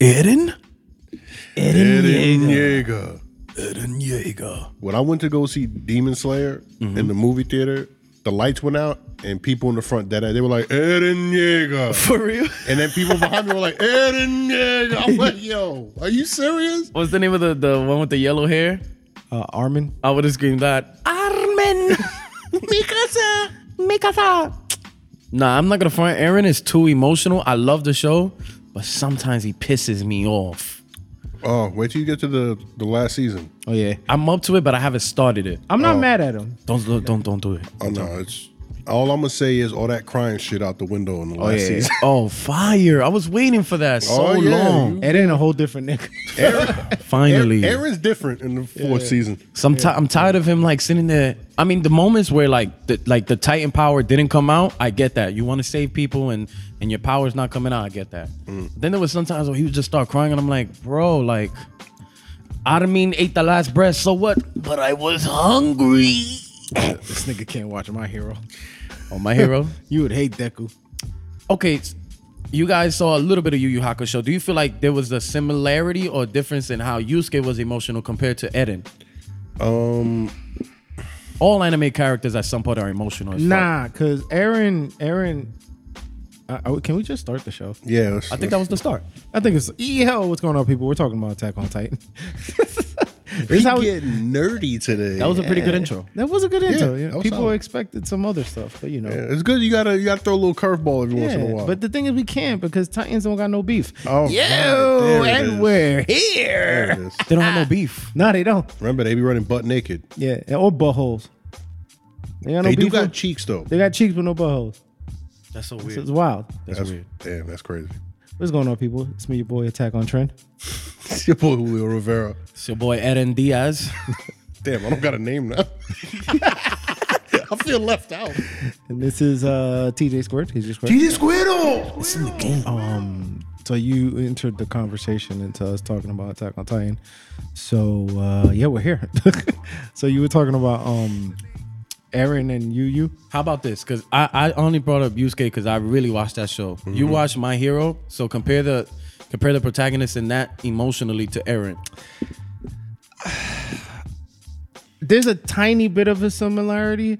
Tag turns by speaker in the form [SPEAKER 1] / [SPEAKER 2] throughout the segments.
[SPEAKER 1] Eren?
[SPEAKER 2] Eren Yeager.
[SPEAKER 1] Eren Yeager.
[SPEAKER 2] When I went to go see Demon Slayer in the movie theater, the lights went out and people in the front that they were like Eren Yeager,
[SPEAKER 1] For real?
[SPEAKER 2] and then people behind me were like Eren Yeager. I'm like, yo, are you serious?
[SPEAKER 3] What's the name of the, the one with the yellow hair?
[SPEAKER 1] Uh, Armin?
[SPEAKER 3] I would have screamed that. Armen! Mikasa! Mikasa! Nah, I'm not gonna front. Aaron is too emotional. I love the show, but sometimes he pisses me off.
[SPEAKER 2] Oh, wait till you get to the the last season.
[SPEAKER 1] Oh, yeah.
[SPEAKER 3] I'm up to it, but I haven't started it.
[SPEAKER 4] I'm not mad at him.
[SPEAKER 3] Don't don't don't, don't do it.
[SPEAKER 2] Oh no, it's all I'm gonna say is all that crying shit out the window in the last
[SPEAKER 4] yeah.
[SPEAKER 2] season.
[SPEAKER 3] Oh, fire! I was waiting for that so
[SPEAKER 2] Oh, yeah.
[SPEAKER 3] long.
[SPEAKER 4] Eren a whole different nigga.
[SPEAKER 3] Finally,
[SPEAKER 2] Aaron's different in the fourth season.
[SPEAKER 3] So I'm, ti- I'm tired of him like sitting there. I mean, the moments where like the, like the Titan power didn't come out, I get that. You want to save people and and your power's not coming out, I get that. Then there was sometimes where he would just start crying, and I'm like, bro, like, I don't mean ate the last breath, so what? But I was hungry.
[SPEAKER 4] this nigga can't watch my hero.
[SPEAKER 3] Oh my hero.
[SPEAKER 4] You would hate Deku.
[SPEAKER 3] okay, s- you guys saw a little bit of Yu Yu Hakusho. Do you feel like there was a similarity or difference in how Yusuke was emotional compared to Eren?
[SPEAKER 2] Um,
[SPEAKER 3] All anime characters at some point are emotional. as fuck.
[SPEAKER 4] Nah, cause Aaron, Aaron, uh, uh, can we just start the show?
[SPEAKER 2] yeah,
[SPEAKER 3] I think that was the start.
[SPEAKER 4] I think it's yo. What's going on, people? We're talking about Attack on Titan. this is how we,
[SPEAKER 2] nerdy today.
[SPEAKER 3] That was a pretty good intro.
[SPEAKER 4] that was a good intro.
[SPEAKER 2] Yeah,
[SPEAKER 4] you know,
[SPEAKER 2] that was
[SPEAKER 4] people
[SPEAKER 2] solid.
[SPEAKER 4] expected some other stuff, but you know,
[SPEAKER 2] Yeah, it's good. You gotta you gotta throw a little curveball every once in a
[SPEAKER 4] Yeah,
[SPEAKER 2] while.
[SPEAKER 4] But the thing is, we can't because Titans don't got no beef.
[SPEAKER 2] Oh,
[SPEAKER 4] yo,
[SPEAKER 2] right, there it
[SPEAKER 4] and
[SPEAKER 2] is.
[SPEAKER 4] we're here.
[SPEAKER 2] There it is.
[SPEAKER 3] They don't
[SPEAKER 4] Ah.
[SPEAKER 3] have no beef.
[SPEAKER 4] No, they don't.
[SPEAKER 2] Remember, they be running butt naked.
[SPEAKER 4] Yeah, or buttholes. They got no
[SPEAKER 2] they do
[SPEAKER 4] beef.
[SPEAKER 2] got
[SPEAKER 4] with-
[SPEAKER 2] cheeks though.
[SPEAKER 4] they got cheeks but no buttholes.
[SPEAKER 3] That's so
[SPEAKER 4] So
[SPEAKER 3] weird.
[SPEAKER 4] it's wild.
[SPEAKER 3] That's,
[SPEAKER 2] That's
[SPEAKER 3] weird.
[SPEAKER 2] damn. That's crazy.
[SPEAKER 4] What's going on, people? It's me, your boy Attack on Trend.
[SPEAKER 2] It's your boy Julio Rivera.
[SPEAKER 3] It's your boy Eden Diaz.
[SPEAKER 2] Damn, I don't got a name now. I feel left out.
[SPEAKER 4] And this is uh TJ Squirt. TJ Squirt.
[SPEAKER 2] Squirtle.
[SPEAKER 4] Um, so you entered the conversation into us talking about Attack on Titan. So uh, yeah, we're here. so you were talking about um, Aaron and Yu Yu.
[SPEAKER 3] How about this? Because I, I only brought up Yusuke because I really watched that show.
[SPEAKER 2] Mm-hmm.
[SPEAKER 3] You watched My Hero, so compare the compare the protagonist in that emotionally to Eren.
[SPEAKER 4] There's a tiny bit of a similarity,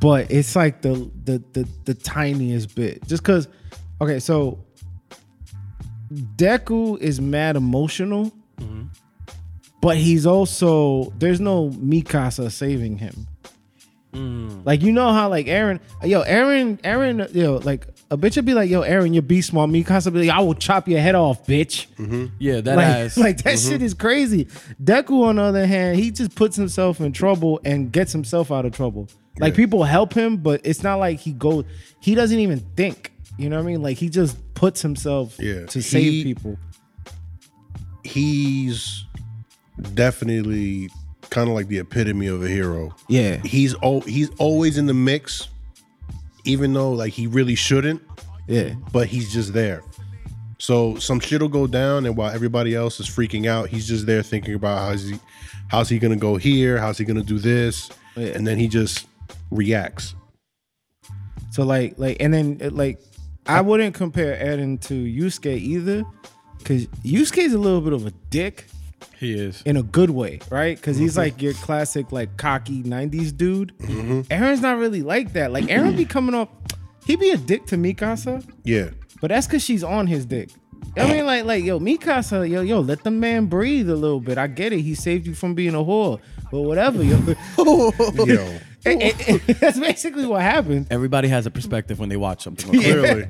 [SPEAKER 4] but it's like the the the, the tiniest bit. Just because, okay, so Deku is mad emotional, but he's also there's no Mikasa saving him. Like you know how like Aaron, yo, Aaron, Aaron, yo, like a bitch would be like, yo, Aaron, you're beast small. Mikasa be like, I will chop your head off, bitch.
[SPEAKER 3] Yeah, that
[SPEAKER 4] like,
[SPEAKER 3] ass.
[SPEAKER 4] like, that shit is crazy. Deku, on the other hand, he just puts himself in trouble and gets himself out of trouble. Like
[SPEAKER 2] Yeah.
[SPEAKER 4] people help him, but it's not like he goes. He doesn't even think. You know what I mean? Like he just puts himself
[SPEAKER 2] Yeah.
[SPEAKER 4] to save
[SPEAKER 2] He-
[SPEAKER 4] people.
[SPEAKER 2] He's definitely kind of like the epitome of a hero.
[SPEAKER 4] Yeah.
[SPEAKER 2] He's al- he's always in the mix, even though like he really shouldn't.
[SPEAKER 4] Yeah.
[SPEAKER 2] but he's just there. So some shit will go down, and while everybody else is freaking out, he's just there thinking about how's he, how's he gonna go here, how's he gonna do this,
[SPEAKER 4] Yeah.
[SPEAKER 2] and then he just reacts.
[SPEAKER 4] So like like and then uh, like I wouldn't compare Eren to Yusuke either, because Yusuke's a little bit of a dick.
[SPEAKER 3] he is.
[SPEAKER 4] in a good way, right? Because
[SPEAKER 2] Mm-hmm.
[SPEAKER 4] he's like your classic, like cocky '90s dude.
[SPEAKER 2] Mm-hmm.
[SPEAKER 4] Aaron's not really like that. Like Aaron be coming up, he be a dick to Mikasa,
[SPEAKER 2] Yeah,
[SPEAKER 4] but that's because she's on his dick. I mean, like, like yo, Mikasa, yo, yo, let the man breathe a little bit. I get it. He saved you from being a whore, but whatever, yo.
[SPEAKER 2] yo,
[SPEAKER 4] And- and- and that's basically what happened.
[SPEAKER 3] Everybody has a perspective when they watch something. okay?
[SPEAKER 2] clearly,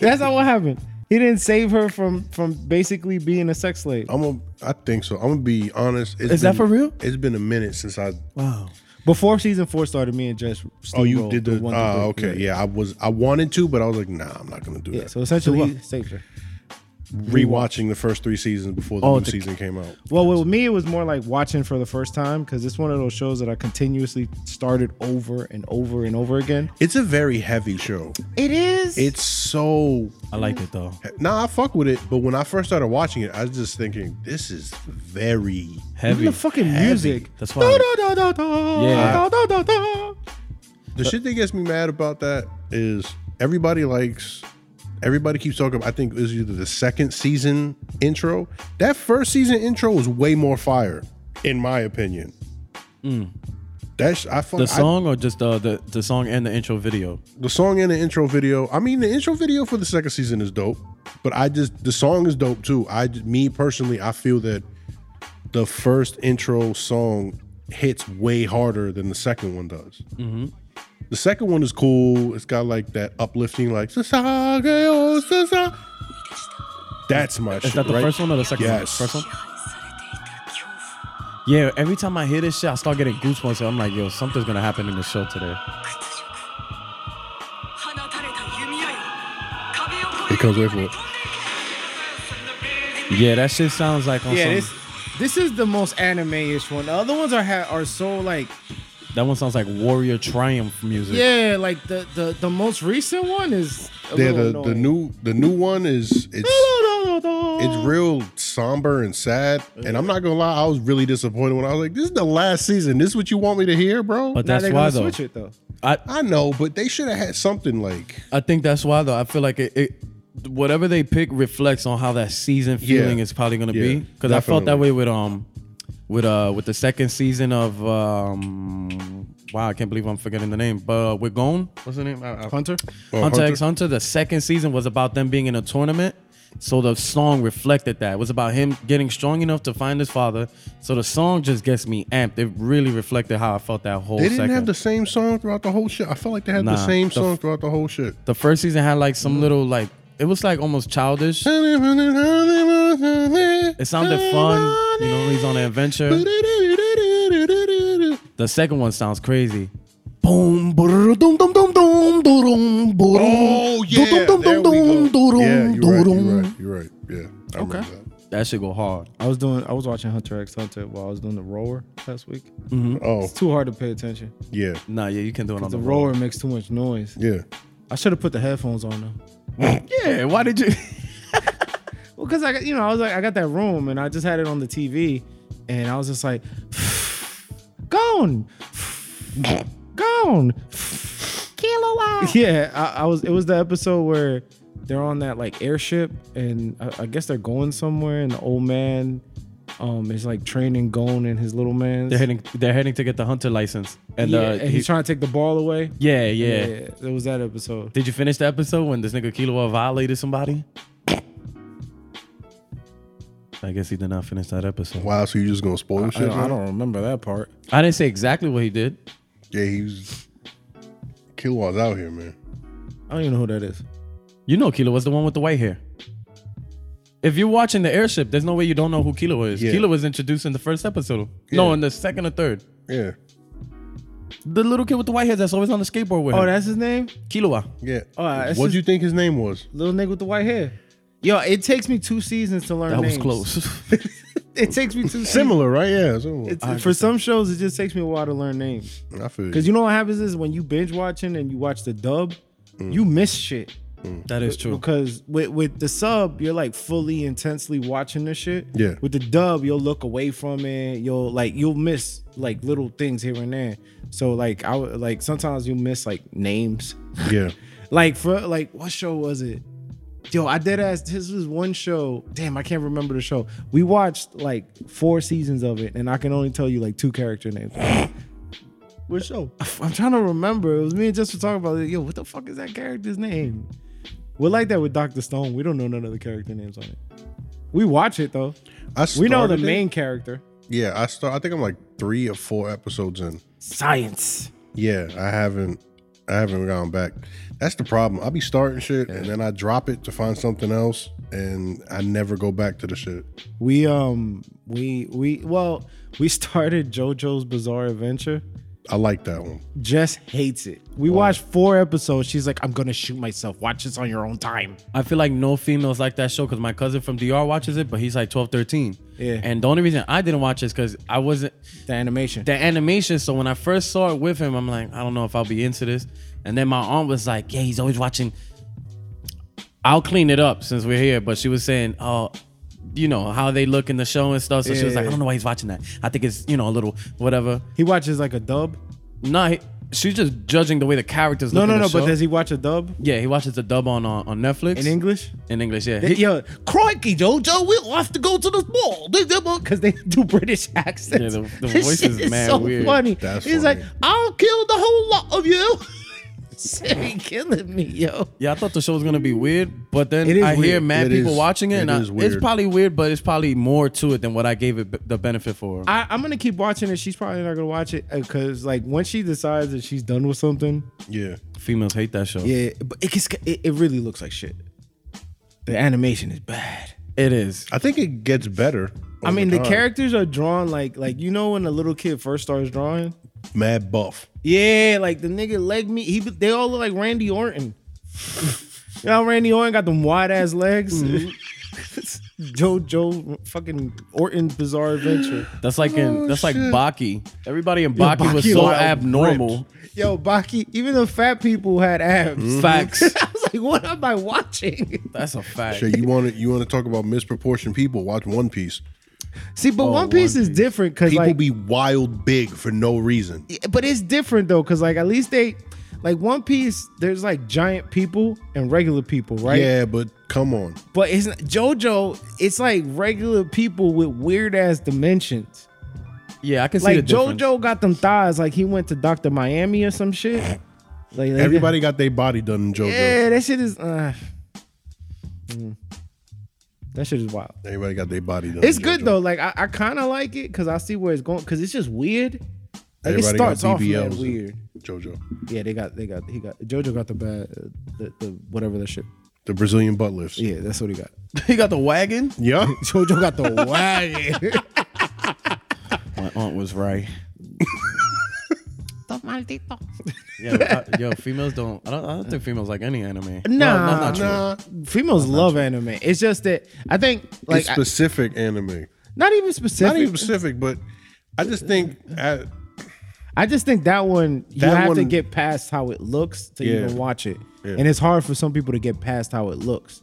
[SPEAKER 4] That's not what happened. He didn't save her from from basically being a sex slave.
[SPEAKER 2] I'm a, I think so. I'm gonna be honest. It's
[SPEAKER 3] Is that
[SPEAKER 2] been-
[SPEAKER 3] for real?
[SPEAKER 2] It's been a minute since I.
[SPEAKER 3] Wow.
[SPEAKER 4] Before season four started, me and Jess.
[SPEAKER 2] Oh, you
[SPEAKER 4] steamrolled
[SPEAKER 2] did the.
[SPEAKER 4] one to
[SPEAKER 2] Ah,
[SPEAKER 4] three.
[SPEAKER 2] okay, yeah. I was, I wanted to, but I was like, nah, I'm not gonna do
[SPEAKER 4] Yeah,
[SPEAKER 2] that.
[SPEAKER 4] so
[SPEAKER 2] So
[SPEAKER 4] essentially,
[SPEAKER 3] So what?
[SPEAKER 4] he saved her.
[SPEAKER 2] rewatching the first three seasons before the
[SPEAKER 3] Oh,
[SPEAKER 2] new
[SPEAKER 3] the-
[SPEAKER 2] season came out.
[SPEAKER 4] Well, with me, it was more like watching for the first time because it's one of those shows that I continuously started over and over and over again.
[SPEAKER 2] It's a very heavy show.
[SPEAKER 4] It is.
[SPEAKER 2] It's so
[SPEAKER 3] I like it though.
[SPEAKER 2] Nah, I fuck with it, but when I first started watching it, I was just thinking, this is very.
[SPEAKER 3] Heavy.
[SPEAKER 4] Even the fucking music.
[SPEAKER 3] That's why I like-
[SPEAKER 4] Da, da, da, da,
[SPEAKER 3] Yeah.
[SPEAKER 4] da, da, da, da.
[SPEAKER 2] The shit that gets me mad about that is everybody likes Everybody keeps talking. About, I think it was either the second season intro. That first season intro was way more fire, in my opinion. That's I fuck,
[SPEAKER 3] The
[SPEAKER 2] I-
[SPEAKER 3] song or just uh, the the song and the intro video?
[SPEAKER 2] the song and the intro video. I mean, the intro video for the second season is dope, but I just the song is dope too. I j- me personally, I feel that the first intro song hits way harder than the second one does.
[SPEAKER 3] Mm-hmm.
[SPEAKER 2] The second one is cool. It's got like that uplifting, like "Sasage o sasa." That's my shit.
[SPEAKER 3] Is that the
[SPEAKER 2] right?
[SPEAKER 3] first one or the second
[SPEAKER 2] Yes.
[SPEAKER 3] one? First one? Yeah, every time I hear this shit, I start getting goosebumps. I'm like, yo, something's gonna happen in the show today.
[SPEAKER 2] いかんぞ F1
[SPEAKER 3] Yeah, that shit sounds like on
[SPEAKER 4] Yeah,
[SPEAKER 3] some,
[SPEAKER 4] this this is the most anime-ish one. The other ones are ha- are so like
[SPEAKER 3] that one sounds like Warrior Triumph music.
[SPEAKER 4] yeah, like the the, the most recent one is a
[SPEAKER 2] Yeah, the,
[SPEAKER 4] little
[SPEAKER 2] the new the new one is it's it's real somber and sad. And I'm not gonna lie, I was really disappointed when I was like, "This is the last season. This is what you want me to hear, bro."
[SPEAKER 3] But
[SPEAKER 4] Now
[SPEAKER 3] that's
[SPEAKER 4] they're
[SPEAKER 3] why
[SPEAKER 4] gonna
[SPEAKER 3] though.
[SPEAKER 4] switch it though.
[SPEAKER 3] I,
[SPEAKER 2] I know, but they should have had something like
[SPEAKER 3] I think that's why though. I feel like it, it whatever they pick reflects on how that season feeling is probably gonna be.
[SPEAKER 2] Yeah,
[SPEAKER 3] Because I felt that
[SPEAKER 2] definitely.
[SPEAKER 3] way with um with uh with the second season of um wow I can't believe I'm forgetting the name. But uh, we're gone. What's the name? I- I-
[SPEAKER 4] Hunter.
[SPEAKER 2] Oh,
[SPEAKER 3] Hunter,
[SPEAKER 2] Hunter?
[SPEAKER 3] X Hunter. The second season was about them being in a tournament. So the song reflected that. It was about him getting strong enough to find his father. So the song just gets me amped. It really reflected how I felt that whole
[SPEAKER 2] they didn't
[SPEAKER 3] second.
[SPEAKER 2] have the same song throughout the whole shit. I felt like they had
[SPEAKER 3] Nah,
[SPEAKER 2] the same
[SPEAKER 3] the
[SPEAKER 2] song throughout the whole shit.
[SPEAKER 3] the first season had like some little like it was like almost childish.
[SPEAKER 2] It
[SPEAKER 3] It sounded fun. You know, he's on an adventure. The second one sounds crazy. Boom, brrr, dum, dum, dum, dum, dum, dum,
[SPEAKER 2] Oh
[SPEAKER 3] dum,
[SPEAKER 2] yeah, there
[SPEAKER 3] dum,
[SPEAKER 2] we
[SPEAKER 3] dum,
[SPEAKER 2] go.
[SPEAKER 3] dum,
[SPEAKER 2] Yeah,
[SPEAKER 3] dum,
[SPEAKER 2] you're right.
[SPEAKER 3] dum.
[SPEAKER 2] You're right. You're right. Yeah, I remember
[SPEAKER 4] Okay.
[SPEAKER 2] that.
[SPEAKER 3] That should go hard.
[SPEAKER 4] I was doing I was watching Hunter X Hunter while I was doing the rower last week.
[SPEAKER 2] Oh
[SPEAKER 3] Hmm?
[SPEAKER 4] It's too hard to pay attention.
[SPEAKER 2] yeah,
[SPEAKER 3] Nah, yeah, you can do it on
[SPEAKER 4] The
[SPEAKER 3] the
[SPEAKER 4] rower makes too much noise.
[SPEAKER 2] yeah.
[SPEAKER 4] I should have put the headphones on though.
[SPEAKER 3] Yeah, why did you?
[SPEAKER 4] Well, cause I got you know I was like I got that room and I just had it on the TV, and I was just like, gone, gone, kilowatt. Yeah, I, I was. It was the episode where they're on that like airship, and I, I guess they're going somewhere, and the old man. Um, is like training Gone and his little man.
[SPEAKER 3] they're heading. They're heading to get the hunter license, and
[SPEAKER 4] yeah,
[SPEAKER 3] uh,
[SPEAKER 4] and
[SPEAKER 3] he-
[SPEAKER 4] he's trying to take the ball away.
[SPEAKER 3] yeah, yeah,
[SPEAKER 4] it was that episode.
[SPEAKER 3] Did you finish the episode when this nigga Kilo violated somebody? I guess he did not finish that episode.
[SPEAKER 2] Wow, so you just gonna spoil
[SPEAKER 4] I
[SPEAKER 2] shit?
[SPEAKER 4] don't, I
[SPEAKER 2] now?
[SPEAKER 4] don't remember that part.
[SPEAKER 3] I didn't say exactly what he did.
[SPEAKER 2] Yeah, he's Kilwa's out here, man.
[SPEAKER 4] I don't even know who that is.
[SPEAKER 3] You know Kilo was the one with the white hair. If you're watching the airship, there's no way you don't know who Kilo is.
[SPEAKER 2] Yeah.
[SPEAKER 3] Kilo was introduced in the first episode. No,
[SPEAKER 2] Yeah.
[SPEAKER 3] in the second or third.
[SPEAKER 2] Yeah,
[SPEAKER 3] The little kid with the white hair that's always on the skateboard with
[SPEAKER 4] Oh,
[SPEAKER 3] him.
[SPEAKER 4] that's his name.
[SPEAKER 3] Kilowa.
[SPEAKER 2] yeah.
[SPEAKER 3] Oh,
[SPEAKER 4] Alright,
[SPEAKER 2] what
[SPEAKER 4] this
[SPEAKER 2] do
[SPEAKER 4] is-
[SPEAKER 2] you think his name was?
[SPEAKER 4] Little nigga with the white hair. Yo, it takes me two seasons to learn.
[SPEAKER 3] That was
[SPEAKER 4] names.
[SPEAKER 3] close.
[SPEAKER 4] It takes me two seasons.
[SPEAKER 2] Similar, right? Yeah. similar.
[SPEAKER 4] It's, for some shows, it just takes me a while to learn names.
[SPEAKER 2] I feel
[SPEAKER 4] Because you know what happens is when you binge watching and you watch the dub, you miss shit.
[SPEAKER 3] that is true.
[SPEAKER 4] Because with, with the sub, you're like fully intensely watching the shit.
[SPEAKER 2] Yeah.
[SPEAKER 4] With the dub, you'll look away from it. You'll like you'll miss like little things here and there. So like I would like sometimes you miss like names.
[SPEAKER 2] yeah.
[SPEAKER 4] Like for like what show was it? Yo, I did ask. This was one show. Damn, I can't remember the show. We watched like four seasons of it, and I can only tell you like two character names.
[SPEAKER 2] What show?
[SPEAKER 4] I'm trying to remember. It was me and Jess were talking about it. Yo, what the fuck is that character's name? We're like that with Doctor Stone. We don't know none of the character names on it. We watch it though.
[SPEAKER 2] I
[SPEAKER 4] We know the
[SPEAKER 2] started it.
[SPEAKER 4] main character.
[SPEAKER 2] Yeah, I start. I think I'm like three or four episodes in.
[SPEAKER 4] Science.
[SPEAKER 2] Yeah, I haven't. I haven't gone back. That's the problem. I'll be starting shit and then I drop it to find something else, and I never go back to the shit.
[SPEAKER 4] We um we we well we started JoJo's Bizarre Adventure.
[SPEAKER 2] I like that one.
[SPEAKER 4] Jess hates it. We watched four episodes. She's like, I'm gonna shoot myself. Watch this on your own time.
[SPEAKER 3] I feel like no females like that show because my cousin from DR watches it, but he's like 12, 13.
[SPEAKER 4] Yeah.
[SPEAKER 3] And the only reason I didn't watch it is because I wasn't
[SPEAKER 4] The animation.
[SPEAKER 3] the animation. So when I first saw it with him, I'm like, I don't know if I'll be into this. And then my aunt was like, Yeah, he's always watching. I'll clean it up since we're here. But she was saying, Oh, you know, how they look in the show and stuff. So she was like, I
[SPEAKER 4] Yeah.
[SPEAKER 3] don't know why he's watching that. I think it's, you know, a little whatever.
[SPEAKER 4] He watches like a dub.
[SPEAKER 3] Nah, he- she's just judging the way the characters.
[SPEAKER 4] No,
[SPEAKER 3] look
[SPEAKER 4] no,
[SPEAKER 3] in the
[SPEAKER 4] no. But
[SPEAKER 3] show.
[SPEAKER 4] does he watch a dub
[SPEAKER 3] yeah, he watches the dub on uh, on, on Netflix
[SPEAKER 4] in English?
[SPEAKER 3] In English, yeah.
[SPEAKER 4] They,
[SPEAKER 3] He-
[SPEAKER 4] yo, crikey, Jojo, we'll have to go to the mall. Because they do British accents.
[SPEAKER 3] Yeah, the- the
[SPEAKER 4] This
[SPEAKER 3] voice
[SPEAKER 4] shit
[SPEAKER 3] is mad
[SPEAKER 4] so
[SPEAKER 3] weird.
[SPEAKER 4] funny.
[SPEAKER 2] That's
[SPEAKER 4] He's
[SPEAKER 2] funny.
[SPEAKER 4] like, I'll kill the whole lot of you. You're killing me, yo.
[SPEAKER 3] Yeah, I thought the show was gonna be weird, but then
[SPEAKER 4] It is
[SPEAKER 3] I hear
[SPEAKER 4] weird.
[SPEAKER 3] mad
[SPEAKER 2] It
[SPEAKER 3] people
[SPEAKER 2] is-
[SPEAKER 3] watching it,
[SPEAKER 2] it
[SPEAKER 3] and I,
[SPEAKER 2] is weird.
[SPEAKER 3] it's probably weird, but it's probably more to it than what I gave it b- the benefit for.
[SPEAKER 4] I, I'm gonna keep watching it. She's probably not gonna watch it because, like, once she decides that she's done with something,
[SPEAKER 2] Yeah.
[SPEAKER 3] Females hate that show.
[SPEAKER 4] yeah, but it, gets- it it really looks like shit. The animation is bad.
[SPEAKER 3] It is.
[SPEAKER 2] I think it gets better.
[SPEAKER 4] I mean,
[SPEAKER 2] over
[SPEAKER 4] the
[SPEAKER 2] time.
[SPEAKER 4] characters are drawn like like you know when a little kid first starts drawing.
[SPEAKER 2] mad buff.
[SPEAKER 4] Yeah, like the nigga leg me. He they all look like Randy Orton. you know, how Randy Orton got them wide ass legs. Mm-hmm. JoJo fucking Orton bizarre adventure.
[SPEAKER 3] That's like in. That's like Baki. Everybody in Oh, Baki, was
[SPEAKER 4] Baki
[SPEAKER 3] so
[SPEAKER 4] was
[SPEAKER 3] abnormal.
[SPEAKER 4] Yo, Baki, even the fat people had abs.
[SPEAKER 3] Mm-hmm. Facts.
[SPEAKER 4] I was like, what am I watching?
[SPEAKER 3] that's a fact.
[SPEAKER 2] Shit, you want to you want to talk about misproportioned people? Watch One Piece.
[SPEAKER 4] See, but Oh, One Piece is different because
[SPEAKER 2] People
[SPEAKER 4] like,
[SPEAKER 2] be wild big for no reason.
[SPEAKER 4] but it's different though because like at least they, like One Piece, there's like giant people and regular people, right?
[SPEAKER 2] Yeah, but come on.
[SPEAKER 4] But it's not, JoJo. It's like regular people with weird ass dimensions.
[SPEAKER 3] Yeah, I can see
[SPEAKER 4] Like
[SPEAKER 3] the difference.
[SPEAKER 4] JoJo got them thighs like he went to Doctor Miami or some shit. Like, like
[SPEAKER 2] Everybody got their body done in JoJo.
[SPEAKER 4] yeah, that shit is. Uh, mm. that shit is wild.
[SPEAKER 2] Everybody got their body done.
[SPEAKER 4] It's
[SPEAKER 2] in
[SPEAKER 4] good
[SPEAKER 2] JoJo.
[SPEAKER 4] though. Like I, I kind of like it because I see where it's going. Because it's just weird. Like
[SPEAKER 2] Everybody
[SPEAKER 4] it
[SPEAKER 2] got
[SPEAKER 4] starts off mad
[SPEAKER 2] BBLs.
[SPEAKER 4] weird.
[SPEAKER 2] JoJo,
[SPEAKER 4] Yeah, they got they got he got JoJo got the bad uh, the, the whatever that shit.
[SPEAKER 2] the Brazilian butt lifts.
[SPEAKER 4] Yeah, that's what he got.
[SPEAKER 3] he got the wagon.
[SPEAKER 2] Yeah.
[SPEAKER 4] JoJo got the wagon.
[SPEAKER 3] My aunt was right. Yeah, I- yo, females don't I, don't. I don't think females like any anime. Nah,
[SPEAKER 4] Nah,
[SPEAKER 3] not true.
[SPEAKER 2] nah.
[SPEAKER 4] Females love anime. It's just that I think like
[SPEAKER 2] it's
[SPEAKER 4] I-
[SPEAKER 2] specific anime.
[SPEAKER 4] not even specific.
[SPEAKER 2] Not even specific, but I just think I,
[SPEAKER 4] I just think that one you
[SPEAKER 2] That
[SPEAKER 4] have to
[SPEAKER 2] one-
[SPEAKER 4] get past how it looks to
[SPEAKER 2] Yeah.
[SPEAKER 4] even watch it,
[SPEAKER 2] Yeah. Mm.
[SPEAKER 4] and it's hard for some people to get past how it looks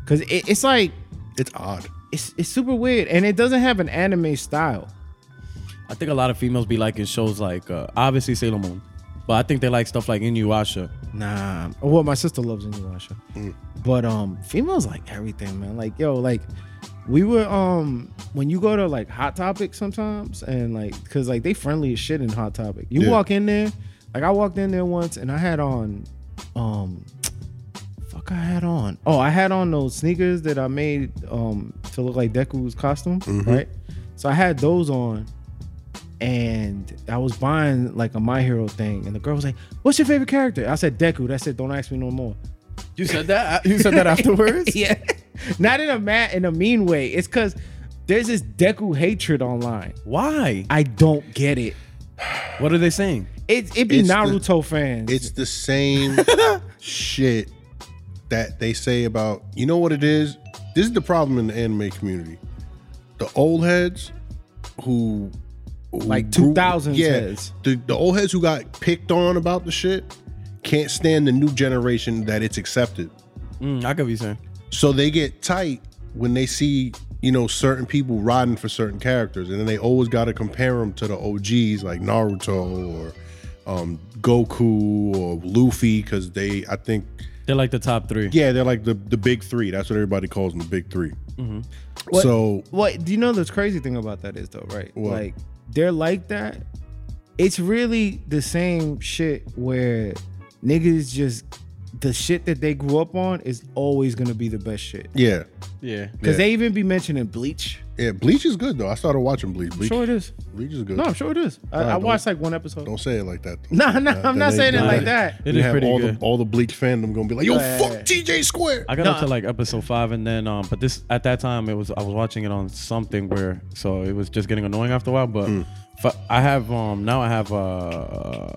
[SPEAKER 4] because it, it's like
[SPEAKER 2] it's odd.
[SPEAKER 4] it's it's super weird and it doesn't have an anime style.
[SPEAKER 3] I think a lot of females be liking shows like uh, obviously Sailor Moon, but I think they like stuff like Inuyasha.
[SPEAKER 4] Nah. Well, my sister loves Inuyasha. But um females like everything, man. Like, yo, like we were um when you go to like Hot Topic sometimes and like cause like they friendly as shit in Hot Topic. You
[SPEAKER 2] Yeah.
[SPEAKER 4] walk in there, like I walked in there once and I had on um fuck I had on. Oh, I had on those sneakers that I made um to look like Deku's costume, right? So I had those on and I was buying like a My Hero thing, and the girl was like, "What's your favorite character?" I said, "Deku." That's it. Don't ask me no more.
[SPEAKER 3] You said that. uh, You said that afterwards.
[SPEAKER 4] yeah, not in a mad, in a mean way. It's because there's this Deku hatred online.
[SPEAKER 3] Why?
[SPEAKER 4] I don't get it.
[SPEAKER 3] What are they saying?
[SPEAKER 4] It it be
[SPEAKER 2] It's the-
[SPEAKER 4] Naruto fans.
[SPEAKER 2] It's the same shit that they say about. You know what it is? This is the problem in the anime community. The old heads who, who
[SPEAKER 4] Like
[SPEAKER 2] grew-
[SPEAKER 4] 2000s heads.
[SPEAKER 2] The, the old heads who got picked on about the shit can't stand the new generation that it's accepted.
[SPEAKER 3] Mm, I could be saying.
[SPEAKER 2] So they get tight when they see, you know, certain people riding for certain characters. And then they always got to compare them to the OGs like Naruto or um, Goku or Luffy because they, I think,
[SPEAKER 3] They're like the top three.
[SPEAKER 2] yeah, they're like the, the big three. That's what everybody calls them, the big 3
[SPEAKER 4] What-
[SPEAKER 2] So,
[SPEAKER 4] what do you know? The crazy thing about that is though, right?
[SPEAKER 2] What?
[SPEAKER 4] Like they're like that. It's really the same shit where niggas just the shit that they grew up on is always gonna be the best shit.
[SPEAKER 2] yeah.
[SPEAKER 3] Yeah.
[SPEAKER 4] Because
[SPEAKER 2] Yeah.
[SPEAKER 4] they even be mentioning Bleach.
[SPEAKER 2] Yeah, Bleach is good, though. I started watching Bleach. Bleach,
[SPEAKER 4] Sure it is.
[SPEAKER 2] Bleach is good.
[SPEAKER 4] No, I'm sure it is. I, I
[SPEAKER 2] don't-
[SPEAKER 4] watched like one episode.
[SPEAKER 2] Don't say it like that. though.
[SPEAKER 4] Nah, nah,
[SPEAKER 2] that
[SPEAKER 4] I'm not
[SPEAKER 2] ain't-
[SPEAKER 4] saying it
[SPEAKER 2] nah,
[SPEAKER 4] like that.
[SPEAKER 3] It
[SPEAKER 2] you
[SPEAKER 3] is
[SPEAKER 2] have
[SPEAKER 3] pretty
[SPEAKER 2] all
[SPEAKER 3] good.
[SPEAKER 2] The, all the Bleach fandom going to be like, yo,
[SPEAKER 4] Yeah.
[SPEAKER 2] fuck TJ Square.
[SPEAKER 3] I got
[SPEAKER 4] Nah.
[SPEAKER 3] up to like episode five, and then um, but this at that time it was I was watching it on something where so it was just getting annoying after a while. But fu- I have um now I have uh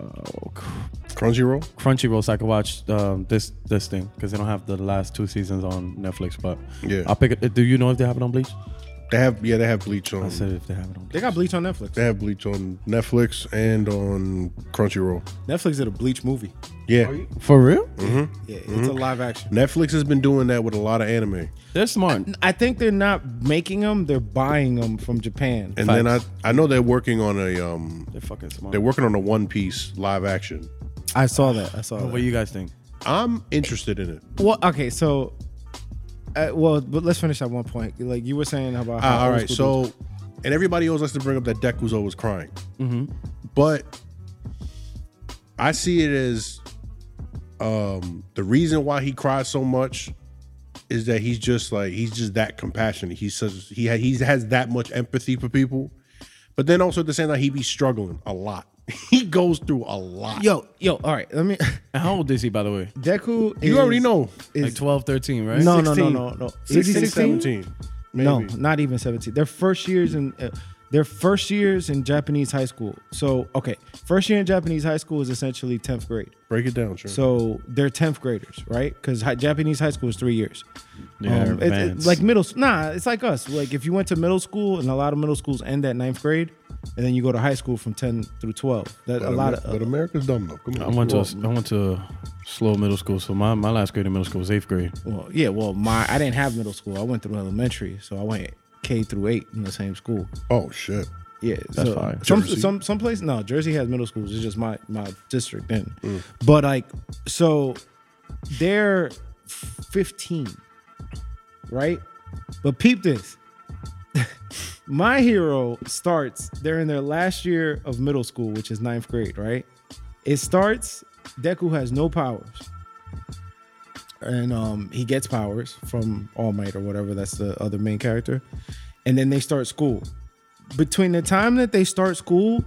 [SPEAKER 2] Crunchyroll?
[SPEAKER 3] Crunchyroll, so I could watch um, this this thing because they don't have the last two seasons on Netflix. But
[SPEAKER 2] Yeah.
[SPEAKER 3] I'll pick it. Do you know if they have it on Bleach?
[SPEAKER 2] They have yeah, they have Bleach on.
[SPEAKER 3] if they have it on.
[SPEAKER 4] They got Bleach on Netflix.
[SPEAKER 2] They have Bleach on Netflix and on Crunchyroll.
[SPEAKER 4] Netflix did a Bleach movie.
[SPEAKER 2] Yeah,
[SPEAKER 3] For real?
[SPEAKER 4] Yeah, it's
[SPEAKER 2] Mm-hmm.
[SPEAKER 4] a live action.
[SPEAKER 2] Netflix has been doing that with a lot of anime.
[SPEAKER 3] They're smart.
[SPEAKER 4] I think they're not making them; they're buying them from Japan.
[SPEAKER 2] And then I I know they're working on a um
[SPEAKER 3] They're fucking smart.
[SPEAKER 2] they're working on a One Piece live action.
[SPEAKER 4] I saw that. I saw
[SPEAKER 2] Oh,
[SPEAKER 3] what do
[SPEAKER 4] that.
[SPEAKER 3] you guys think?
[SPEAKER 2] I'm interested in it.
[SPEAKER 4] Well, okay, so, uh, well, but let's finish at one point. Like you were saying about.
[SPEAKER 2] Ah,
[SPEAKER 4] how
[SPEAKER 2] all
[SPEAKER 4] old
[SPEAKER 2] right,
[SPEAKER 4] school dudes-
[SPEAKER 2] so and everybody always likes to bring up that Deku's always crying,
[SPEAKER 4] Mm-hmm.
[SPEAKER 2] but I see it as um the reason why he cries so much is that he's just like he's just that compassionate. He's such he ha, he has that much empathy for people, but then also at the same time he be struggling a lot. he goes through a lot.
[SPEAKER 4] Yo, yo, all right. Let me.
[SPEAKER 3] And how old is he, by the way?
[SPEAKER 4] Deku.
[SPEAKER 2] you
[SPEAKER 4] is-
[SPEAKER 2] already know.
[SPEAKER 4] Is,
[SPEAKER 3] Like 12, 13, right?
[SPEAKER 4] no, no, no,
[SPEAKER 2] 16.
[SPEAKER 4] no, no. Is he
[SPEAKER 2] 16, 17. Maybe.
[SPEAKER 4] No, not even 17. Their first years in uh, their first years in Japanese high school. So, okay, first year in Japanese high school is essentially 10th grade.
[SPEAKER 2] Break it down, sure.
[SPEAKER 4] So, they're 10th graders, right? Cuz hi- Japanese high school is 3 years.
[SPEAKER 3] Yeah,
[SPEAKER 4] Um, it- it-
[SPEAKER 3] advanced.
[SPEAKER 4] like middle s- Nah, it's like us. Like if you went to middle school and a lot of middle schools end at ninth grade and then you go to high school from 10 through 12. That a lot
[SPEAKER 2] but
[SPEAKER 4] of uh,
[SPEAKER 2] America's dumb though. Come
[SPEAKER 3] I
[SPEAKER 2] on.
[SPEAKER 3] went to I went to slow middle school, so my, my last grade in middle school was eighth grade.
[SPEAKER 4] well, yeah, well, my I didn't have middle school. I went through elementary, so I went K through 8 in the same school.
[SPEAKER 2] Oh shit.
[SPEAKER 4] Yeah,
[SPEAKER 3] That's
[SPEAKER 4] so
[SPEAKER 3] fine.
[SPEAKER 4] Some
[SPEAKER 2] Jersey.
[SPEAKER 4] some some place no, Jersey has middle schools. It's just my my district then.
[SPEAKER 3] Mm.
[SPEAKER 4] But like so they're 15, right? But peep this. my hero starts, they're in their last year of middle school, which is ninth grade, right? It starts, Deku has no powers. And um he gets powers from All Might or whatever, that's the other main character. And then they start school between the time that they start school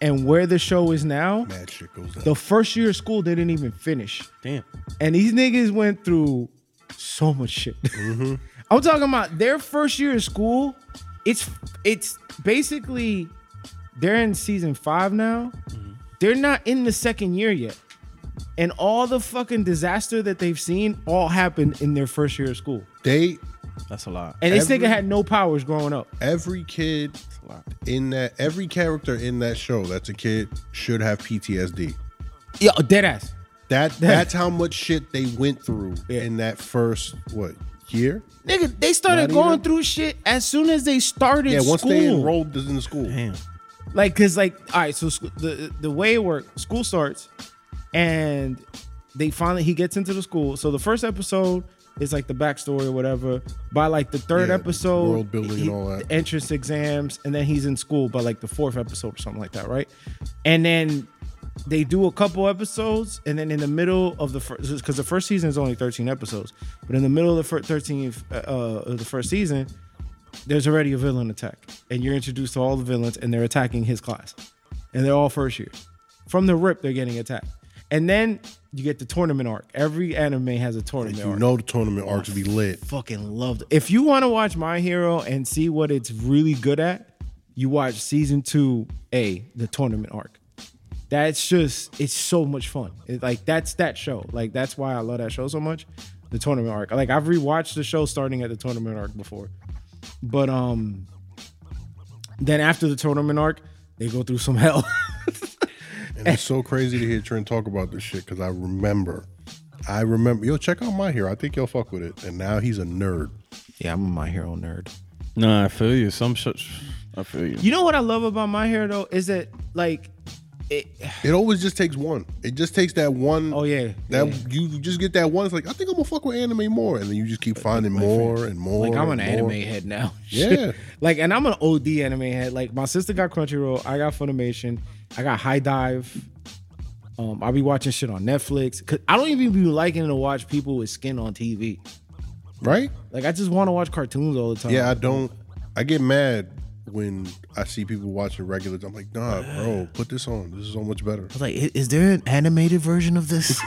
[SPEAKER 4] and where the show is now,
[SPEAKER 2] Mad shit goes down.
[SPEAKER 4] the first year of school they didn't even finish.
[SPEAKER 3] Damn.
[SPEAKER 4] And these niggas went through so much shit.
[SPEAKER 2] Mm-hmm.
[SPEAKER 4] I'm talking about their first year of school. It's it's basically they're in season five now.
[SPEAKER 2] Mm-hmm.
[SPEAKER 4] They're not in the second year yet. And all the fucking disaster that they've seen all happened in their first year of school.
[SPEAKER 2] They
[SPEAKER 3] That's a lot.
[SPEAKER 4] And this
[SPEAKER 2] Every-
[SPEAKER 4] nigga had no powers growing up.
[SPEAKER 2] every kid in that every character in that show that's a kid should have PTSD.
[SPEAKER 4] Yo, dead ass.
[SPEAKER 2] That that's how much shit they went through
[SPEAKER 4] Yeah.
[SPEAKER 2] in that first what year?
[SPEAKER 4] Nigga, they started
[SPEAKER 2] Not
[SPEAKER 4] going
[SPEAKER 2] even?
[SPEAKER 4] through shit as soon as they started
[SPEAKER 2] Yeah, once
[SPEAKER 4] school.
[SPEAKER 2] they enrolled in the school.
[SPEAKER 3] Damn.
[SPEAKER 4] Like, cause like, all right, so sc- the the way it worked, school starts, and they finally he gets into the school. So the first episode is like the backstory or whatever. By like the third
[SPEAKER 2] Yeah,
[SPEAKER 4] episode,
[SPEAKER 2] world building
[SPEAKER 4] he-
[SPEAKER 2] and all that.
[SPEAKER 4] the entrance exams, and then he's in school by like the fourth episode or something like that, right? And then they do a couple episodes, and then in the middle of the first, because the first season is only thirteen episodes, but in the middle of the first thirteen uh, of the first season, there's already a villain attack, and you're introduced to all the villains, and they're attacking his class, and they're all first years. From the rip, they're getting attacked, and then you get the tournament arc. Every anime has a tournament
[SPEAKER 2] You
[SPEAKER 4] arc
[SPEAKER 2] know the tournament arcs be lit.
[SPEAKER 4] fucking loved it. If you want to watch My Hero and see what it's really good at, you watch season two A, the tournament arc. That's just it's so much fun. It, like that's that show. Like that's why I love that show so much. The tournament arc. Like I've rewatched the show starting at the tournament arc before. But um then after the tournament arc, they go through some hell.
[SPEAKER 2] And it's so crazy to hear Trent talk about this shit because I remember. I remember yo, check out my hero. I think you'll fuck with it. And now he's a nerd.
[SPEAKER 4] yeah, I'm a My Hero nerd.
[SPEAKER 3] Nah, I feel you. Some shit. I feel you.
[SPEAKER 4] You know what I love about My Hero though is that like it
[SPEAKER 2] It always just takes one. It just takes that one.
[SPEAKER 4] Oh, yeah.
[SPEAKER 2] That
[SPEAKER 4] Yeah.
[SPEAKER 2] you just get that one. It's like I think I'm gonna fuck with anime more, and then you just keep finding more and more.
[SPEAKER 4] Like I'm an
[SPEAKER 2] and
[SPEAKER 4] anime
[SPEAKER 2] more.
[SPEAKER 4] head now.
[SPEAKER 2] Yeah.
[SPEAKER 4] like, and I'm an OD anime head. Like my sister got Crunchyroll, I got Funimation, I got High Dive. Um, I be watching shit on Netflix. Cause I don't even be liking to watch people with skin on TV.
[SPEAKER 2] right?
[SPEAKER 4] Like I just want to watch cartoons all the time.
[SPEAKER 2] Yeah, I don't. I get mad when I see people watching regulars. I'm like, nah, bro, put this on. This is so much better.
[SPEAKER 4] was like, "I- is there an animated version of this?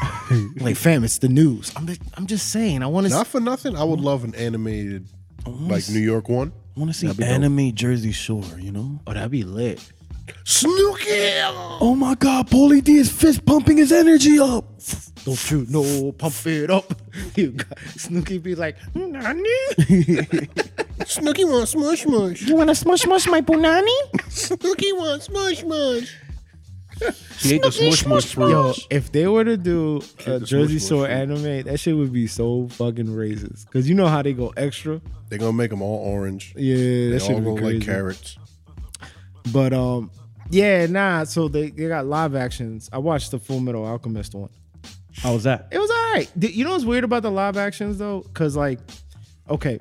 [SPEAKER 4] like, fam, it's the news. I'm just, I'm just saying. I want to.
[SPEAKER 2] Not for nothing. I would love an animated, like New York one.
[SPEAKER 3] I want to see anime Jersey Shore, you know?
[SPEAKER 4] Oh, that'd be lit.
[SPEAKER 2] Snooky.
[SPEAKER 3] Oh my God, Paulie D is fist pumping his energy up.
[SPEAKER 4] Don't you know? Pump it up. You got, Snooki be like, "Nani?"
[SPEAKER 2] Snooky wants smush mush.
[SPEAKER 4] You want to smush mush my punani?
[SPEAKER 2] Snooky wants smush mush. She ate the smush mush
[SPEAKER 4] Yo,
[SPEAKER 2] first.
[SPEAKER 4] if they were to do a
[SPEAKER 2] the
[SPEAKER 4] Jersey
[SPEAKER 2] smush
[SPEAKER 4] Shore
[SPEAKER 2] mush.
[SPEAKER 4] anime, that shit would be so fucking racist. Because you know how they go extra.
[SPEAKER 2] They're gonna make them all orange.
[SPEAKER 4] Yeah, that
[SPEAKER 2] they
[SPEAKER 4] shit
[SPEAKER 2] all
[SPEAKER 4] would
[SPEAKER 2] look
[SPEAKER 4] be
[SPEAKER 2] like
[SPEAKER 4] crazy.
[SPEAKER 2] carrots.
[SPEAKER 4] But um, yeah, nah. So they, they got live actions. I watched the Full Metal Alchemist one.
[SPEAKER 3] How was that?
[SPEAKER 4] It was all right. Th- You know what's weird about the live actions though? Cause like, okay,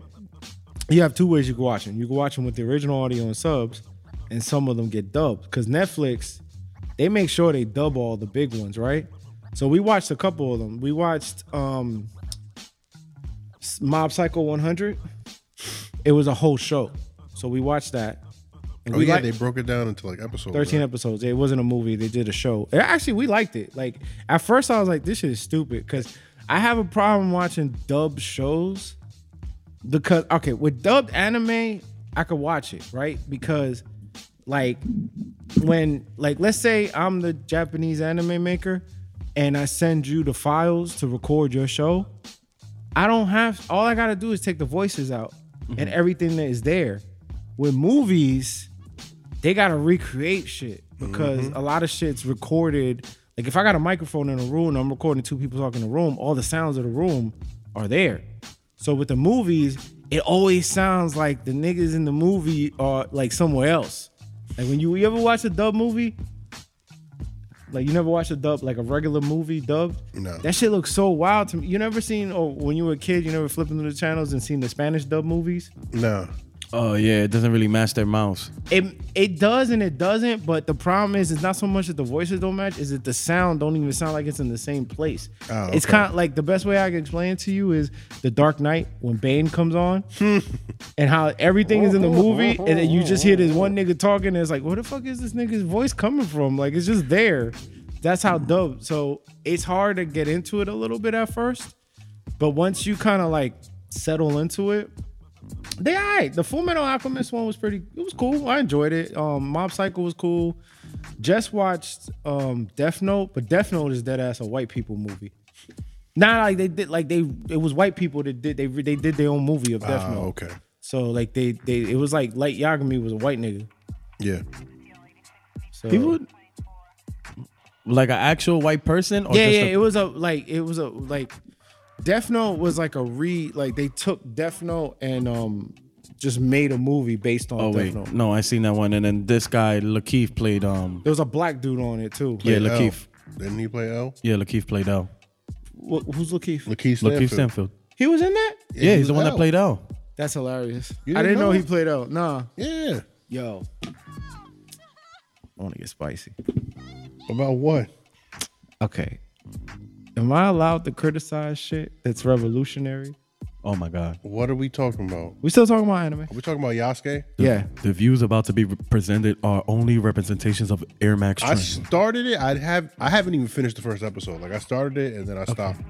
[SPEAKER 4] you have two ways you can watch them. You can watch them with the original audio and subs, and some of them get dubbed. Cause Netflix, they make sure they dub all the big ones, right? So we watched a couple of them. We watched um, S- Mob Psycho 100. It was a whole show, so we watched that. And
[SPEAKER 2] Oh
[SPEAKER 4] we
[SPEAKER 2] yeah,
[SPEAKER 4] like-
[SPEAKER 2] they broke it down into like episodes.
[SPEAKER 4] 13
[SPEAKER 2] right?
[SPEAKER 4] episodes. It wasn't a movie. They did a show. And actually, we liked it. Like at first, I was like, "This shit is stupid" because I have a problem watching dub shows. Because okay, with dubbed anime, I could watch it right because, like, when like let's say I'm the Japanese anime maker, and I send you the files to record your show, I don't have all I gotta do is take the voices out and everything that is there. With movies, they gotta recreate shit because a lot of shit's recorded. Like if I got a microphone in a room and I'm recording two people talking in a room, all the sounds of the room are there. So with the movies, it always sounds like the niggas in the movie are like somewhere else. Like when you, you ever watch a dub movie, like you never watched a dub, like a regular movie dubbed.
[SPEAKER 2] No.
[SPEAKER 4] That shit looks so wild to me. You never seen, or when you were a kid, you never flipping through the channels and seen the Spanish dub movies.
[SPEAKER 2] Nah.
[SPEAKER 3] Oh yeah, it doesn't really match their mouths.
[SPEAKER 4] It it does and it doesn't, but the problem is it's not so much that the voices don't match, is that the sound don't even sound like it's in the same place.
[SPEAKER 2] Oh,
[SPEAKER 4] It's
[SPEAKER 2] okay.
[SPEAKER 4] kind of like the best way I can explain it to you is the Dark Knight when Bane comes on, and how everything is in
[SPEAKER 2] Oh,
[SPEAKER 4] the movie, and then you just hear this one nigga talking, and it's like, where the fuck is this nigga's voice coming from? Like it's just there. That's how dope. So it's hard to get into it a little bit at first, but once you kind of like settle into it, they all right. The Full Metal Alchemist one was pretty. It was cool. I enjoyed it. Um, Mob Psycho was cool. Just watched um Death Note, but Death Note is dead ass a white people movie. Not like they did like they it was white people that did they they did their own movie of Death
[SPEAKER 2] Ah,
[SPEAKER 4] Note.
[SPEAKER 2] okay.
[SPEAKER 4] So like they they it was like Light Yagami was a white nigga.
[SPEAKER 2] Yeah.
[SPEAKER 4] So
[SPEAKER 3] People like an actual white person or
[SPEAKER 4] yeah
[SPEAKER 3] just
[SPEAKER 4] yeah
[SPEAKER 3] a-
[SPEAKER 4] it was a like it was a like Death Note was like a re like they took Death Note and um just made a movie based on
[SPEAKER 3] Oh
[SPEAKER 4] Death
[SPEAKER 3] wait,
[SPEAKER 4] Note.
[SPEAKER 3] no, I seen that one, and then this guy Lakeith played. Um,
[SPEAKER 4] There was a black dude on it too.
[SPEAKER 3] yeah,
[SPEAKER 2] L.
[SPEAKER 3] Lakeith.
[SPEAKER 2] Didn't he play L?
[SPEAKER 3] Yeah, Lakeith played L.
[SPEAKER 4] Wh- who's Lakeith?
[SPEAKER 2] Lakeith Stanfield.
[SPEAKER 3] Lakeith Stanfield.
[SPEAKER 4] He was in that?
[SPEAKER 3] Yeah, he's the one
[SPEAKER 2] L.
[SPEAKER 3] that played L.
[SPEAKER 4] That's hilarious.
[SPEAKER 2] You
[SPEAKER 4] I
[SPEAKER 2] didn't
[SPEAKER 4] didn't know,
[SPEAKER 2] know?
[SPEAKER 4] he played out. Nah.
[SPEAKER 2] Yeah.
[SPEAKER 4] Yo. I want to get spicy.
[SPEAKER 2] About what?
[SPEAKER 4] Okay. Am I allowed to criticize shit that's revolutionary?
[SPEAKER 3] Oh my god,
[SPEAKER 2] What are we talking about?
[SPEAKER 4] We still talking about anime?
[SPEAKER 2] Are we talking about Yasuke?
[SPEAKER 4] Yeah.
[SPEAKER 3] the views about to be presented are only representations of Air Max.
[SPEAKER 2] I started it. I have. I haven't even finished the first episode. Like I started it and then I stopped.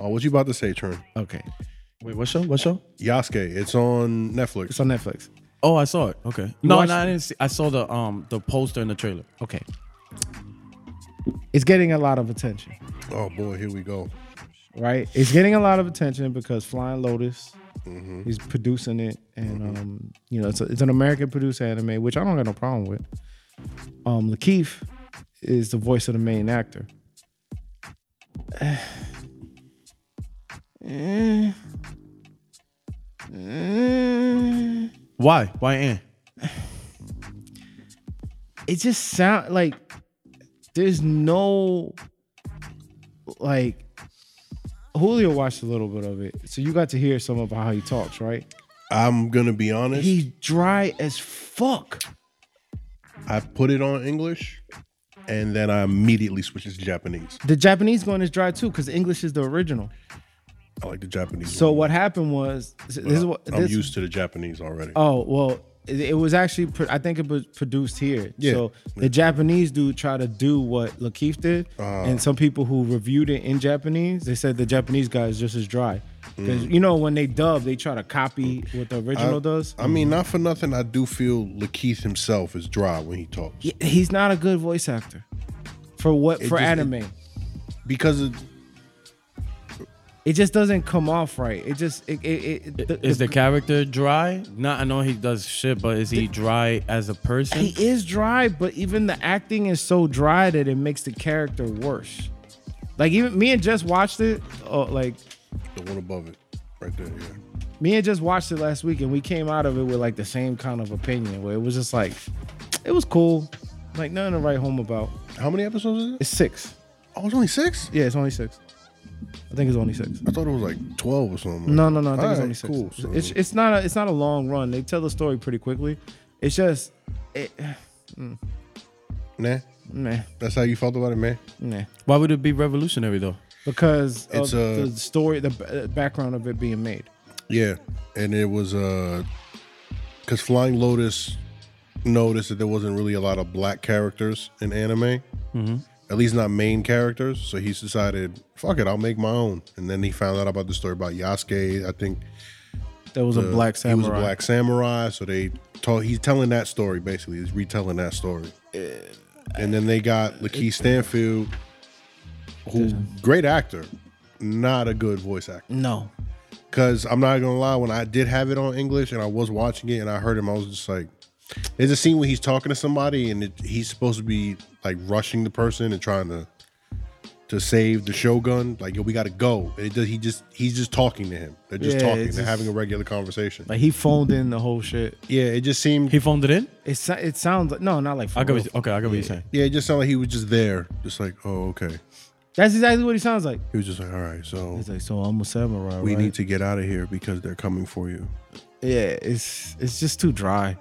[SPEAKER 2] Oh, what you about to say, Trent?
[SPEAKER 4] Okay.
[SPEAKER 3] wait, what show? What show?
[SPEAKER 2] Yasuke. It's on Netflix.
[SPEAKER 4] It's on Netflix.
[SPEAKER 3] Oh, I saw it. Okay. No,
[SPEAKER 4] watched
[SPEAKER 3] no, I
[SPEAKER 4] it?
[SPEAKER 3] didn't see. I saw the um the poster and the trailer.
[SPEAKER 4] Okay. It's getting a lot of attention,
[SPEAKER 2] oh boy, here we go.
[SPEAKER 4] right? It's getting a lot of attention because Flying Lotus
[SPEAKER 2] Mm-hmm.
[SPEAKER 4] is producing it, and um, you know, it's, a, it's an American produced anime, which I don't got no problem with. Um, Lakeith is the voice of the main actor.
[SPEAKER 3] Why? Why Ann?
[SPEAKER 4] it just sound like there's no like Julio watched a little bit of it, so you got to hear some about how he talks, right?
[SPEAKER 2] I'm gonna be honest.
[SPEAKER 4] He's dry as fuck.
[SPEAKER 2] I put it on English, and then I immediately switched to Japanese.
[SPEAKER 4] The Japanese one is dry too, because English is the original.
[SPEAKER 2] I like the Japanese.
[SPEAKER 4] So
[SPEAKER 2] one,
[SPEAKER 4] what happened was this
[SPEAKER 2] but
[SPEAKER 4] is what
[SPEAKER 2] I'm
[SPEAKER 4] this,
[SPEAKER 2] used to the Japanese already.
[SPEAKER 4] Oh well, it, it was actually pro- I think it was produced here.
[SPEAKER 2] Yeah.
[SPEAKER 4] So the Japanese dude tried to do what Lakeith did,
[SPEAKER 2] Uh-huh.
[SPEAKER 4] and some people who reviewed it in Japanese, they said the Japanese guy is just as dry. Because you know when they dub, they try to copy what the original does.
[SPEAKER 2] Mm. I mean, not for nothing. I do feel Lakeith himself is dry when he talks
[SPEAKER 4] He- He's not a good voice actor for what for
[SPEAKER 2] just-
[SPEAKER 4] anime.
[SPEAKER 2] because of
[SPEAKER 4] It just doesn't come off right. It just it it, it the-
[SPEAKER 3] is
[SPEAKER 4] the-
[SPEAKER 3] the character dry? Not I know he does shit, but is he dry as a person?
[SPEAKER 4] he is dry, but even the acting is so dry that it makes the character worse. Like even me and Jess watched it. Uh, like
[SPEAKER 2] The one above it, right there. Yeah.
[SPEAKER 4] me and Jess watched it last week, and we came out of it with like the same kind of opinion where it was just like, it was cool, like nothing to write home about.
[SPEAKER 2] How many episodes is it?
[SPEAKER 4] It's six.
[SPEAKER 2] Oh, it's only six.
[SPEAKER 4] Yeah, it's only six. I think it's only six.
[SPEAKER 2] I thought it was like twelve or something.
[SPEAKER 4] No, no, no. I think it's
[SPEAKER 2] Alright,
[SPEAKER 4] only six.
[SPEAKER 2] cool. So-
[SPEAKER 4] It's it's not a it's not a long run. They tell the story pretty quickly. It's just it,
[SPEAKER 2] Nah,
[SPEAKER 4] meh,
[SPEAKER 2] that's how you felt about it, man.
[SPEAKER 4] meh.
[SPEAKER 3] Why would it be revolutionary though?
[SPEAKER 4] because
[SPEAKER 2] It's uh,
[SPEAKER 4] of
[SPEAKER 2] a-
[SPEAKER 4] the story, the b- uh, background of it being made.
[SPEAKER 2] Yeah, and it was uh, because Flying Lotus noticed that there wasn't really a lot of black characters in anime,
[SPEAKER 4] Mm-hmm.
[SPEAKER 2] at least not main characters. So he's decided, fuck it, I'll make my own. And then he found out about the story about Yasuke. I think
[SPEAKER 4] There was a
[SPEAKER 2] uh,
[SPEAKER 4] black samurai.
[SPEAKER 2] He was a black samurai. So they told he's telling that story basically. He's retelling that story. and then they got Lakeith Stanfield, who great actor, not a good voice actor.
[SPEAKER 4] No,
[SPEAKER 2] Cause I'm not gonna lie, when I did have it on English and I was watching it and I heard him, I was just like, there's a scene where he's talking to somebody and it, he's supposed to be like rushing the person and trying to to save the shogun. Like, yo, we gotta go. And it does, he just he's just talking to him. They're just
[SPEAKER 4] Yeah,
[SPEAKER 2] talking. They're
[SPEAKER 4] it's just-
[SPEAKER 2] having a regular conversation.
[SPEAKER 4] like he phoned in the whole shit.
[SPEAKER 2] yeah, it just seemed.
[SPEAKER 3] He phoned it in.
[SPEAKER 4] It so- it sounds like no, not like. For
[SPEAKER 3] I got
[SPEAKER 4] real.
[SPEAKER 3] what, okay. I got what you're saying.
[SPEAKER 2] yeah, it just sounded like he was just there, just like, oh, okay.
[SPEAKER 4] That's exactly what he sounds like.
[SPEAKER 2] He was just like, all right, so
[SPEAKER 4] He's like, so I'm a samurai.
[SPEAKER 2] we
[SPEAKER 4] right?
[SPEAKER 2] need to get out of here because they're coming for you.
[SPEAKER 4] yeah, it's it's just too dry.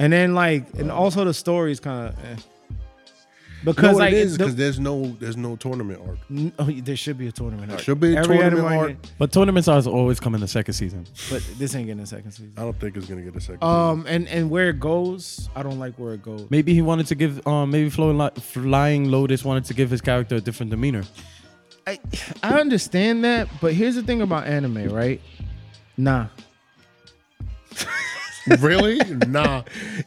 [SPEAKER 4] And then like, and also the story is kind of eh. because
[SPEAKER 2] Because
[SPEAKER 4] like
[SPEAKER 2] it
[SPEAKER 4] it-
[SPEAKER 2] is
[SPEAKER 4] the-
[SPEAKER 2] because there's no there's no tournament arc.
[SPEAKER 4] N- Oh, there should be a tournament. arc.
[SPEAKER 2] should be a
[SPEAKER 4] Every
[SPEAKER 2] tournament
[SPEAKER 4] anime,
[SPEAKER 2] arc.
[SPEAKER 3] But tournaments are always come in the second season.
[SPEAKER 4] but this ain't getting a second season.
[SPEAKER 2] I don't think it's gonna get a second.
[SPEAKER 4] Um, and and where it goes, I don't like where it goes.
[SPEAKER 3] Maybe he wanted to give. Um, maybe Flying Lo- Flying Lotus wanted to give his character a different demeanor.
[SPEAKER 4] I I understand that, but here's the thing about anime, right? Nah,
[SPEAKER 2] really? Nah.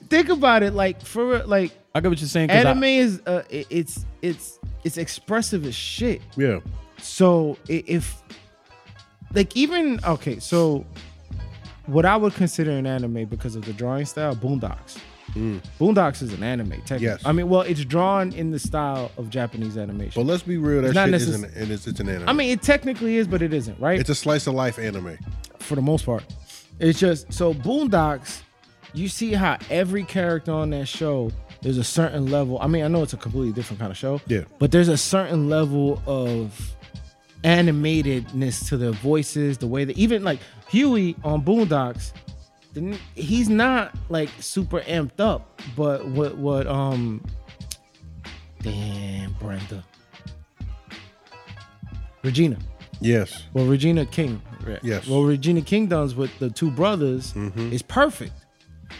[SPEAKER 4] think about it. Like for real, like
[SPEAKER 3] I get what you're saying. 'cause I-
[SPEAKER 4] anime is uh, it- it's it's it's expressive as shit.
[SPEAKER 2] Yeah.
[SPEAKER 4] So i- if like even okay, so what I would consider an anime because of the drawing style, Boondocks. Boondocks is an anime. Technically.
[SPEAKER 2] Mm. Yes.
[SPEAKER 4] I mean, well, it's drawn in the style of Japanese animation.
[SPEAKER 2] But let's be real, that
[SPEAKER 4] Not
[SPEAKER 2] shit
[SPEAKER 4] necess-
[SPEAKER 2] isn't and it's, it's an anime.
[SPEAKER 4] I mean, it technically is, but it isn't, right?
[SPEAKER 2] it's a slice of life anime.
[SPEAKER 4] for the most part. It's just so Boondocks. You see how every character on that show there's a certain level. I mean, I know it's a completely different kind of show.
[SPEAKER 2] Yeah.
[SPEAKER 4] But there's a certain level of animatedness to their voices, the way that even like Huey on Boondocks, the n- he's not like super amped up. But what what um, damn Brenda, Regina.
[SPEAKER 2] Yes.
[SPEAKER 4] Well, Regina King. right.
[SPEAKER 2] Yes. Mm-hmm.
[SPEAKER 4] Well, Regina King does with the two brothers is perfect,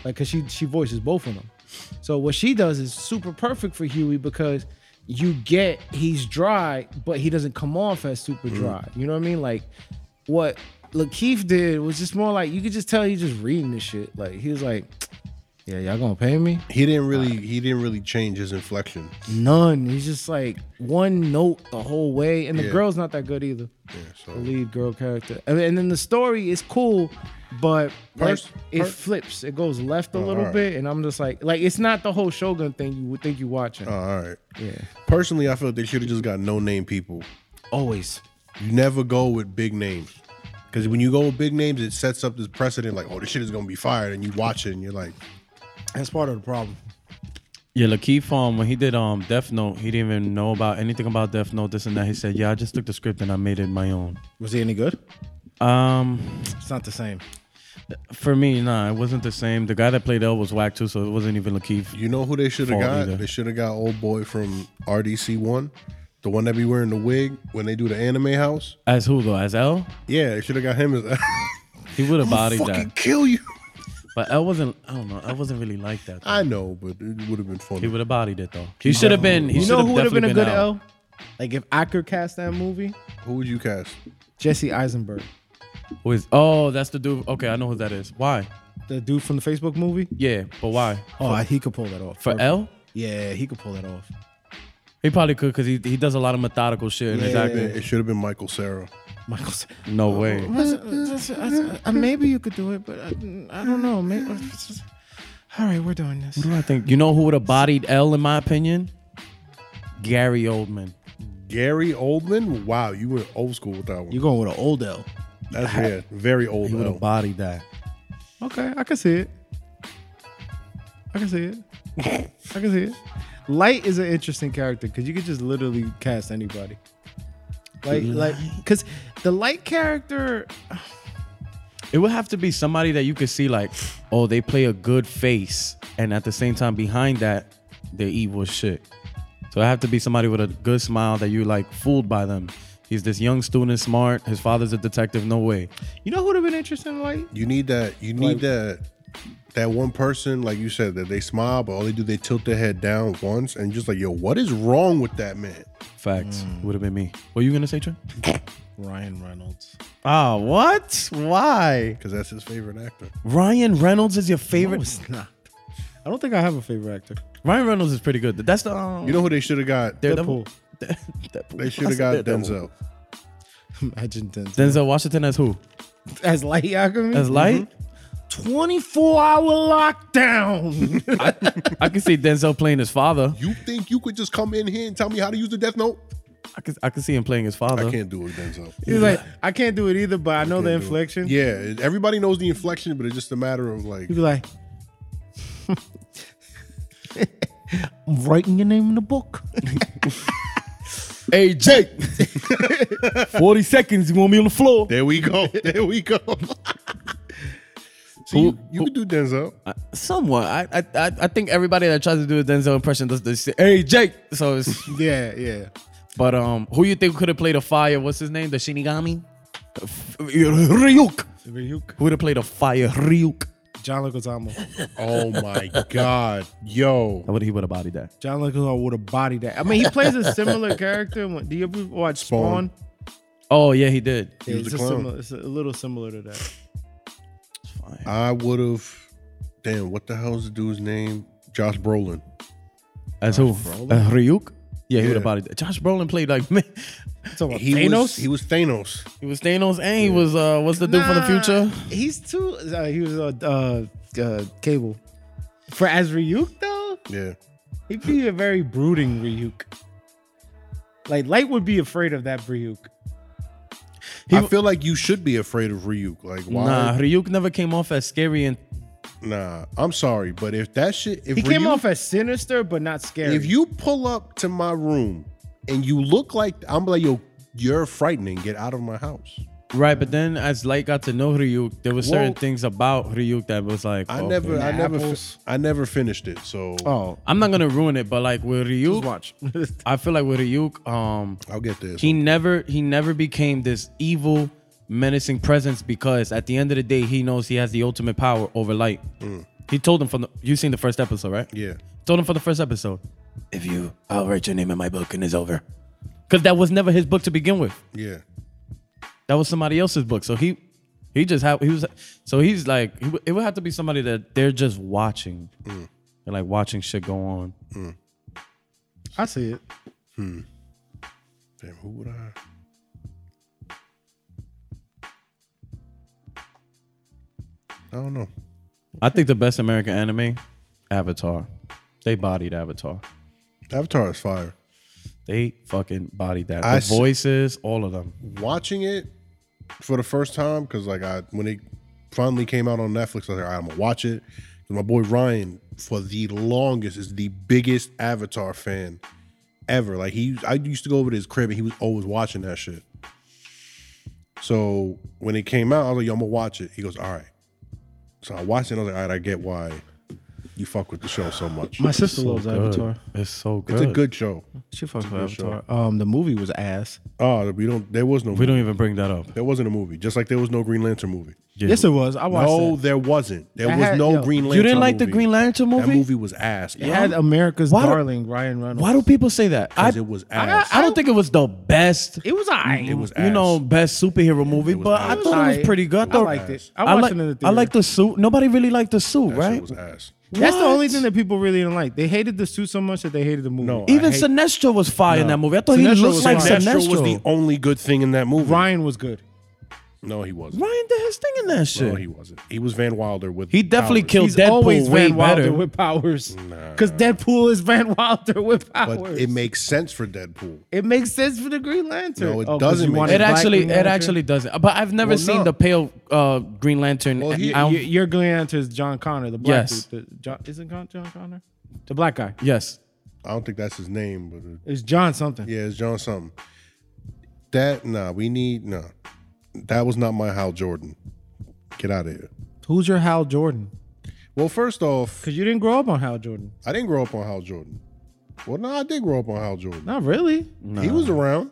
[SPEAKER 4] like because she she voices both of them. So what she does is super perfect for Huey because you get he's dry, but he doesn't come off as
[SPEAKER 2] Mm.
[SPEAKER 4] super dry. You know what I mean? Like what Lakeith did was just more like you could just tell he's just reading this shit. Like he was like, "Yeah, y'all gonna pay me?"
[SPEAKER 2] He didn't really he didn't really change his inflection.
[SPEAKER 4] None. He's just like one note the whole way, and the
[SPEAKER 2] Yeah.
[SPEAKER 4] girl's not that good either
[SPEAKER 2] Yeah, so
[SPEAKER 4] the lead girl character. And, and then the story is cool, but like,
[SPEAKER 2] Purse?
[SPEAKER 4] it
[SPEAKER 2] Purse?
[SPEAKER 4] flips. It goes left a little
[SPEAKER 2] alright.
[SPEAKER 4] bit, and I'm just like, like it's not the whole Shogun thing you would think you're watching.
[SPEAKER 2] Oh, all right.
[SPEAKER 4] yeah,
[SPEAKER 2] Personally, I feel they should have just got no name people.
[SPEAKER 4] always.
[SPEAKER 2] You never go with big names. Because when you go with big names, it sets up this precedent like, oh, this shit is gonna be fired, and you watch it and you're like,
[SPEAKER 4] That's part of the problem.
[SPEAKER 3] Yeah, Lakeith, um, when he did um Death Note, he didn't even know about anything about Death Note, this and that. He said, "Yeah, I just took the script and I made it my own."
[SPEAKER 4] Was he any good?
[SPEAKER 3] Um,
[SPEAKER 4] It's not the same.
[SPEAKER 3] for me, nah, it wasn't the same. The guy that played L was whack too, so it wasn't even Lakeith.
[SPEAKER 2] you know who they should have
[SPEAKER 3] Fault
[SPEAKER 2] got?
[SPEAKER 3] either.
[SPEAKER 2] They should have got old boy from RDC one, the one that be wearing the wig when they do the anime house.
[SPEAKER 3] As who though? As L,
[SPEAKER 2] Yeah, they should have got him as
[SPEAKER 3] he would have bodied
[SPEAKER 2] fucking
[SPEAKER 3] that.
[SPEAKER 2] kill you.
[SPEAKER 3] But L wasn't. I don't know. L wasn't really like that. though.
[SPEAKER 2] I know, but it would have been
[SPEAKER 3] He
[SPEAKER 2] funny.
[SPEAKER 3] would have bodied it though. He should have been. He
[SPEAKER 4] You know
[SPEAKER 3] should've
[SPEAKER 4] who would have been a
[SPEAKER 3] definitely
[SPEAKER 4] good
[SPEAKER 3] out.
[SPEAKER 4] L? Like if I could cast that movie,
[SPEAKER 2] Who would you cast?
[SPEAKER 4] Jesse Eisenberg,
[SPEAKER 3] Who is? Oh, that's the dude. Okay, I know who that is. Why?
[SPEAKER 4] the dude from the Facebook movie.
[SPEAKER 3] Yeah, but why?
[SPEAKER 4] Oh, he could pull that off.
[SPEAKER 3] For L?
[SPEAKER 4] yeah, he could pull that off.
[SPEAKER 3] He probably could because he, he does a lot of methodical shit. And exactly.
[SPEAKER 2] It should have been Michael Sarah.
[SPEAKER 4] Michael. Sa-
[SPEAKER 3] No way.
[SPEAKER 4] Uh, maybe you could do it, but I, I don't know. Maybe, all right, we're doing this.
[SPEAKER 3] I think you know who would have bodied L in my opinion. Gary Oldman.
[SPEAKER 2] Gary Oldman. Wow, you went old school with that one.
[SPEAKER 4] You're going with an old L.
[SPEAKER 2] That's yeah, very old.
[SPEAKER 3] He would have
[SPEAKER 2] L.
[SPEAKER 3] bodied that.
[SPEAKER 4] Okay, I can see it. I can see it. I can see it. Light is an interesting character because you could just literally cast anybody. Like, like, because the light character,
[SPEAKER 3] It would have to be somebody that you could see like, oh, they play a good face, and at the same time behind that, they're evil as shit. So it have to be somebody with a good smile that you like fooled by them. He's this young student, smart. His father's a detective. No way.
[SPEAKER 4] you know who would have been interesting in light?
[SPEAKER 2] You need that. You need that. That one person, like you said, that they smile, but all they do they tilt their head down once, and just like, yo, what is wrong with that man?
[SPEAKER 3] Facts. Would have been me. What you gonna say, Trent?
[SPEAKER 4] Ryan Reynolds.
[SPEAKER 3] Ah, what? Why?
[SPEAKER 2] Because that's his favorite actor.
[SPEAKER 3] Ryan Reynolds is your
[SPEAKER 4] No,
[SPEAKER 3] favorite.
[SPEAKER 4] it's not. I don't think I have a favorite actor.
[SPEAKER 3] Ryan Reynolds is pretty good. That's the um,
[SPEAKER 2] You know who they should have got?
[SPEAKER 3] Daredevil.
[SPEAKER 4] Deadpool.
[SPEAKER 3] Deadpool.
[SPEAKER 2] They should have got Denzel.
[SPEAKER 4] Imagine Denzel
[SPEAKER 3] Denzel Washington as who?
[SPEAKER 4] as light. Yakami?
[SPEAKER 3] As Light?
[SPEAKER 4] 24 hour lockdown.
[SPEAKER 3] I can see Denzel playing his father.
[SPEAKER 2] You think you could just come in here and tell me how to use the Death Note?
[SPEAKER 3] I can I can see him playing his father.
[SPEAKER 2] I can't do it, Denzel.
[SPEAKER 4] He's like, I can't do it either, but I know the
[SPEAKER 2] Can't do it.
[SPEAKER 4] inflection.
[SPEAKER 2] Yeah, it- everybody knows the inflection, but it's just a matter of like,
[SPEAKER 4] He'd be like, I'm writing your name in the book.
[SPEAKER 3] Hey Jake, forty seconds. You want me on the floor?
[SPEAKER 2] there we go, there we go. so you, you could do Denzel.
[SPEAKER 3] Somewhat. I, I I I think everybody that tries to do a Denzel impression does this. shit. Hey Jake. So it's
[SPEAKER 4] yeah, yeah.
[SPEAKER 3] but um, who you think could have played a fire? What's his name? The Shinigami. Ryuk. Who would have played a fire? Ryuk.
[SPEAKER 4] John Leguizamo.
[SPEAKER 2] Oh my god, yo,
[SPEAKER 3] I would he would have bodied that.
[SPEAKER 4] John Leguizamo would have bodied that. I mean, he plays a similar character. When, do you ever watch Spawn?
[SPEAKER 2] Spawn.
[SPEAKER 3] Oh yeah, he did.
[SPEAKER 4] Yeah,
[SPEAKER 2] was
[SPEAKER 4] it's,
[SPEAKER 2] a
[SPEAKER 4] a
[SPEAKER 2] clown.
[SPEAKER 4] similar, it's a little similar to that.
[SPEAKER 2] I would have. Damn, what the hell's the dude's name? Josh Brolin.
[SPEAKER 3] As who? Uh, Ryuk. Yeah, he would
[SPEAKER 2] Yeah.
[SPEAKER 3] have bodied that. Josh Brolin played like man.
[SPEAKER 4] Oh,
[SPEAKER 2] He was
[SPEAKER 3] Thanos?
[SPEAKER 2] he was Thanos.
[SPEAKER 3] He was Thanos and he was uh, what's the dude from the
[SPEAKER 4] Nah,
[SPEAKER 3] future?
[SPEAKER 4] He's too. Uh, he was uh, uh, uh, Cable. For as Ryuk though,
[SPEAKER 2] Yeah,
[SPEAKER 4] he'd be a very brooding Ryuk. Like Light would be afraid of that Ryuk.
[SPEAKER 2] I feel like you should be afraid of Ryuk. Like why?
[SPEAKER 3] Nah, Ryuk never came off as scary and
[SPEAKER 2] Nah, I'm sorry, but if that shit, if
[SPEAKER 4] He came
[SPEAKER 2] Ryuk-
[SPEAKER 4] off as sinister, but not scary.
[SPEAKER 2] if you pull up to my room and you look like I'm like yo, you're frightening. Get out of my house.
[SPEAKER 3] Right, but then as Light got to know Ryuk, there were certain
[SPEAKER 2] Well-
[SPEAKER 3] things about Ryuk that was like oh,
[SPEAKER 2] I
[SPEAKER 3] okay.
[SPEAKER 2] never, I never, fi-
[SPEAKER 4] Oh, Apples.
[SPEAKER 2] I never finished it. So
[SPEAKER 4] oh,
[SPEAKER 3] I'm not gonna ruin it, but like with Ryuk,
[SPEAKER 4] watch.
[SPEAKER 3] I feel like with Ryuk, um,
[SPEAKER 2] I'll get this.
[SPEAKER 3] he never he never became this evil, menacing presence because at the end of the day, he knows he has the ultimate power over Light. He told him from the you seen the first episode, right?
[SPEAKER 2] Mm. yeah,
[SPEAKER 3] Told him for the first episode. If you, I'll write your name in my book and it's over. Because that was never his book to begin with.
[SPEAKER 2] yeah.
[SPEAKER 3] That was somebody else's book. So he, he just had he was. So he's like, he would- it would have to be somebody that they're just watching.
[SPEAKER 2] Mm.
[SPEAKER 3] They're like watching shit go on.
[SPEAKER 4] I see it.
[SPEAKER 2] Damn, who would I? I don't know.
[SPEAKER 3] I think the best American anime, Avatar. They bodied Avatar.
[SPEAKER 2] Avatar is fire.
[SPEAKER 3] They fucking bodied that. The
[SPEAKER 2] I s-
[SPEAKER 3] voices, all of them.
[SPEAKER 2] Watching it for the first time because like I when it finally came out on Netflix, I was like, All right, I'm gonna watch it. And my boy Ryan, for the longest, is the biggest Avatar fan ever. Like he, I used to go over to his crib and he was always watching that shit. So when it came out, I was like, "Yo, I'm gonna watch it." He goes, "All right." So I watched it. and I was like, "All right, I get why you fuck with the show so much.
[SPEAKER 4] My sister
[SPEAKER 3] So
[SPEAKER 4] loves
[SPEAKER 3] good.
[SPEAKER 4] Avatar.
[SPEAKER 3] It's so good.
[SPEAKER 2] It's a good show."
[SPEAKER 4] She fucks with Avatar. Um, the movie was ass.
[SPEAKER 2] Oh, we don't. There was no.
[SPEAKER 3] We don't even bring that up.
[SPEAKER 2] There wasn't a movie. Just like there was no Green Lantern movie.
[SPEAKER 4] Yes, it was. I watched
[SPEAKER 2] No,
[SPEAKER 4] it.
[SPEAKER 2] there wasn't. There
[SPEAKER 4] I
[SPEAKER 2] was
[SPEAKER 4] had-
[SPEAKER 2] no
[SPEAKER 4] yo,
[SPEAKER 2] Green Lantern.
[SPEAKER 3] You didn't like the
[SPEAKER 2] movie.
[SPEAKER 3] Green Lantern movie?
[SPEAKER 2] That movie was ass.
[SPEAKER 4] It had America's
[SPEAKER 3] Why do-
[SPEAKER 4] darling Ryan Reynolds.
[SPEAKER 3] Why do people say that? I,
[SPEAKER 2] Because it was
[SPEAKER 3] I-
[SPEAKER 2] ass.
[SPEAKER 3] I don't think it was the best.
[SPEAKER 4] It was alright.
[SPEAKER 2] It was
[SPEAKER 3] you know,
[SPEAKER 2] ass.
[SPEAKER 3] best superhero movie,
[SPEAKER 2] was
[SPEAKER 3] but
[SPEAKER 2] ass.
[SPEAKER 3] Mm, I
[SPEAKER 2] It was
[SPEAKER 3] thought it was
[SPEAKER 4] alright.
[SPEAKER 3] pretty good.
[SPEAKER 4] I
[SPEAKER 3] though.
[SPEAKER 4] liked it. I
[SPEAKER 3] I
[SPEAKER 4] watched
[SPEAKER 3] like,
[SPEAKER 4] it in the
[SPEAKER 3] I like
[SPEAKER 4] theater.
[SPEAKER 3] the suit. Nobody really liked the suit,
[SPEAKER 2] That shit
[SPEAKER 3] right?
[SPEAKER 2] was ass.
[SPEAKER 4] That's the
[SPEAKER 3] What?
[SPEAKER 4] only thing that people really didn't like. They hated the suit so much that they hated the movie.
[SPEAKER 2] No,
[SPEAKER 3] Even
[SPEAKER 2] I hate-
[SPEAKER 3] Sinestro was fire in that movie. I thought
[SPEAKER 4] Sinestro
[SPEAKER 3] he looked
[SPEAKER 4] was
[SPEAKER 3] like
[SPEAKER 4] fire.
[SPEAKER 2] Sinestro
[SPEAKER 3] Sinestro.
[SPEAKER 2] was the only good thing in that movie.
[SPEAKER 4] Ryan was good.
[SPEAKER 2] No, he wasn't.
[SPEAKER 3] Ryan did his thing in that shit.
[SPEAKER 2] No, he wasn't. He was Van Wilder with.
[SPEAKER 3] He definitely
[SPEAKER 2] powers.
[SPEAKER 3] killed
[SPEAKER 4] He's
[SPEAKER 3] Deadpool
[SPEAKER 4] always
[SPEAKER 3] way
[SPEAKER 4] Van Wilder
[SPEAKER 3] better.
[SPEAKER 4] with powers. Because Deadpool is Van Wilder with powers.
[SPEAKER 2] But it makes sense for Deadpool.
[SPEAKER 4] It makes sense for the Green Lantern. Oh,
[SPEAKER 2] No, it
[SPEAKER 4] 'cause
[SPEAKER 2] doesn't
[SPEAKER 4] you
[SPEAKER 2] make
[SPEAKER 4] wanted
[SPEAKER 3] it
[SPEAKER 2] sense.
[SPEAKER 4] Black
[SPEAKER 3] actually,
[SPEAKER 4] Green
[SPEAKER 3] it
[SPEAKER 4] Lantern?
[SPEAKER 3] actually doesn't. But I've never
[SPEAKER 2] Well,
[SPEAKER 3] seen
[SPEAKER 2] no.
[SPEAKER 3] the pale uh, Green Lantern.
[SPEAKER 2] Well, he-
[SPEAKER 3] I don't-
[SPEAKER 4] Y- Your Green Lantern is John Connor, the black
[SPEAKER 3] Yes.
[SPEAKER 4] dude. The John, isn't Con- John Connor? The black guy.
[SPEAKER 3] yes,
[SPEAKER 2] I don't think that's his name, but it-
[SPEAKER 4] It's John something.
[SPEAKER 2] yeah, it's John something. That nah, we need nah. That was not my Hal Jordan. Get out of here.
[SPEAKER 4] Who's your Hal Jordan?
[SPEAKER 2] Well, first off,
[SPEAKER 4] Because you didn't grow up on Hal Jordan.
[SPEAKER 2] I didn't grow up on Hal Jordan. Well, no, I did grow up on Hal Jordan.
[SPEAKER 4] Not really.
[SPEAKER 2] He was around.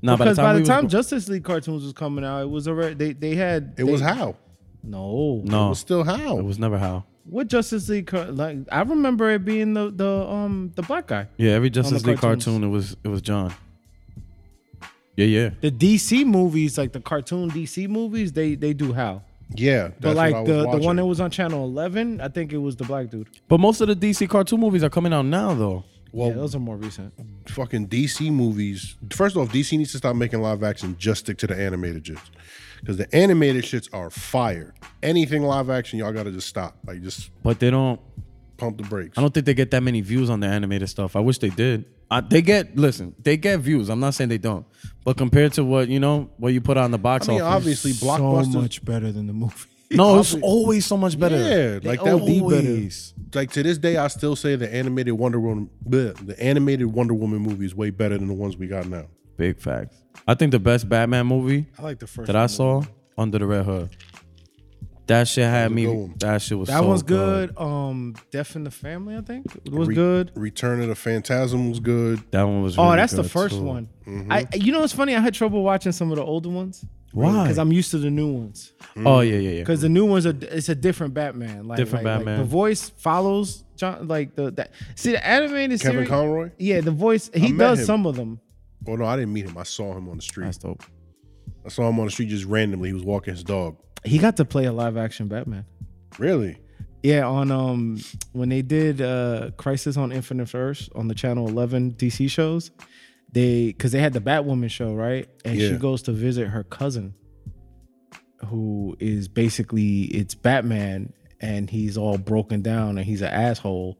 [SPEAKER 3] no.
[SPEAKER 4] Because by the time,
[SPEAKER 3] we was gro-
[SPEAKER 4] Justice League cartoons was coming out, it was already they they had
[SPEAKER 2] It
[SPEAKER 4] they-
[SPEAKER 2] was Hal.
[SPEAKER 4] No.
[SPEAKER 2] It
[SPEAKER 3] no,
[SPEAKER 2] was still Hal.
[SPEAKER 3] Oh. it was never how.
[SPEAKER 4] What Justice League car- like I remember it being the the um the black guy.
[SPEAKER 3] Yeah, every Justice League
[SPEAKER 4] cartoons.
[SPEAKER 3] cartoon, it was it was John. Yeah, yeah.
[SPEAKER 4] The DC movies, like the cartoon DC movies, they they do Hal.
[SPEAKER 2] yeah, that's
[SPEAKER 4] But
[SPEAKER 2] what I
[SPEAKER 4] like
[SPEAKER 2] was
[SPEAKER 4] the, the
[SPEAKER 2] watching.
[SPEAKER 4] one that was on channel eleven, I think it was the black dude.
[SPEAKER 3] But most of the DC cartoon movies are coming out now, though.
[SPEAKER 2] well,
[SPEAKER 4] yeah, those are more recent.
[SPEAKER 2] fucking DC movies. First off, DC needs to stop making live action. Just stick to the animated shits, because the animated shits are fire. Anything live action, y'all gotta just stop. Like just
[SPEAKER 3] But they don't.
[SPEAKER 2] pump the brakes.
[SPEAKER 3] I don't think they get that many views on the animated stuff. I wish they did. I, they get listen, they get views. I'm not saying they don't, but compared to what you know, what you put on the box
[SPEAKER 2] I mean,
[SPEAKER 3] office,
[SPEAKER 2] obviously, blockbusters.
[SPEAKER 4] better than the movie.
[SPEAKER 3] no, it's always so much better. They
[SPEAKER 2] Yeah, like that would be
[SPEAKER 3] always-
[SPEAKER 2] better. Like to this day, I still say the animated Wonder Woman, bleh, the animated Wonder Woman movie is way better than the ones we got now.
[SPEAKER 3] Big facts. I think the best Batman movie
[SPEAKER 4] I like the first.
[SPEAKER 3] that I saw, Under the Red Hood. That shit had
[SPEAKER 2] good
[SPEAKER 3] me.
[SPEAKER 2] one.
[SPEAKER 3] That shit was
[SPEAKER 4] That
[SPEAKER 3] so
[SPEAKER 4] one's good. Um, Death in the Family, I think it was
[SPEAKER 2] Re-
[SPEAKER 4] good.
[SPEAKER 2] Return of the Phantasm was good.
[SPEAKER 3] That one was.
[SPEAKER 4] Oh,
[SPEAKER 3] really
[SPEAKER 4] that's the
[SPEAKER 3] good,
[SPEAKER 4] first
[SPEAKER 3] too. Mm-hmm.
[SPEAKER 4] one. I, you know, it's funny. I had trouble watching some of the older ones
[SPEAKER 3] Why?
[SPEAKER 4] because I'm used to the new ones.
[SPEAKER 3] oh yeah, yeah, yeah.
[SPEAKER 4] Because the new ones are it's a different Batman. Like,
[SPEAKER 3] Different
[SPEAKER 4] like- like
[SPEAKER 3] Batman.
[SPEAKER 4] the voice follows John. Like the that. See the animated
[SPEAKER 2] Kevin
[SPEAKER 4] series-
[SPEAKER 2] Conroy?
[SPEAKER 4] Yeah, the voice. He
[SPEAKER 2] met
[SPEAKER 4] does
[SPEAKER 2] him.
[SPEAKER 4] some of them.
[SPEAKER 2] Oh no, I didn't meet him. I saw him on the street.
[SPEAKER 3] That's dope.
[SPEAKER 2] I saw him on the street just randomly. He was walking his dog.
[SPEAKER 4] He got to play a live action Batman.
[SPEAKER 2] Really?
[SPEAKER 4] Yeah, on um when they did uh Crisis on Infinite Earths on the Channel 11 DC shows, they cuz they had the Batwoman show, right? And
[SPEAKER 2] Yeah.
[SPEAKER 4] she goes to visit her cousin who is basically it's Batman and he's all broken down and he's an asshole.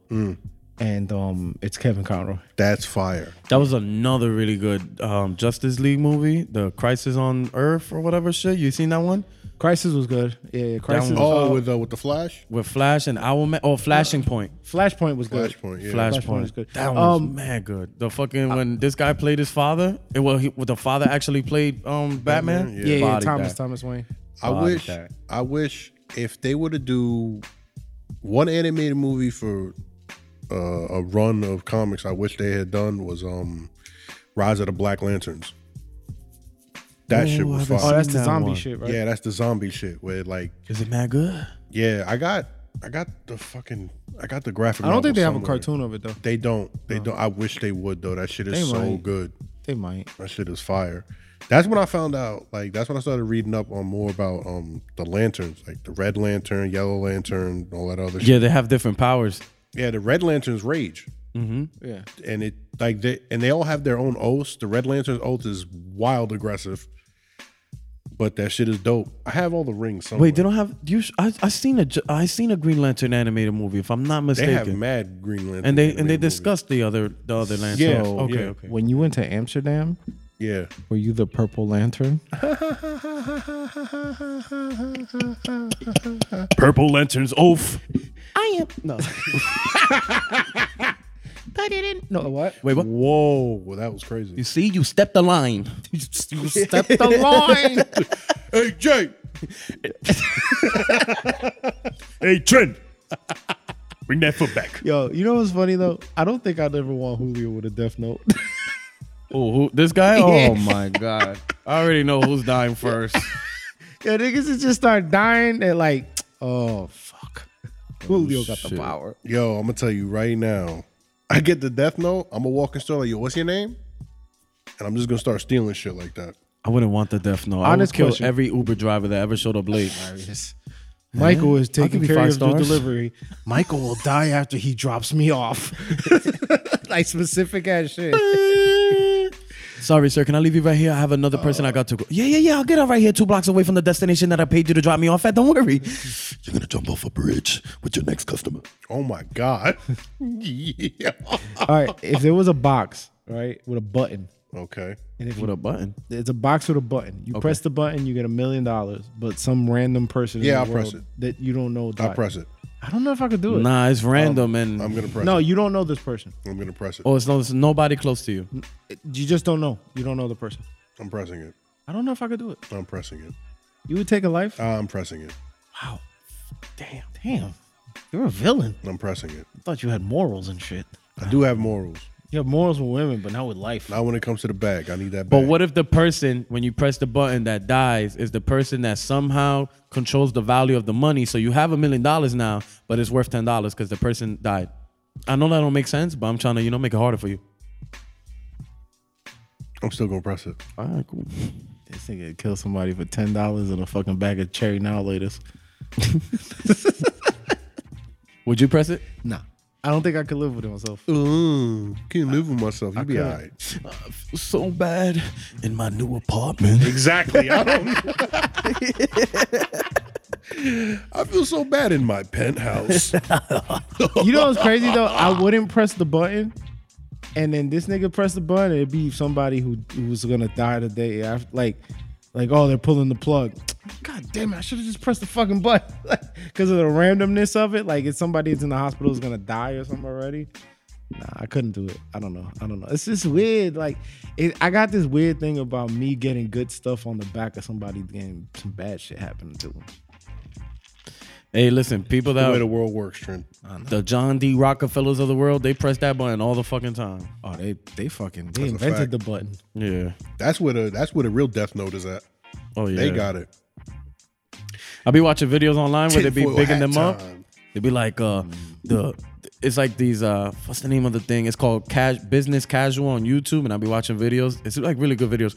[SPEAKER 4] And um it's Kevin Conroy.
[SPEAKER 2] That's fire.
[SPEAKER 3] That was another really good um, Justice League movie, the Crisis on Earth or whatever shit. You seen that one
[SPEAKER 4] Crisis was good. Yeah, yeah Crisis.
[SPEAKER 3] one-
[SPEAKER 2] Oh,
[SPEAKER 4] uh,
[SPEAKER 2] with uh, with the Flash.
[SPEAKER 3] with Flash and Owlman? Oh, Flashing Point.
[SPEAKER 4] Flashpoint was good.
[SPEAKER 2] Flashpoint. Yeah.
[SPEAKER 3] Flashpoint.
[SPEAKER 4] Flashpoint is good.
[SPEAKER 3] That one was
[SPEAKER 4] Um,
[SPEAKER 3] mad good. The fucking when this guy played his father, it well, he, well, the father actually played um Batman.
[SPEAKER 2] Batman,
[SPEAKER 4] Yeah, yeah,
[SPEAKER 3] Bodied
[SPEAKER 4] Thomas
[SPEAKER 3] that.
[SPEAKER 4] Thomas Wayne.
[SPEAKER 2] I
[SPEAKER 3] Body
[SPEAKER 2] wish.
[SPEAKER 3] that.
[SPEAKER 2] I wish if they were to do one animated movie for uh, a run of comics, I wish they had done was um Rise of the Black Lanterns. That shit was
[SPEAKER 3] haven't
[SPEAKER 4] Oh,
[SPEAKER 2] fire.
[SPEAKER 4] that's the
[SPEAKER 3] that
[SPEAKER 4] zombie
[SPEAKER 3] one.
[SPEAKER 4] shit, right?
[SPEAKER 2] Yeah, that's the zombie shit. Where like,
[SPEAKER 3] Is it mad good?
[SPEAKER 2] yeah, I got, I got the fucking, I got the graphic.
[SPEAKER 4] I don't
[SPEAKER 2] novel
[SPEAKER 4] think they have a
[SPEAKER 2] somewhere.
[SPEAKER 4] cartoon of it though.
[SPEAKER 2] They don't. They don't. I wish they would though. That shit is
[SPEAKER 4] They
[SPEAKER 2] so
[SPEAKER 4] might.
[SPEAKER 2] good.
[SPEAKER 4] They might.
[SPEAKER 2] That shit is fire. That's when I found out. Like that's when I started reading up on more about um the lanterns, like the red lantern, yellow lantern, all that other shit.
[SPEAKER 3] Yeah, they have different powers.
[SPEAKER 2] Yeah, the red lanterns rage,
[SPEAKER 4] Yeah.
[SPEAKER 2] and it like they and they all have their own oaths. The red lantern's oath is wild aggressive, but that shit is dope. I have all the rings somewhere.
[SPEAKER 3] Wait, they don't have you? sh- I I seen a Ju- I seen a Green Lantern animated movie, if I'm not
[SPEAKER 2] They
[SPEAKER 3] mistaken.
[SPEAKER 2] have mad green lantern.
[SPEAKER 3] and they and they
[SPEAKER 2] animated movies.
[SPEAKER 3] discussed the other the other lantern.
[SPEAKER 2] Yeah,
[SPEAKER 3] okay,
[SPEAKER 2] yeah.
[SPEAKER 3] okay.
[SPEAKER 4] When you went to Amsterdam,
[SPEAKER 2] Yeah,
[SPEAKER 4] were you the Purple Lantern?
[SPEAKER 3] Purple Lantern's oath.
[SPEAKER 4] I am. No. but it didn't. No, what?
[SPEAKER 3] Wait, what?
[SPEAKER 2] Whoa, well that was crazy.
[SPEAKER 3] You see, you stepped the line.
[SPEAKER 4] You stepped the line.
[SPEAKER 2] Hey Jay,
[SPEAKER 5] Hey, Trent, bring that foot back.
[SPEAKER 4] Yo, you know what's funny though? I don't think I'd ever want Julio with a death note.
[SPEAKER 3] Oh, who, this guy? Oh my god! I already know who's dying first.
[SPEAKER 4] Yo, niggas would just start dying and like, oh, fuck. Julio got the
[SPEAKER 3] shit.
[SPEAKER 4] power.
[SPEAKER 2] Yo, I'm gonna tell you right now. I get the death note. I'm gonna walk in store like, yo, what's your name? And I'm just gonna start stealing shit like that.
[SPEAKER 3] I wouldn't want the death note. I would
[SPEAKER 4] Honest
[SPEAKER 3] kill
[SPEAKER 4] question.
[SPEAKER 3] every Uber driver that ever showed up late.
[SPEAKER 4] Michael is
[SPEAKER 3] give
[SPEAKER 4] taking
[SPEAKER 3] you
[SPEAKER 4] care
[SPEAKER 3] five
[SPEAKER 4] of the
[SPEAKER 3] stars.
[SPEAKER 4] delivery. Michael will die after he drops me off. like specific ass shit.
[SPEAKER 3] Sorry, sir. Can I leave you right here? I have another person I got to go. Yeah, yeah, yeah. I'll get out right here, two blocks away from the destination that I paid you to drop me off at. Don't worry.
[SPEAKER 1] You're gonna jump off a bridge with your next customer.
[SPEAKER 2] Oh my god. yeah.
[SPEAKER 4] All right, if there was a box, right, with a button,
[SPEAKER 2] Okay.
[SPEAKER 4] and if you,
[SPEAKER 3] With a button.
[SPEAKER 4] it's a box with a button, you press the button, you get a million dollars. But some random person, in
[SPEAKER 2] Yeah,
[SPEAKER 4] the
[SPEAKER 2] I'll press
[SPEAKER 4] world
[SPEAKER 2] it.
[SPEAKER 4] that you don't know.
[SPEAKER 2] I
[SPEAKER 4] died.
[SPEAKER 2] press it.
[SPEAKER 4] I don't know if I could do it.
[SPEAKER 3] Nah, it's random and
[SPEAKER 2] I'm gonna press
[SPEAKER 4] No,
[SPEAKER 2] it.
[SPEAKER 4] you don't know this person.
[SPEAKER 2] I'm gonna press it.
[SPEAKER 3] oh, it's, no, it's nobody close to you.
[SPEAKER 4] You just don't know. You don't know the person.
[SPEAKER 2] I'm pressing it.
[SPEAKER 4] I don't know if I could do it.
[SPEAKER 2] I'm pressing it.
[SPEAKER 4] You would take a life.
[SPEAKER 3] Uh,
[SPEAKER 2] I'm pressing it.
[SPEAKER 4] Wow. Damn. Damn. You're a villain.
[SPEAKER 2] I'm pressing it.
[SPEAKER 4] I thought you had morals and shit.
[SPEAKER 2] I do have morals.
[SPEAKER 4] You have morals with women, but not with life.
[SPEAKER 2] Now when it comes to the bag, I need that
[SPEAKER 3] But
[SPEAKER 2] bag.
[SPEAKER 3] what if the person, when you press the button that dies, is the person that somehow controls the value of the money? So you have a million dollars now, but it's worth ten dollars because the person died. I know that don't make sense, but I'm trying to, you know, make it harder for you.
[SPEAKER 2] I'm still gonna press it.
[SPEAKER 3] All right, cool.
[SPEAKER 4] This nigga kill somebody for ten dollars and a fucking bag of cherry now latest.
[SPEAKER 3] Would you press it?
[SPEAKER 4] Nah. I don't think I could live with it myself.
[SPEAKER 2] Ooh, Mm, can't live with myself. You be alright.
[SPEAKER 3] So bad in my new apartment.
[SPEAKER 2] Exactly. I don't. I feel so bad in my penthouse.
[SPEAKER 4] You know what's crazy though? I wouldn't press the button. And then this nigga press the button, it'd be somebody who, who was gonna die the day after like like oh they're pulling the plug. God damn it, I should have just pressed the fucking button. Like, Cause of the randomness of it. Like if somebody that's in the hospital is gonna die or something already. Nah, I couldn't do it. I don't know. I don't know. It's just weird. Like it, I got this weird thing about me getting good stuff on the back of somebody getting some bad shit happening to them.
[SPEAKER 3] Hey, listen, people
[SPEAKER 2] the way
[SPEAKER 3] that
[SPEAKER 2] the world works, Trent.
[SPEAKER 3] the John D. Rockefellers of the world, they press that button all the fucking time.
[SPEAKER 4] Oh, they they fucking they
[SPEAKER 2] a fact.
[SPEAKER 4] invented the button.
[SPEAKER 3] Yeah.
[SPEAKER 2] That's where the that's where the real death note is at.
[SPEAKER 3] Oh yeah.
[SPEAKER 2] They got it.
[SPEAKER 3] I be watching videos online where they be
[SPEAKER 2] Tinfoil
[SPEAKER 3] bigging
[SPEAKER 2] hat
[SPEAKER 3] them up.
[SPEAKER 2] time. Mm.
[SPEAKER 3] They be like, uh, the it's like these uh, what's the name of the thing? It's called cash business casual on YouTube, and I be watching videos. It's like really good videos,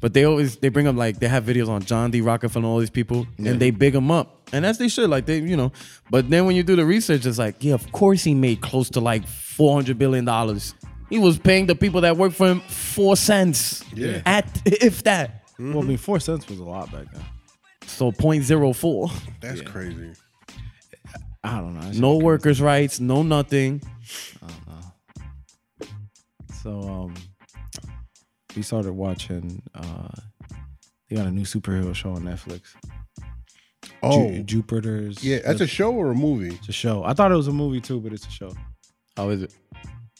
[SPEAKER 3] but they always they bring them like they have videos on John D. Rockefeller and all these people, and they big them up, and as they should, like they you know. But then when you do the research, it's like, yeah, of course he made close to like four hundred billion dollars. He was paying the people that work for him four cents
[SPEAKER 2] Yeah.
[SPEAKER 3] at if that.
[SPEAKER 2] Mm-hmm.
[SPEAKER 4] Well, I mean, four cents was a lot back then.
[SPEAKER 3] So 0.04.
[SPEAKER 2] That's crazy.
[SPEAKER 4] I don't know.
[SPEAKER 3] No workers' rights, no nothing.
[SPEAKER 4] So um, we started watching. uh They got a new superhero show on Netflix.
[SPEAKER 2] Oh,
[SPEAKER 4] Ju- Jupiter's.
[SPEAKER 2] yeah. That's a show or a movie.
[SPEAKER 4] it's a show. I thought it was a movie too, but it's a show.
[SPEAKER 3] How is it?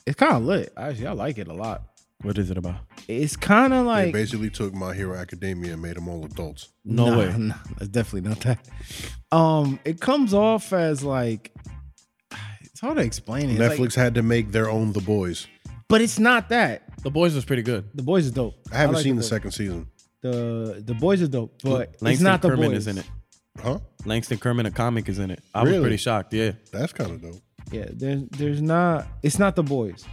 [SPEAKER 4] It's kind of lit. Actually, I like it a lot.
[SPEAKER 3] What is it about?
[SPEAKER 4] It's kind of
[SPEAKER 2] They
[SPEAKER 4] like
[SPEAKER 2] basically took My Hero Academia and made them all adults.
[SPEAKER 3] No
[SPEAKER 4] Nah,
[SPEAKER 3] way.
[SPEAKER 4] nah, that's definitely not that. Um, it comes off as like it's hard to explain it. It's like-
[SPEAKER 2] Netflix had to make their own The Boys.
[SPEAKER 4] but it's not that.
[SPEAKER 3] The boys was pretty good.
[SPEAKER 4] The boys is dope.
[SPEAKER 2] I haven't
[SPEAKER 4] like
[SPEAKER 2] seen the
[SPEAKER 4] Boys.
[SPEAKER 2] second season.
[SPEAKER 4] The the boys is dope, but it's
[SPEAKER 3] Langston
[SPEAKER 4] not the
[SPEAKER 3] Kerman
[SPEAKER 4] boys.
[SPEAKER 3] is in it.
[SPEAKER 2] Huh?
[SPEAKER 3] Langston Kerman, a comic, is in it. I was
[SPEAKER 2] Really?
[SPEAKER 3] pretty shocked. Yeah.
[SPEAKER 2] That's kind of dope.
[SPEAKER 4] Yeah, there's there's not. It's not the boys.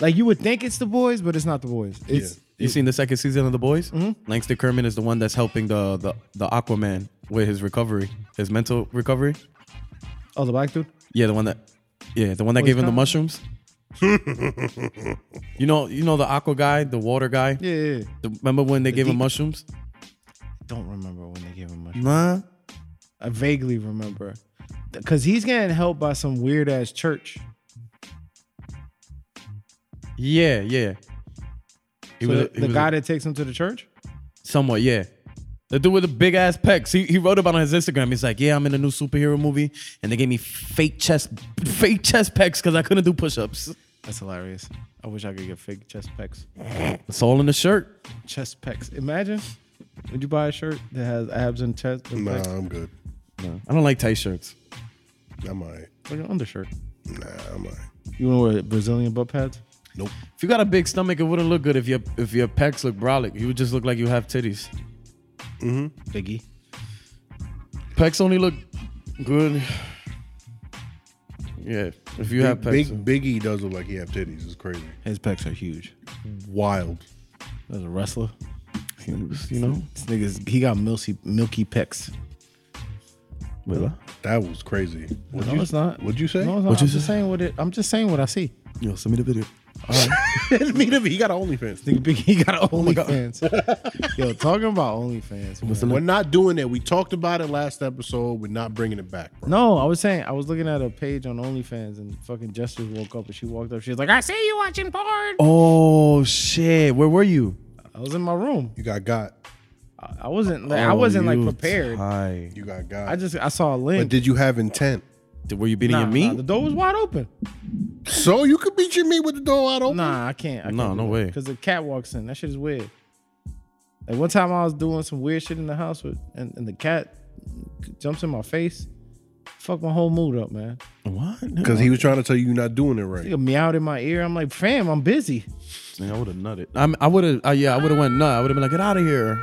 [SPEAKER 4] Like you would think it's the boys, but it's not the boys. It's
[SPEAKER 3] You seen the second season of The Boys? Mm-hmm. Langston Kerman is the one that's helping the, the the Aquaman with his recovery, his mental recovery.
[SPEAKER 4] oh the black dude.
[SPEAKER 3] Yeah, the one that, yeah, the one that
[SPEAKER 4] Boys
[SPEAKER 3] gave him the
[SPEAKER 4] comic?
[SPEAKER 3] mushrooms. you know, you know the Aqua guy, the water guy.
[SPEAKER 4] Yeah, yeah, yeah.
[SPEAKER 3] The- remember when they gave him
[SPEAKER 4] deep-
[SPEAKER 3] mushrooms?
[SPEAKER 4] Don't remember when they gave him much.
[SPEAKER 3] Nah.
[SPEAKER 4] I vaguely remember, cause he's getting helped by some weird ass church.
[SPEAKER 3] Yeah, yeah. He
[SPEAKER 4] So
[SPEAKER 3] was a-
[SPEAKER 4] the,
[SPEAKER 3] he
[SPEAKER 4] the
[SPEAKER 3] was a-
[SPEAKER 4] guy that takes him to the church.
[SPEAKER 3] Somewhat, yeah. The dude with the big ass pecs. He, he wrote about it on his Instagram. He's like, yeah, I'm in a new superhero movie, and they gave me fake chest fake chest pecs because I couldn't do push-ups.
[SPEAKER 4] That's hilarious. I wish I could get fake chest pecs.
[SPEAKER 3] It's all in the shirt.
[SPEAKER 4] Chest pecs. Imagine. Would you buy a shirt that has abs and chest? And
[SPEAKER 2] Nah,
[SPEAKER 4] pecs?
[SPEAKER 2] I'm good.
[SPEAKER 3] I don't like tight shirts.
[SPEAKER 2] I might.
[SPEAKER 4] Like an undershirt.
[SPEAKER 2] Nah, I might.
[SPEAKER 4] You want to wear Brazilian butt pads?
[SPEAKER 2] Nope.
[SPEAKER 3] If you got a big stomach, it wouldn't look good if your if your pecs look brolic. You would just look like you have titties.
[SPEAKER 4] Biggie.
[SPEAKER 3] Pecs only look good. Yeah, if you have pecs.
[SPEAKER 2] Big Biggie does look like he have titties. It's crazy.
[SPEAKER 4] His pecs are huge.
[SPEAKER 2] Wild.
[SPEAKER 4] As a wrestler,
[SPEAKER 3] you know,
[SPEAKER 4] this nigga's he got milky milky pecs.
[SPEAKER 3] Wait, what?
[SPEAKER 2] That was crazy. Would
[SPEAKER 4] No,
[SPEAKER 2] you,
[SPEAKER 4] it's not.
[SPEAKER 2] Would you say?
[SPEAKER 4] No, it's not.
[SPEAKER 3] What'd
[SPEAKER 4] I'm
[SPEAKER 3] you
[SPEAKER 4] just saying what it. I'm just saying what I see.
[SPEAKER 3] Yo, send me the video.
[SPEAKER 2] Me neither. He got an OnlyFans.
[SPEAKER 4] Nigga, Big E got OnlyFans. Yo, talking about OnlyFans. man.
[SPEAKER 2] We're not doing that. We talked about it last episode. We're not bringing it back, bro.
[SPEAKER 4] No, I was saying I was looking at a page on OnlyFans and fucking Justice woke up and she walked up. She was like, "I see you watching porn."
[SPEAKER 3] Oh shit! Where were you?
[SPEAKER 4] I was in my room.
[SPEAKER 2] You got got.
[SPEAKER 4] I I wasn't.
[SPEAKER 3] Oh,
[SPEAKER 4] Like, I wasn't like prepared.
[SPEAKER 3] Hi.
[SPEAKER 2] You got got.
[SPEAKER 4] I just I saw a
[SPEAKER 2] but
[SPEAKER 4] link.
[SPEAKER 2] did you have intent?
[SPEAKER 3] Were you beating
[SPEAKER 4] Nah,
[SPEAKER 3] your meat?
[SPEAKER 4] nah, the door was wide open.
[SPEAKER 2] So you could beat your meat with the door wide open.
[SPEAKER 4] Nah, I can't. I
[SPEAKER 3] No, no way.
[SPEAKER 4] Because the cat walks in. That shit is weird. Like one time I was doing some weird shit in the house with, and, and the cat jumps in my face. Fuck my whole mood up, man.
[SPEAKER 3] What?
[SPEAKER 2] Because he was trying to tell you you're not doing it right.
[SPEAKER 4] Nigga meowed in my ear. I'm like, fam, I'm busy.
[SPEAKER 3] I would have nutted. I'm, I would have. Uh, yeah, I would have went nut. I would have been like, get out of here.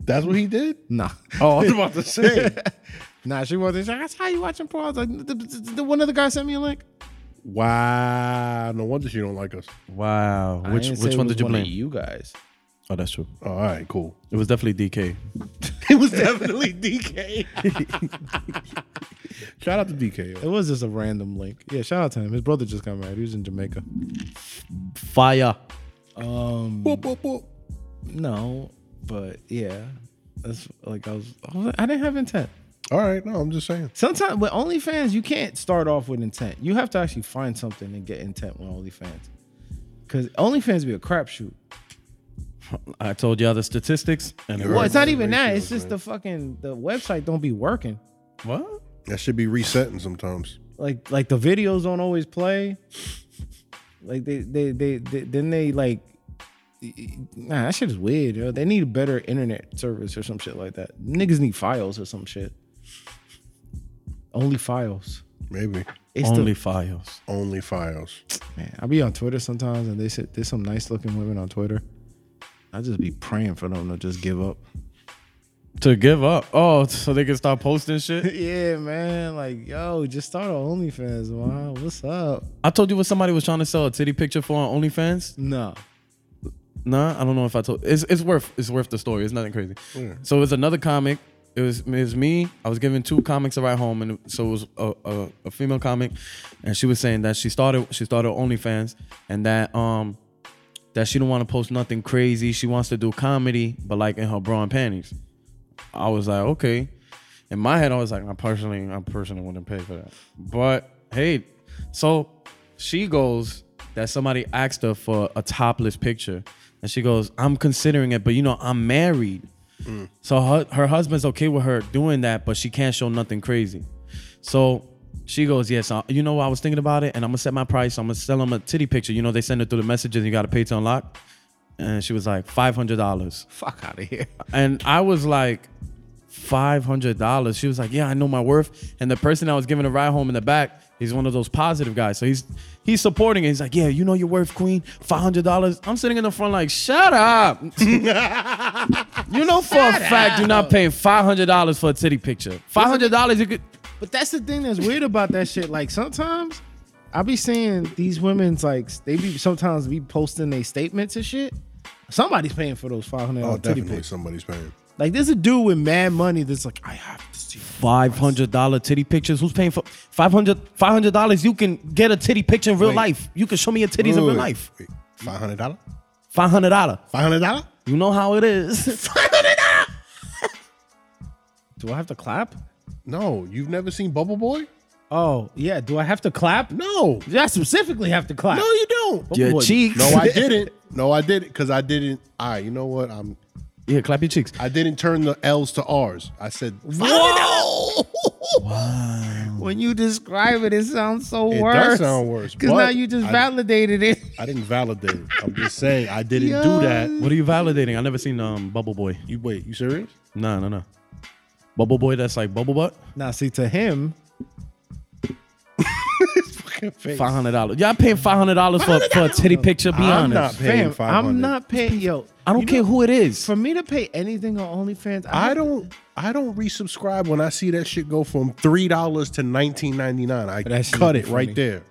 [SPEAKER 2] That's what he did.
[SPEAKER 4] Nah. Oh, I was about
[SPEAKER 2] to say.
[SPEAKER 4] Nah, she wasn't. She's like, that's how you watching porn. I was like, the, the, the one other guy sent me a link.
[SPEAKER 2] wow. No wonder she don't like us.
[SPEAKER 3] Wow.
[SPEAKER 4] I
[SPEAKER 3] Which
[SPEAKER 4] didn't say
[SPEAKER 3] which
[SPEAKER 4] it
[SPEAKER 3] one
[SPEAKER 4] was
[SPEAKER 3] did you
[SPEAKER 4] one of
[SPEAKER 3] blame?
[SPEAKER 4] You guys.
[SPEAKER 3] Oh, that's true.
[SPEAKER 2] All right. Cool.
[SPEAKER 3] It was definitely DK.
[SPEAKER 2] It was definitely DK. Shout out to DK.
[SPEAKER 4] It
[SPEAKER 2] yo.
[SPEAKER 4] was just a random link. Yeah, shout out to him. His brother just got married. He was in Jamaica.
[SPEAKER 3] Fire.
[SPEAKER 2] Boop, boop, boop.
[SPEAKER 4] No, but yeah, that's like I was. I, was, I didn't have intent.
[SPEAKER 2] All right. No, I'm just saying.
[SPEAKER 4] Sometimes with OnlyFans, you can't start off with intent. You have to actually find something and get intent with OnlyFans, because OnlyFans be a crapshoot.
[SPEAKER 3] I told y'all the statistics. And it
[SPEAKER 2] You're right.
[SPEAKER 4] Well,
[SPEAKER 3] worked.
[SPEAKER 4] it's not even that.
[SPEAKER 2] Ratios,
[SPEAKER 4] It's just
[SPEAKER 2] man.
[SPEAKER 4] the fucking the website don't be working.
[SPEAKER 3] What?
[SPEAKER 2] That should be resetting sometimes.
[SPEAKER 4] Like like the videos don't always play. Like they they they, they then they like. Nah, that shit is weird, yo. They need a better internet service or some shit like that. Niggas need files or some shit. Only files.
[SPEAKER 2] Maybe
[SPEAKER 4] It's the-
[SPEAKER 3] Only files.
[SPEAKER 2] only files.
[SPEAKER 4] Man, I be on Twitter sometimes, and they said there's some nice looking women on Twitter. I just be praying for them to just give up.
[SPEAKER 3] To give up. Oh, so they can stop posting shit.
[SPEAKER 4] yeah, man. Like, yo, just start on OnlyFans, man. What's up?
[SPEAKER 3] I told you what somebody was trying to sell a titty picture for on OnlyFans.
[SPEAKER 4] No.
[SPEAKER 3] Nah, I don't know if I told. It's, it's worth it's worth the story. It's nothing crazy. So it was another comic. It was it was me. I was giving two comics a ride home, and so it was a, a, a female comic, and she was saying that she started she started OnlyFans, and that um that she don't want to post nothing crazy. She wants to do comedy, but like in her bra and panties. I was like, okay. In my head, I was like, I personally, I personally wouldn't pay for that. But hey, so she goes that somebody asked her for a topless picture, and she goes, I'm considering it, but you know, I'm married. So her, her husband's okay with her doing that, but she can't show nothing crazy. So she goes, Yes, I, you know, I was thinking about it and I'm gonna set my price. I'm gonna sell them a titty picture. You know, they send it through the messages, you gotta pay to unlock. And she was like, $500.
[SPEAKER 4] Fuck out of here.
[SPEAKER 3] And I was like, $500. She was like, Yeah, I know my worth. And the person I was giving a ride home in the back, he's one of those positive guys. So he's he's supporting it. He's like, Yeah, you know your worth, Queen. $500. I'm sitting in the front, like, Shut up. you know for a fact you're not paying $500 for a titty picture. $500 you could.
[SPEAKER 4] But that's the thing that's weird about that shit. Like sometimes I be seeing these women's like they be sometimes be posting their statements and shit. Somebody's paying for those five hundred
[SPEAKER 2] Oh,
[SPEAKER 4] dollars titty
[SPEAKER 2] definitely
[SPEAKER 4] pics.
[SPEAKER 2] somebody's paying.
[SPEAKER 4] Like there's a dude with mad money that's like, I have to see.
[SPEAKER 3] Five hundred dollar titty pictures. Who's paying for five hundred? Five hundred dollars. You can get a titty picture in real life. You can show me your titties in real life.
[SPEAKER 2] Five hundred dollar.
[SPEAKER 3] Five hundred dollar.
[SPEAKER 2] Five hundred dollar.
[SPEAKER 3] You know how it is.
[SPEAKER 4] Do I have to clap?
[SPEAKER 2] No, you've never seen Bubble Boy.
[SPEAKER 4] Oh yeah. Do I have to clap?
[SPEAKER 2] No,
[SPEAKER 4] Do I specifically have to clap?
[SPEAKER 2] no, you don't.
[SPEAKER 3] your
[SPEAKER 4] Boy,
[SPEAKER 3] cheeks.
[SPEAKER 2] No, I didn't. No, I didn't because I didn't. All right, you know what? I'm.
[SPEAKER 3] yeah, clap your cheeks.
[SPEAKER 2] I didn't turn the L's to R's. I said
[SPEAKER 4] When you describe it, it sounds so
[SPEAKER 2] It does
[SPEAKER 4] worse.
[SPEAKER 2] sound worse,
[SPEAKER 4] Because
[SPEAKER 2] but
[SPEAKER 4] now you just
[SPEAKER 2] I-
[SPEAKER 4] validated it.
[SPEAKER 2] I didn't validate. it. I'm just saying I didn't
[SPEAKER 4] Yo.
[SPEAKER 2] do that.
[SPEAKER 3] Uh, What are you validating? I never seen um Bubble Boy.
[SPEAKER 2] You wait. You serious?
[SPEAKER 3] No, no, no. Bubble Boy. That's like Bubble Butt.
[SPEAKER 4] Now, see, to him,
[SPEAKER 3] Five hundred dollars. Y'all paying five hundred dollars for, for a titty picture? Be
[SPEAKER 2] I'm
[SPEAKER 3] honest.
[SPEAKER 2] not paying
[SPEAKER 4] fam, I'm
[SPEAKER 2] 500.
[SPEAKER 4] not paying. Yo,
[SPEAKER 3] I don't
[SPEAKER 4] you
[SPEAKER 3] care
[SPEAKER 4] know,
[SPEAKER 3] who it is.
[SPEAKER 4] For me to pay anything on OnlyFans,
[SPEAKER 2] I don't. I don't resubscribe when I see that shit go from three dollars to nineteen ninety nine. I
[SPEAKER 4] That shit
[SPEAKER 2] cut
[SPEAKER 4] be
[SPEAKER 2] it right
[SPEAKER 4] funny.
[SPEAKER 2] there.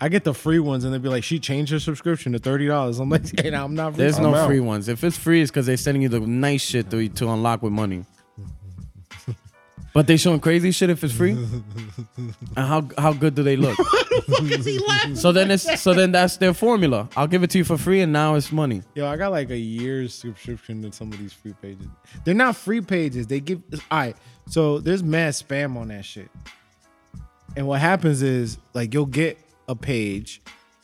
[SPEAKER 4] I get the free ones, and they'd be like, "She changed her subscription to thirty dollars." I'm like, "Hey, nah, I'm not."
[SPEAKER 3] There's
[SPEAKER 4] I'm
[SPEAKER 3] no
[SPEAKER 4] out."
[SPEAKER 3] free ones. If it's free, it's because they're sending you the nice shit to, to unlock with money. But they showing crazy shit if it's free. and how how good do they look? so then it's so then that's their formula. I'll give it to you for free, and now it's money.
[SPEAKER 4] Yo, I got like a year's subscription to some of these free pages. They're not free pages. They give all right. So there's mad spam on that shit. And what happens is like you'll get a page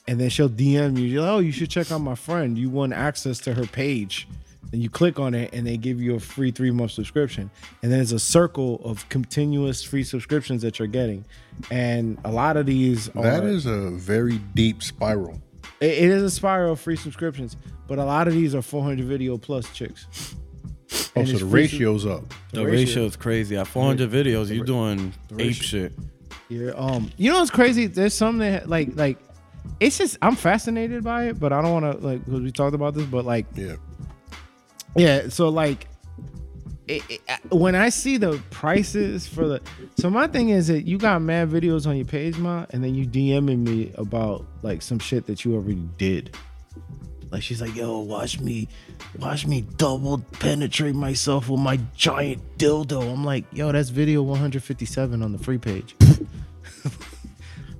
[SPEAKER 4] and then she'll DM you. You're like, oh, you should check out my friend. You want access to her page. And you click on it and they give you a free three month subscription. And then it's a circle of continuous free subscriptions that you're getting. And a lot of these are
[SPEAKER 2] That is a very deep spiral.
[SPEAKER 4] it- it is a spiral of free subscriptions, but a lot of these are 400 video plus chicks.
[SPEAKER 2] Oh,
[SPEAKER 4] And
[SPEAKER 2] so
[SPEAKER 4] it's
[SPEAKER 2] the
[SPEAKER 4] free-
[SPEAKER 2] ratio's up.
[SPEAKER 3] The
[SPEAKER 4] ratio.
[SPEAKER 3] ratio is crazy. At 400 videos, you're doing ape shit.
[SPEAKER 4] Yeah. Um. You know what's crazy? There's some that like like, it's just I'm fascinated by it, but I don't want to like 'cause we talked about this, but like
[SPEAKER 2] Yeah.
[SPEAKER 4] yeah. So like, it, it- I- when I see the prices for the so my thing is that you got mad videos on your page, ma, and then you DMing me about like some shit that you already did. Like she's like, yo, watch me, watch me double penetrate myself with my giant dildo. I'm like, yo, that's video 157 on the free page.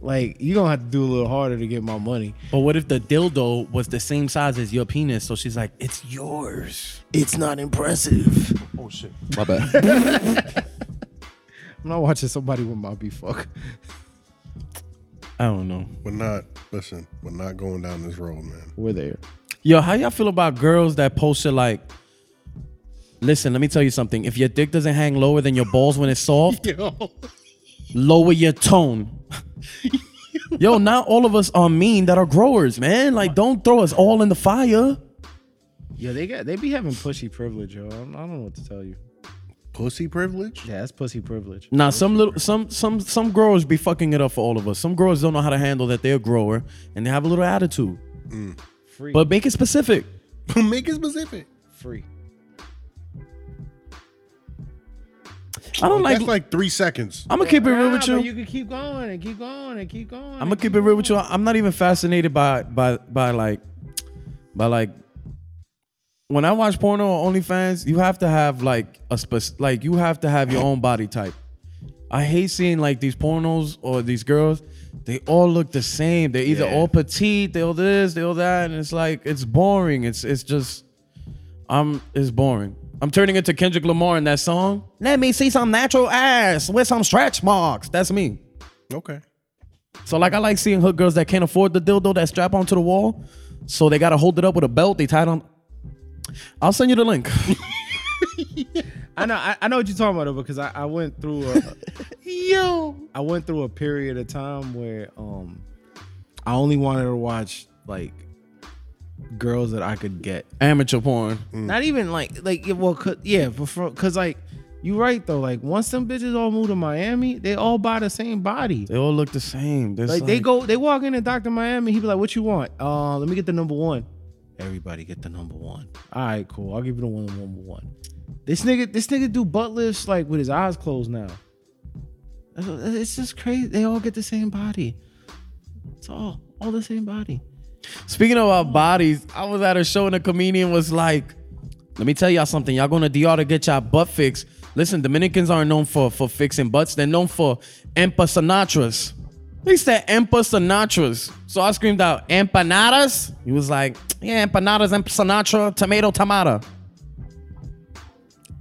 [SPEAKER 4] like, you gonna have to do a little harder to get my money.
[SPEAKER 3] But what if the dildo was the same size as your penis? So she's like, it's yours.
[SPEAKER 4] It's not impressive.
[SPEAKER 1] My bad.
[SPEAKER 4] I'm not watching somebody with my be fuck.
[SPEAKER 3] I don't know.
[SPEAKER 2] We're not, listen, we're not going down this road, man.
[SPEAKER 4] We're there.
[SPEAKER 3] Yo, how y'all feel about girls that post shit like, listen, let me tell you something. If your dick doesn't hang lower than your balls when it's soft, lower your tone. Yo, not all of us are mean that are growers, man. Like, don't throw us all in the fire.
[SPEAKER 4] Yeah, they got they be having pussy privilege, yo. I don't, I don't know what to tell you.
[SPEAKER 2] Pussy privilege?
[SPEAKER 4] Yeah, that's pussy privilege.
[SPEAKER 3] Nah, some little some some some growers be fucking it up for all of us. Some growers don't know how to handle that they're a grower and they have a little attitude.
[SPEAKER 4] Free,
[SPEAKER 3] But make it specific.
[SPEAKER 2] Make it specific.
[SPEAKER 4] free.
[SPEAKER 3] I don't like,
[SPEAKER 2] That's like three seconds.
[SPEAKER 3] I'm gonna keep it real with you.
[SPEAKER 4] You can keep going and keep going and keep going.
[SPEAKER 3] I'm gonna keep it real with you. I'm not even fascinated by by by like by like when I watch porno or OnlyFans, you have to have like a spec like you have to have your own body type. I hate seeing like these pornos or these girls. They all look the same. They're either all petite, they all this, they all that, and it's like it's boring. It's it's just I'm it's boring. I'm turning into Kendrick Lamar in that song. Let me see some natural ass with some stretch marks. That's me.
[SPEAKER 2] Okay.
[SPEAKER 3] So like I like seeing hood girls that can't afford the dildo that strap onto the wall, so they gotta hold it up with a belt. They tie it on. I'll send you the link.
[SPEAKER 4] I know, I, I know what you're talking about though, because I, I went through a yo, I went through a period of time where um, I only wanted to watch like girls that I could get.
[SPEAKER 3] Amateur porn.
[SPEAKER 4] Not even like like yeah, well, cause, yeah, but for because like you right though, like once them bitches all move to Miami, they all buy the same body.
[SPEAKER 3] They all look the same. There's
[SPEAKER 4] Like, they go, they walk in at Dr. Miami. He be like, "What you want? Uh, let me get the number one." Everybody get the number one. All right, cool. I'll give you the one number one. This nigga, this nigga do butt lifts like with his eyes closed now. That's- It's just crazy. They all get the same body. It's all all the same body.
[SPEAKER 3] Speaking of our bodies, I was at a show and a comedian was like, "Let me tell y'all something. Y'all going to DR to get y'all butt fixed. Listen, Dominicans aren't known for for fixing butts. They're known for empanatras. They said empanatras. So I screamed out, "Empanadas!" He was like, "Yeah, empanadas, empanatra, tomato, tomato."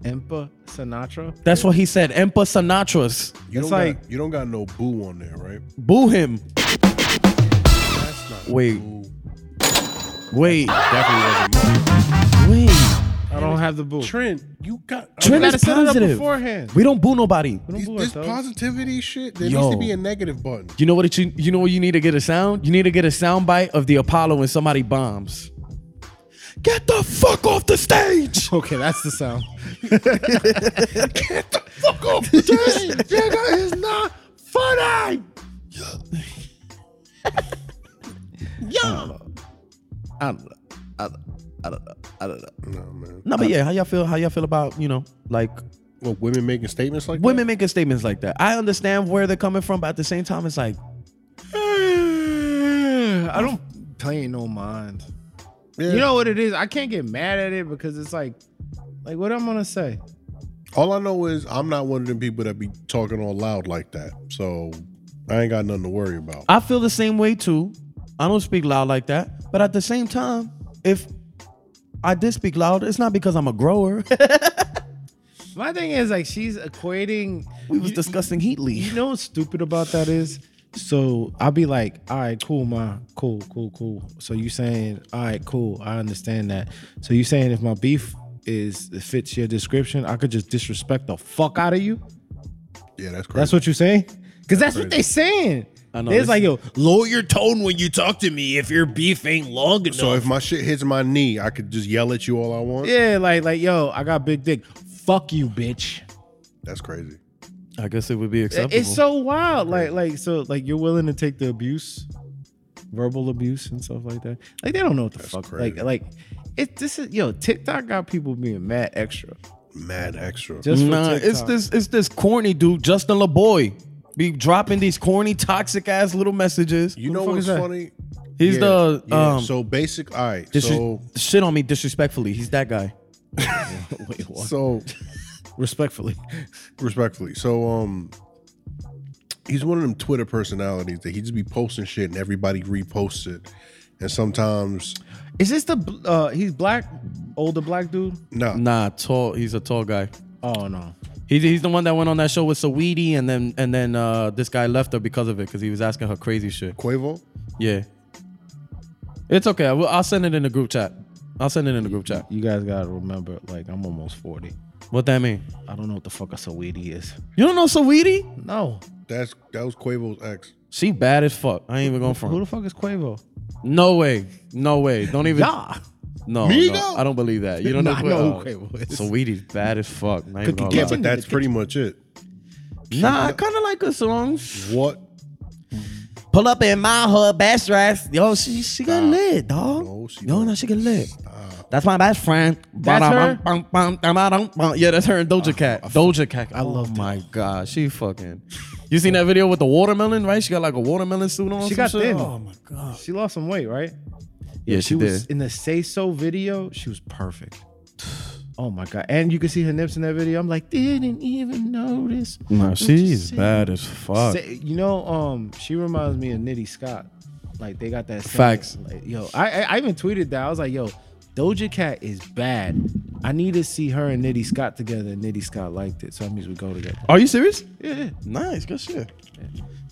[SPEAKER 4] Empa Sinatra.
[SPEAKER 3] That's what he said. Empa Sinatra's.
[SPEAKER 2] You
[SPEAKER 4] It's
[SPEAKER 2] don't
[SPEAKER 4] like-
[SPEAKER 2] got, you don't got no boo on there, right?
[SPEAKER 3] Boo him.
[SPEAKER 2] That's not
[SPEAKER 3] Wait.
[SPEAKER 2] boo.
[SPEAKER 3] Wait,
[SPEAKER 2] Definitely wasn't. mine.
[SPEAKER 3] wait.
[SPEAKER 4] I don't have the boo.
[SPEAKER 2] Trent, you got
[SPEAKER 3] Trent
[SPEAKER 4] gotta
[SPEAKER 3] is
[SPEAKER 4] set it up
[SPEAKER 3] positive.
[SPEAKER 4] beforehand.
[SPEAKER 3] We don't boo nobody.
[SPEAKER 4] Don't
[SPEAKER 2] These-
[SPEAKER 4] boo
[SPEAKER 2] this
[SPEAKER 4] us, dog.
[SPEAKER 2] positivity shit. There
[SPEAKER 3] Yo.
[SPEAKER 2] needs to be a negative button.
[SPEAKER 3] You know what? It, you, you know what you need to get a sound. You need to get a sound bite of the Apollo when somebody bombs. Get the fuck off the stage.
[SPEAKER 4] Okay, that's the sound.
[SPEAKER 2] Fuck off, this nigga is not funny.
[SPEAKER 4] I don't know. I don't, I don't know. I don't know.
[SPEAKER 2] No man.
[SPEAKER 3] No, but yeah, how y'all feel? How y'all feel about you know like
[SPEAKER 2] Well, women making statements like
[SPEAKER 3] women making statements like that? I understand where they're coming from, but at the same time, it's like
[SPEAKER 4] I don't play no mind.
[SPEAKER 2] that? Yeah.
[SPEAKER 4] You know what it is? I can't get mad at it because it's like, like what I'm gonna say.
[SPEAKER 2] All I know is I'm not one of them people that be talking all loud like that. So I ain't got nothing to worry about.
[SPEAKER 3] I feel the same way too. I don't speak loud like that. But at the same time, if I did speak loud, it's not because I'm a grower.
[SPEAKER 4] My thing is like she's equating.
[SPEAKER 3] we was
[SPEAKER 4] you-
[SPEAKER 3] discussing heat
[SPEAKER 4] You
[SPEAKER 3] lead.
[SPEAKER 4] know what's stupid about that is? So I'll be like, all right, cool, ma. Cool, cool, cool. So you saying, all right, cool, I understand that. So you saying if my beef is it fits your description, I could just disrespect the fuck out of you?
[SPEAKER 2] Yeah, that's crazy.
[SPEAKER 4] That's what you're saying? Because that's what they saying.
[SPEAKER 3] I know,
[SPEAKER 4] It's like, yo,
[SPEAKER 6] Lower your tone when you talk to me if your beef ain't long enough.
[SPEAKER 2] so if my shit hits my knee, I could just yell at you all I want.
[SPEAKER 4] yeah, like, like, yo, I got big dick. Fuck you, bitch.
[SPEAKER 2] That's crazy.
[SPEAKER 3] I guess it would be acceptable.
[SPEAKER 4] It's so wild. Like, like, so, like, you're willing to take the abuse, verbal abuse and stuff like that. Like, they don't know what the fuck.
[SPEAKER 2] crazy.
[SPEAKER 4] Like, like, it. This is yo TikTok got people being mad extra.
[SPEAKER 2] Mad extra.
[SPEAKER 4] Just for
[SPEAKER 3] nah, it's
[SPEAKER 4] TikTok.
[SPEAKER 3] this it's this corny dude, Justin LeBoy. Be dropping these corny, toxic ass little messages.
[SPEAKER 2] you
[SPEAKER 3] Who
[SPEAKER 2] know
[SPEAKER 3] the fuck
[SPEAKER 2] what's
[SPEAKER 3] is that?
[SPEAKER 2] funny?
[SPEAKER 3] He's
[SPEAKER 2] Yeah,
[SPEAKER 3] the
[SPEAKER 2] yeah.
[SPEAKER 3] um
[SPEAKER 2] so basic. All right.
[SPEAKER 3] disres-
[SPEAKER 2] so
[SPEAKER 3] shit on me disrespectfully. He's that guy.
[SPEAKER 4] Wait, what?
[SPEAKER 2] so
[SPEAKER 4] Respectfully,
[SPEAKER 2] respectfully. So um he's one of them Twitter personalities that he just be posting shit and everybody reposts it. And sometimes
[SPEAKER 4] is this the? bl- uh He's black, older black dude.
[SPEAKER 2] nah,
[SPEAKER 3] Nah, tall. He's a tall guy.
[SPEAKER 4] Oh no.
[SPEAKER 3] He's, he's the one that went on that show with Saweetie, and then and then uh, this guy left her because of it, because he was asking her crazy shit.
[SPEAKER 2] Quavo.
[SPEAKER 3] Yeah, it's okay. I will, I'll send it in the group chat. I'll send it in the group chat.
[SPEAKER 4] You guys gotta remember, like, I'm almost forty.
[SPEAKER 3] What that mean?
[SPEAKER 4] I don't know what the fuck a Saweetie is.
[SPEAKER 3] You don't know Saweetie?
[SPEAKER 4] No.
[SPEAKER 2] That's that was Quavo's ex.
[SPEAKER 3] She bad as fuck. I ain't even going
[SPEAKER 4] Who
[SPEAKER 3] front.
[SPEAKER 4] the fuck is Quavo?
[SPEAKER 3] No way. No way. Don't even.
[SPEAKER 4] Nah.
[SPEAKER 3] No,
[SPEAKER 2] Me
[SPEAKER 3] no.
[SPEAKER 2] though?
[SPEAKER 3] I don't believe that. You don't know,
[SPEAKER 4] Nah, I
[SPEAKER 3] who-
[SPEAKER 4] know
[SPEAKER 3] oh.
[SPEAKER 4] who Quavo is.
[SPEAKER 3] Saweetie's bad as fuck. Not even gonna
[SPEAKER 2] Yeah,
[SPEAKER 4] Cookie Yeah,
[SPEAKER 3] lie.
[SPEAKER 4] kitchen.
[SPEAKER 2] but that's pretty much it.
[SPEAKER 3] Nah, I kind of like her songs.
[SPEAKER 2] What?
[SPEAKER 3] Pull up in my hood, best dress. Yo, she she got lit, dog.
[SPEAKER 2] No, she
[SPEAKER 3] Yo, no, she got lit. That's my best friend.
[SPEAKER 4] That's her?
[SPEAKER 3] her? Yeah, that's her and Doja Cat. Doja Cat. Ah, I
[SPEAKER 4] love that.
[SPEAKER 3] my god, she fucking. You seen that video with the watermelon, right? She got like a watermelon suit on.
[SPEAKER 4] She
[SPEAKER 3] some
[SPEAKER 4] got
[SPEAKER 3] shit?
[SPEAKER 4] thin.
[SPEAKER 3] Oh my god.
[SPEAKER 4] She lost some weight, right?
[SPEAKER 3] Yeah, she,
[SPEAKER 4] she was
[SPEAKER 3] did.
[SPEAKER 4] in the say so video. She was perfect. Oh my god! And you can see her nips in that video. I'm like, didn't even notice.
[SPEAKER 3] Nah,
[SPEAKER 4] What you
[SPEAKER 3] she's
[SPEAKER 4] say?
[SPEAKER 3] bad as fuck.
[SPEAKER 4] Say- you know, um, she reminds me of Nitty Scott. Like they got that same-
[SPEAKER 3] Facts.
[SPEAKER 4] Like, yo, I, I I even tweeted that. I was like, yo, Doja Cat is bad. I need to see her and Nitty Scott together. And Nitty Scott liked it, so that means we go together.
[SPEAKER 3] Are you serious?
[SPEAKER 4] Yeah,
[SPEAKER 3] Nice, good shit.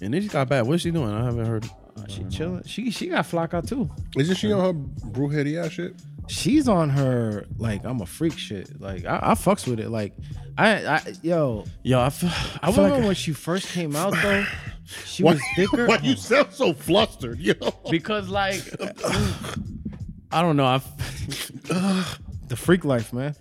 [SPEAKER 3] And then she got bad. What's she doing? I haven't heard.
[SPEAKER 4] she chilling. She she got Flocka too.
[SPEAKER 2] Isn't she on her brujeria shit?
[SPEAKER 4] she's on her like I'm a freak shit. Like I, I fucks with it. Like I, I yo,
[SPEAKER 3] Yo, I feel,
[SPEAKER 4] I,
[SPEAKER 3] I feel
[SPEAKER 4] remember
[SPEAKER 3] like
[SPEAKER 4] when she first came out though. She was thicker
[SPEAKER 2] Why you sound so flustered, yo?
[SPEAKER 4] because like
[SPEAKER 3] I don't know. I f-
[SPEAKER 4] the freak life, man.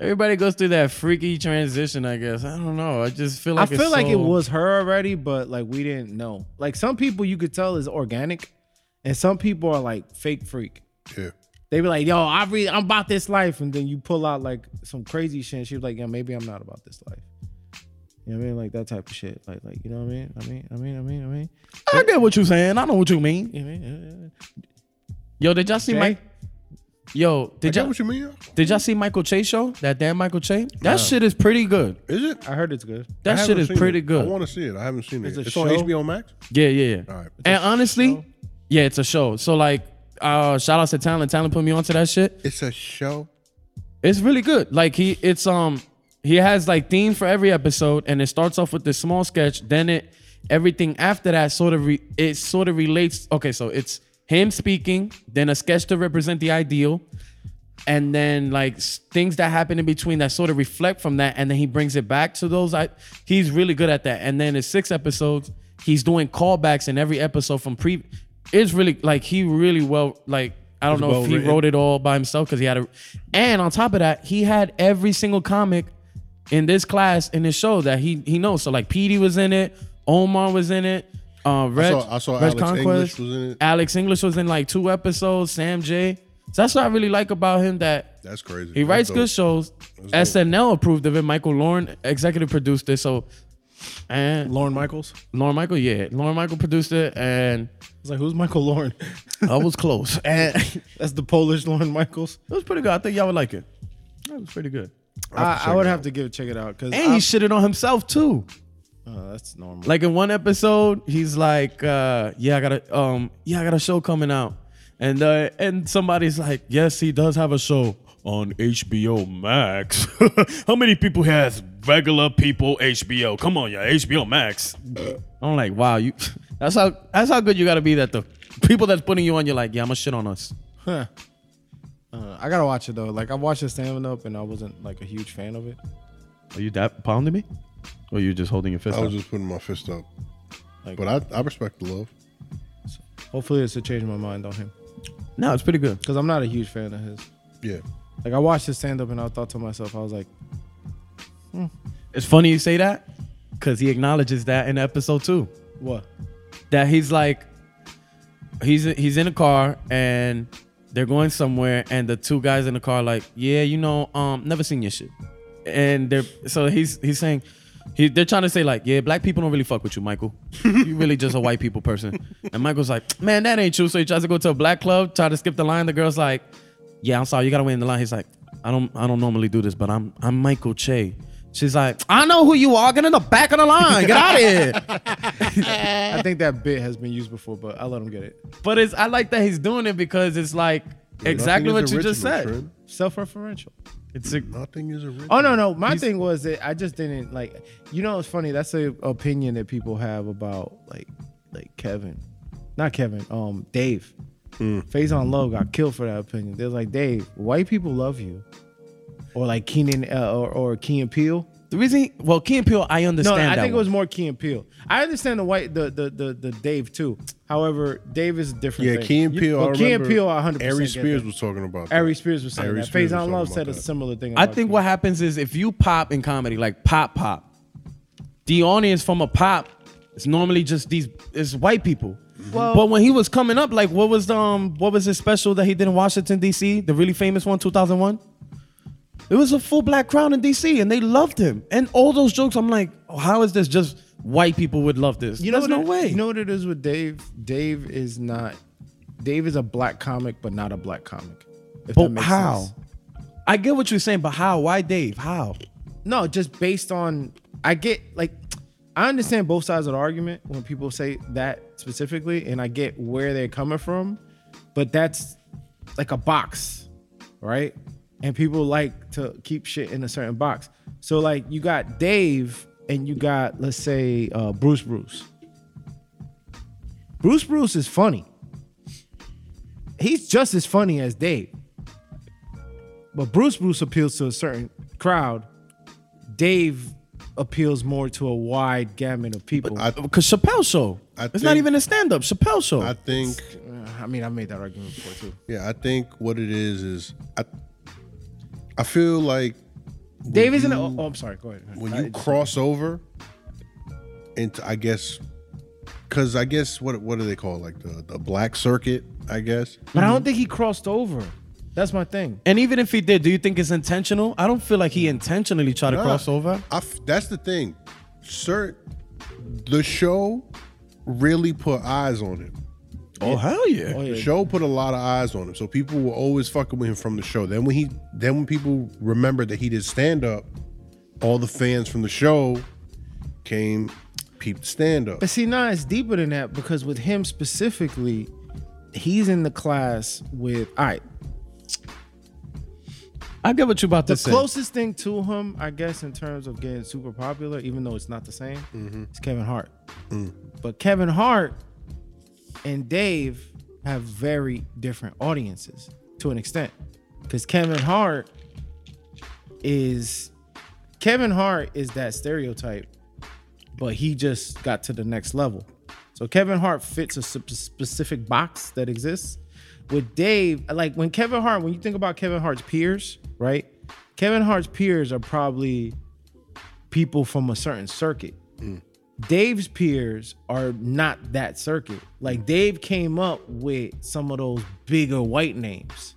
[SPEAKER 3] everybody goes through that freaky transition. I guess I don't know. I just feel like
[SPEAKER 4] I
[SPEAKER 3] it's
[SPEAKER 4] feel like it
[SPEAKER 3] so-
[SPEAKER 4] was her already, but like we didn't know. Like some people you could tell is organic, and some people are like fake freak.
[SPEAKER 2] Yeah.
[SPEAKER 4] They be like, yo, I really, I'm about this life, and then you pull out like some crazy shit. And she was like, yeah, maybe I'm not about this life. You know what I mean? Like that type of shit. Like, like you know what I mean? I mean, I mean, I mean, I mean.
[SPEAKER 3] I get what you're saying. I know what you mean.
[SPEAKER 4] You know what I mean?
[SPEAKER 3] Yo, did y'all see
[SPEAKER 4] Jay?
[SPEAKER 3] Mike? Yo,
[SPEAKER 2] I
[SPEAKER 3] did
[SPEAKER 2] get
[SPEAKER 3] y'all
[SPEAKER 2] what you mean.
[SPEAKER 3] did y'all see Michael Che show? That damn Michael Che. That shit is pretty good.
[SPEAKER 2] Is it?
[SPEAKER 4] I heard it's good.
[SPEAKER 2] I
[SPEAKER 3] That shit
[SPEAKER 2] haven't
[SPEAKER 3] is
[SPEAKER 2] seen
[SPEAKER 3] pretty
[SPEAKER 2] it.
[SPEAKER 3] good.
[SPEAKER 2] I want to see it. I haven't seen it.
[SPEAKER 4] a
[SPEAKER 2] It's
[SPEAKER 4] show?
[SPEAKER 2] on HBO Max.
[SPEAKER 3] yeah, yeah, yeah.
[SPEAKER 2] All right.
[SPEAKER 3] And honestly, yeah, it's a show. So like, uh, shout out to Talent. Talent put me onto that shit.
[SPEAKER 2] It's a show.
[SPEAKER 3] It's really good. Like he, it's um, he has like theme for every episode, and it starts off with this small sketch. Then it, everything after that sort of re, it sort of relates. Okay, so it's him speaking, then a sketch to represent the ideal, and then like s- things that happen in between that sort of reflect from that, and then he brings it back to those. I he's really good at that. And then it's six episodes. He's doing callbacks in every episode from pre. It's really like he really well like. I don't know if he
[SPEAKER 2] well-written.
[SPEAKER 3] wrote it all by himself because he had a, and on top of that, he had every single comic in this class in this show that he he knows. So like Petey was in it, Omar was in it, uh, Reg,
[SPEAKER 2] saw- I saw
[SPEAKER 3] Reg
[SPEAKER 2] Alex English was in it.
[SPEAKER 3] Alex English was in like two episodes. Sam J. So that's what I really like about him that
[SPEAKER 2] That's crazy.
[SPEAKER 3] he writes good
[SPEAKER 2] That's
[SPEAKER 3] shows. SNL approved of it. Michael Lauren executive produced it. So and
[SPEAKER 4] Lauren Michaels.
[SPEAKER 3] Lauren Michael, yeah, Lauren Michael produced it, and
[SPEAKER 4] It's like, who's Michael Lauren?
[SPEAKER 3] I was close. And it
[SPEAKER 4] That's the Polish Lauren Michaels.
[SPEAKER 3] was pretty good. I think y'all would like it. That was pretty good.
[SPEAKER 4] I, I would have to give check it out because
[SPEAKER 3] And he shitted on himself too.
[SPEAKER 4] that's normal.
[SPEAKER 3] Like in one episode, he's like, uh, "Yeah, I got a um, yeah, I got a show coming out," and uh, and somebody's like, "Yes, he does have a show on HBO Max."
[SPEAKER 5] How many people has regular people HBO? Come on, yeah, HBO Max.
[SPEAKER 3] I'm like, "Wow, you." That's how that's how good you gotta be that the people that's putting you on, you're like, "Yeah, I'm gonna shit on us."
[SPEAKER 4] Huh. Uh, I gotta watch it though. Like I watched the stand up and I wasn't like a huge fan of it.
[SPEAKER 3] Are you that pounding me, or you just holding your fist?
[SPEAKER 2] I
[SPEAKER 3] up?
[SPEAKER 2] was just putting my fist up. but I, I respect the love.
[SPEAKER 4] Hopefully, it's to change my mind on him
[SPEAKER 3] no, it's pretty good.
[SPEAKER 4] because I'm not a huge fan of his.
[SPEAKER 2] Yeah.
[SPEAKER 4] Like I watched his stand up and I thought to myself, I was like,
[SPEAKER 3] It's funny you say that because he acknowledges that in episode two.
[SPEAKER 4] what?
[SPEAKER 3] that he's like he's he's in a car and they're going somewhere and the two guys in the car are like yeah you know um never seen your shit and they're so he's he's saying he, they're trying to say like yeah black people don't really fuck with you michael you really just a white people person and michael's like man that ain't true so he tries to go to a black club try to skip the line the girl's like yeah i'm sorry you gotta wait in the line he's like i don't i don't normally do this but i'm i'm michael che she's like i know who you are get in the back of the line get out of here
[SPEAKER 4] I think that bit has been used before, but I let him get it.
[SPEAKER 3] But it's I like that he's doing it because it's like exactly what
[SPEAKER 2] Nothing
[SPEAKER 3] you
[SPEAKER 2] is
[SPEAKER 3] just said.
[SPEAKER 2] original, Trent.
[SPEAKER 4] Self referential.
[SPEAKER 3] It's a,
[SPEAKER 2] Nothing is original.
[SPEAKER 4] Oh no, no. My thing was that I just didn't like. You know, it's funny. That's a opinion that people have about like, like Kevin, not Kevin. Um, Dave.
[SPEAKER 2] Hmm.
[SPEAKER 4] Phase on Love got killed for that opinion. They're like, Dave, white people love you, or like Keenan uh, or or Key and Peele.
[SPEAKER 3] the reason. He, well, Key and Peele, I
[SPEAKER 4] No,
[SPEAKER 3] understand.
[SPEAKER 4] I
[SPEAKER 3] that
[SPEAKER 4] think it was
[SPEAKER 3] one.
[SPEAKER 4] more Key and Peele. I understand the white, the the the, the Dave too. However, Dave is a different.
[SPEAKER 2] Yeah,
[SPEAKER 4] thing.
[SPEAKER 2] Key and
[SPEAKER 4] You-
[SPEAKER 2] Peele.
[SPEAKER 4] But
[SPEAKER 2] I
[SPEAKER 4] Key and
[SPEAKER 2] remember
[SPEAKER 4] Peele, I 100
[SPEAKER 2] Ari Spears was talking about that.
[SPEAKER 4] Ari Spears was saying
[SPEAKER 2] Ari
[SPEAKER 4] that.
[SPEAKER 2] Spears
[SPEAKER 4] Phase
[SPEAKER 2] was
[SPEAKER 4] on Love
[SPEAKER 2] talking
[SPEAKER 4] said
[SPEAKER 2] about
[SPEAKER 4] a
[SPEAKER 2] that.
[SPEAKER 4] similar thing.
[SPEAKER 3] I
[SPEAKER 4] about
[SPEAKER 3] think
[SPEAKER 4] Key.
[SPEAKER 3] what happens is if you pop in comedy, like pop pop, the audience from a pop is normally just these it's white people.
[SPEAKER 4] Well-
[SPEAKER 3] but when he was coming up, like what was the, um what was his special that he did in Washington D.C. the really famous one, two thousand one. It was a full black crowd in D.C. and they loved him. And all those jokes, I'm like, oh, how is this just white people would love this?
[SPEAKER 4] You know
[SPEAKER 3] There's
[SPEAKER 4] what
[SPEAKER 3] no
[SPEAKER 4] it-
[SPEAKER 3] way.
[SPEAKER 4] You know what it is with Dave? Dave is not. Dave is a black comic, but not a black comic. If that
[SPEAKER 3] But
[SPEAKER 4] makes
[SPEAKER 3] how?
[SPEAKER 4] sense.
[SPEAKER 3] I get what you're saying, but how? Why Dave? How?
[SPEAKER 4] No, just based on. I get like. I understand both sides of the argument when people say that specifically, and I get where they're coming from, but that's like a box, right? And people like to keep shit in a certain box. So like you got Dave and you got let's say uh, Bruce Bruce. Bruce Bruce is funny. He's just as funny as Dave. But Bruce Bruce appeals to a certain crowd. Dave appeals more to a wide gamut of people. I,
[SPEAKER 3] Because Chappelle show.
[SPEAKER 2] I
[SPEAKER 3] it's not
[SPEAKER 2] think-
[SPEAKER 3] even a stand-up. Chappelle show.
[SPEAKER 2] I think
[SPEAKER 4] I mean, I made that argument before too.
[SPEAKER 2] Yeah, I think what it is is I I feel like
[SPEAKER 4] Dave isn't. oh, oh, I'm sorry. Go ahead.
[SPEAKER 2] when you cross over into I guess cuz I guess what what do they call it? like the the black circuit, I guess.
[SPEAKER 4] But I don't think he crossed over. That's my thing.
[SPEAKER 3] and even if he did, do you think it's intentional? I don't feel like he intentionally tried to cross over.
[SPEAKER 2] I f- that's the thing. Sir, the show really put eyes on him.
[SPEAKER 3] Oh hell yeah!
[SPEAKER 4] Oh,
[SPEAKER 2] The
[SPEAKER 4] yeah.
[SPEAKER 2] show put a lot of eyes on him, so people were always fucking with him from the show. Then when he, then when people remembered that he did stand up, all the fans from the show came peeped stand up.
[SPEAKER 4] But see, nah, it's deeper than that because with him specifically, he's in the class with. All right,
[SPEAKER 3] I get what you about
[SPEAKER 4] the
[SPEAKER 3] to say.
[SPEAKER 4] closest thing to him, I guess, in terms of getting super popular, even though it's not the same, it's Kevin Hart. But Kevin Hart and Dave have very different audiences to an extent, because Kevin Hart is Kevin Hart is that stereotype, but he just got to the next level. So Kevin Hart fits a sp- specific box that exists. With Dave, like when Kevin Hart, when you think about Kevin Hart's peers, right? Kevin Hart's peers are probably people from a certain circuit.
[SPEAKER 2] Mm.
[SPEAKER 4] Dave's peers are not that circuit. Like Dave came up with some of those bigger white names.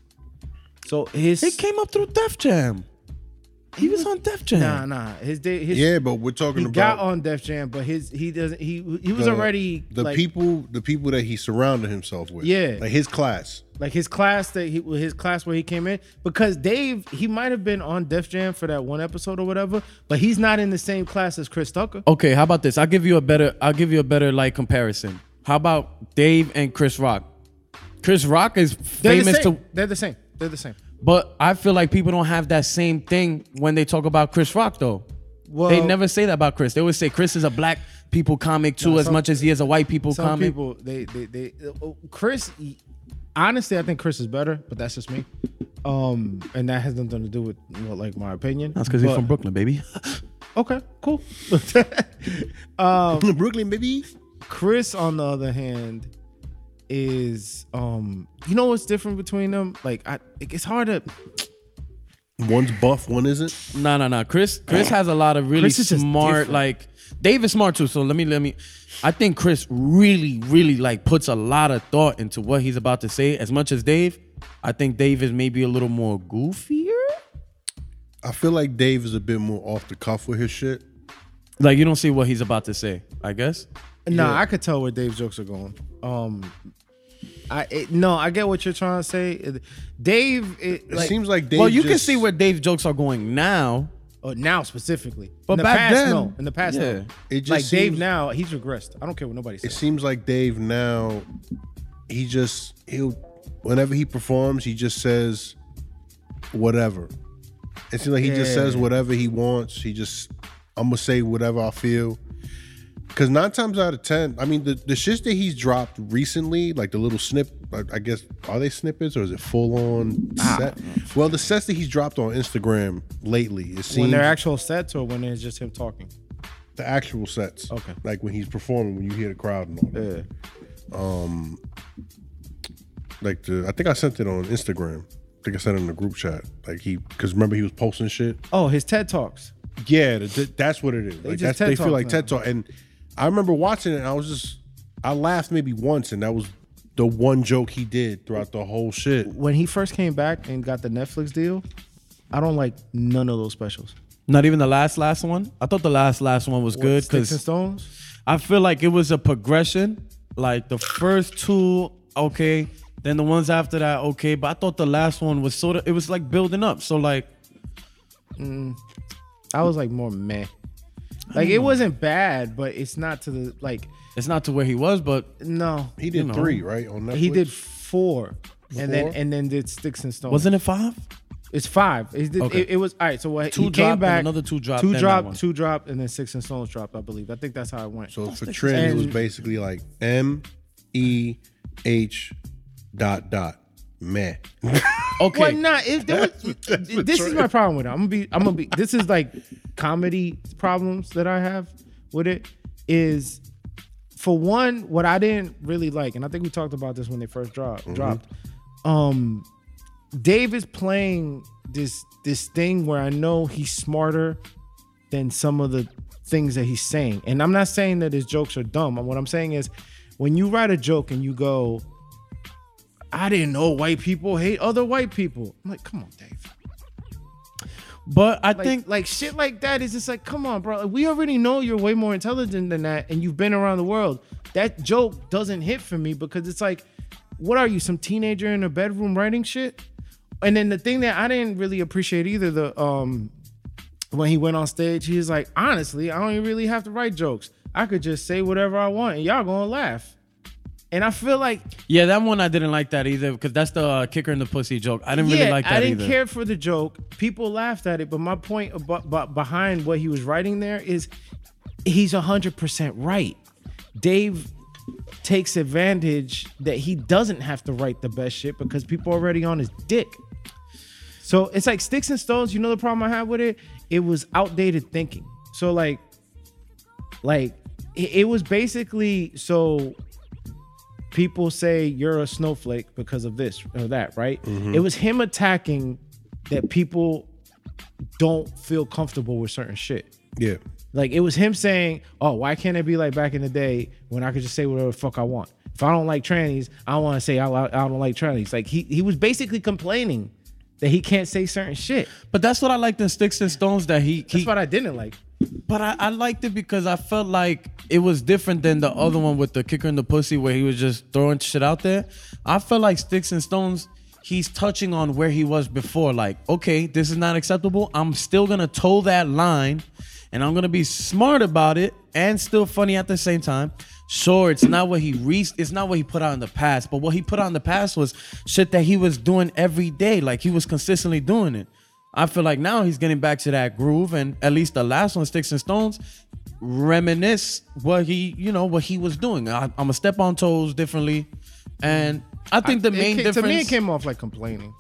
[SPEAKER 4] So his
[SPEAKER 3] He came up through Def Jam. He was on Def Jam.
[SPEAKER 4] nah nah his day his
[SPEAKER 2] yeah, but we're
[SPEAKER 4] he
[SPEAKER 2] talking about
[SPEAKER 4] got on Def Jam, but his he doesn't he he was
[SPEAKER 2] the-
[SPEAKER 4] already
[SPEAKER 2] the
[SPEAKER 4] like,
[SPEAKER 2] people, the people that he surrounded himself with.
[SPEAKER 4] Yeah.
[SPEAKER 2] like his class.
[SPEAKER 4] Like his class that he his class where he came in because Dave he might have been on Def Jam for that one episode or whatever, but he's not in the same class as Chris Tucker.
[SPEAKER 3] Okay, how about this? I'll give you a better I'll give you a better like comparison. How about Dave and Chris Rock? Chris Rock is
[SPEAKER 4] They're
[SPEAKER 3] famous
[SPEAKER 4] the same.
[SPEAKER 3] to
[SPEAKER 4] They're the same. They're the same.
[SPEAKER 3] but I feel like people don't have that same thing when they talk about Chris Rock though.
[SPEAKER 4] Well,
[SPEAKER 3] they never say that about Chris. They always say Chris is a black people comic too, as
[SPEAKER 4] some-
[SPEAKER 3] much as he is a white people
[SPEAKER 4] some
[SPEAKER 3] comic.
[SPEAKER 4] people they they they oh, Chris. Honestly, I think Chris is better, but that's just me. Um, and that has nothing to do with you know, like my opinion.
[SPEAKER 3] That's because he's
[SPEAKER 4] But-
[SPEAKER 3] from Brooklyn, baby.
[SPEAKER 4] Okay, cool. Oh.
[SPEAKER 2] Brooklyn, baby.
[SPEAKER 4] Chris, on the other hand, is um, you know what's different between them? Like, I it's hard to.
[SPEAKER 2] One's buff, one isn't.
[SPEAKER 3] No, no, no. Chris, Chris has a lot of really
[SPEAKER 4] Chris is just
[SPEAKER 3] smart,
[SPEAKER 4] different.
[SPEAKER 3] like Dave is smart too. So let me, let me. I think Chris really, really like puts a lot of thought into what he's about to say. As much as Dave, I think Dave is maybe a little more goofier.
[SPEAKER 2] I feel like Dave is a bit more off the cuff with his shit.
[SPEAKER 3] Like you don't see what he's about to say. I guess.
[SPEAKER 4] Nah, I could tell where Dave's jokes are going. Um, I it, no, I get what you're trying to say. It- Dave, it,
[SPEAKER 2] It
[SPEAKER 4] like,
[SPEAKER 2] seems like Dave.
[SPEAKER 3] well, you can
[SPEAKER 2] just-
[SPEAKER 3] see where Dave's jokes are going now.
[SPEAKER 4] oh, now specifically,
[SPEAKER 3] But
[SPEAKER 4] in the
[SPEAKER 3] back
[SPEAKER 4] past,
[SPEAKER 3] then-
[SPEAKER 4] no, in the past,
[SPEAKER 3] Yeah.
[SPEAKER 4] no.
[SPEAKER 2] It just
[SPEAKER 4] like Dave
[SPEAKER 2] seems-
[SPEAKER 4] now, he's regressed. I don't care what nobody
[SPEAKER 2] it
[SPEAKER 4] says.
[SPEAKER 2] seems like Dave now. He just he'll whenever he performs, he just says whatever. It seems like he just
[SPEAKER 4] Yeah.
[SPEAKER 2] says whatever he wants. He just I'm gonna say whatever I feel. Cause nine times out of ten, I mean the the shit that he's dropped recently, like the little snip, I, I guess are they snippets or is it full on
[SPEAKER 4] Ah.
[SPEAKER 2] set? Well, the sets that he's dropped on Instagram lately, it seems
[SPEAKER 4] When they're actual sets or when it's just him talking.
[SPEAKER 2] the actual sets.
[SPEAKER 4] Okay.
[SPEAKER 2] Like when he's performing, when you hear the crowd and all that.
[SPEAKER 4] Yeah.
[SPEAKER 2] Like the I think I sent it on Instagram. I think I sent it in the group chat. Like he because remember he was posting shit.
[SPEAKER 4] Oh, his TED talks.
[SPEAKER 2] Yeah, the, the- that's what it is. Like
[SPEAKER 4] just
[SPEAKER 2] that's,
[SPEAKER 4] TED
[SPEAKER 2] they feel
[SPEAKER 4] Talk
[SPEAKER 2] like
[SPEAKER 4] now.
[SPEAKER 2] TED Talk. And I remember watching it and I was just I laughed maybe once and that was the one joke he did throughout the whole shit.
[SPEAKER 4] When he first came back and got the Netflix deal, I don't like none of those specials.
[SPEAKER 3] Not even the last, last one. I thought the last, last one was good
[SPEAKER 4] Sticks and
[SPEAKER 3] because
[SPEAKER 4] Stones.
[SPEAKER 3] I feel like it was a progression. Like the first two, okay. Then the ones after that, okay. But I thought the last one was sort of it was like building up. So like
[SPEAKER 4] I was like more meh. Like it wasn't bad, but it's not to the like
[SPEAKER 3] it's not to where he was, but
[SPEAKER 4] no.
[SPEAKER 2] He did three, right? On Netflix.
[SPEAKER 4] He did four. And then
[SPEAKER 2] Four?
[SPEAKER 4] and then did Sticks and Stones.
[SPEAKER 3] wasn't it five?
[SPEAKER 4] It's five. It, did-
[SPEAKER 3] Okay.
[SPEAKER 4] it, it was all right. So what
[SPEAKER 3] Two
[SPEAKER 4] he
[SPEAKER 3] dropped
[SPEAKER 4] came
[SPEAKER 3] and
[SPEAKER 4] back,
[SPEAKER 3] another two dropped,
[SPEAKER 4] two
[SPEAKER 3] then that one.
[SPEAKER 4] dropped, two dropped, and then Sticks and Stones dropped. I believe. I think that's how it went.
[SPEAKER 2] So for trend, it was
[SPEAKER 4] And-
[SPEAKER 2] basically like M E H dot dot meh.
[SPEAKER 3] Okay.
[SPEAKER 4] Well, not if there was, this is my problem with it. I'm gonna be. I'm gonna be. This is like comedy problems that I have with it. Is for one, what I didn't really like, and I think we talked about this when they first dropped. Dropped. Um, Dave is playing this this thing where I know he's smarter than some of the things that he's saying. And I'm not saying that his jokes are dumb. What I'm saying is, when you write a joke and you go, I didn't know white people hate other white people. I'm like, come on, Dave.
[SPEAKER 3] But I
[SPEAKER 4] Like,
[SPEAKER 3] think
[SPEAKER 4] like shit like that is just like, come on, bro. Like, we already know you're way more intelligent than that, and you've been around the world. That joke doesn't hit for me because it's like, what are you, some teenager in a bedroom writing shit? And then the thing that I didn't really appreciate either, the um, when he went on stage, he was like, honestly, I don't even really have to write jokes. I could just say whatever I want, and y'all gonna laugh. And I feel like
[SPEAKER 3] yeah, that one I didn't like that either because that's the uh, kicker in the pussy joke. I didn't really like that
[SPEAKER 4] I didn't
[SPEAKER 3] either.
[SPEAKER 4] care for the joke. People laughed at it, but my point about, but behind what he was writing there is he's 100% right. Dave takes advantage that he doesn't have to write the best shit because people are already on his dick. So it's like sticks and stones, you know the problem I had with it? It was outdated thinking. So like like it, it was basically so people say you're a snowflake because of this or that, right?
[SPEAKER 3] Mm-hmm.
[SPEAKER 4] It was him attacking that people don't feel comfortable with certain shit.
[SPEAKER 2] Yeah.
[SPEAKER 4] Like it was him saying, "Oh, why can't it be like back in the day when I could just say whatever the fuck I want? If I don't like trannies, I want to say I, I don't like trannies." Like he he was basically complaining that he can't say certain shit.
[SPEAKER 3] But that's what I liked in Sticks and Stones that he
[SPEAKER 4] That's
[SPEAKER 3] he
[SPEAKER 4] what I didn't like.
[SPEAKER 3] But I, I liked it because I felt like it was different than the other one with the kicker in the pussy where he was just throwing shit out there. I felt like Sticks and Stones, he's touching on where he was before. Like, okay, this is not acceptable. I'm still gonna toe that line and I'm gonna be smart about it and still funny at the same time. Sure, it's not what he reached, it's not what he put out in the past, but what he put out in the past was shit that he was doing every day. Like he was consistently doing it. I feel like now he's getting back to that groove, and at least the last one, Sticks and Stones, reminisce what he, you know, what he was doing. I, I'm gonna step on toes differently, and I think the
[SPEAKER 4] It
[SPEAKER 3] main
[SPEAKER 4] ca-
[SPEAKER 3] difference
[SPEAKER 4] to me it came off like complaining.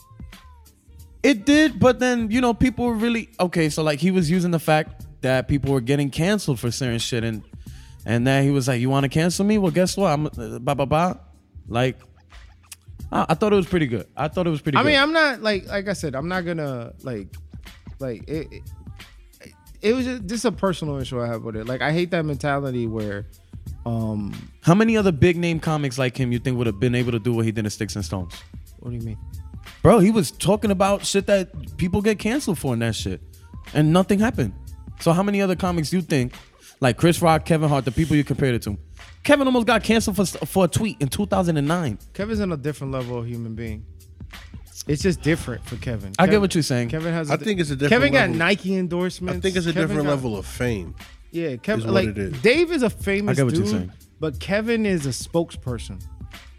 [SPEAKER 3] it did, but then you know people were really okay. So like he was using the fact that people were getting canceled for certain shit, and and then he was like, "You want to cancel me? Well, guess what? I'm uh, ba ba ba." Like, I, I thought it was pretty good. I thought it was pretty.
[SPEAKER 4] I
[SPEAKER 3] good.
[SPEAKER 4] mean, I'm not like like I said, I'm not gonna like like it. It, it was just, just a personal issue I have with it. Like I hate that mentality where, um,
[SPEAKER 3] how many other big name comics like him you think would have been able to do what he did in Sticks and Stones?
[SPEAKER 4] what do you mean?
[SPEAKER 3] Bro, he was talking about shit that people get canceled for and that shit. And nothing happened. So how many other comics you think, like Chris Rock, Kevin Hart, the people you compared it to? Kevin almost got canceled for for a tweet in 2009.
[SPEAKER 4] Kevin's on a different level of human being. It's just different for Kevin.
[SPEAKER 3] I get
[SPEAKER 4] Kevin-
[SPEAKER 3] what you're saying.
[SPEAKER 4] Kevin has.
[SPEAKER 2] I
[SPEAKER 4] di-
[SPEAKER 2] think it's a different
[SPEAKER 4] Kevin
[SPEAKER 2] level.
[SPEAKER 4] got Nike endorsements.
[SPEAKER 2] I think it's a
[SPEAKER 4] Kevin
[SPEAKER 2] different
[SPEAKER 4] got-
[SPEAKER 2] level of fame.
[SPEAKER 4] Yeah,
[SPEAKER 2] is
[SPEAKER 4] Kevin.
[SPEAKER 2] what
[SPEAKER 4] Like
[SPEAKER 2] it is.
[SPEAKER 4] Dave is a
[SPEAKER 3] I
[SPEAKER 4] famous
[SPEAKER 3] get what you're
[SPEAKER 4] dude,
[SPEAKER 3] saying.
[SPEAKER 4] but Kevin is a spespokesperson.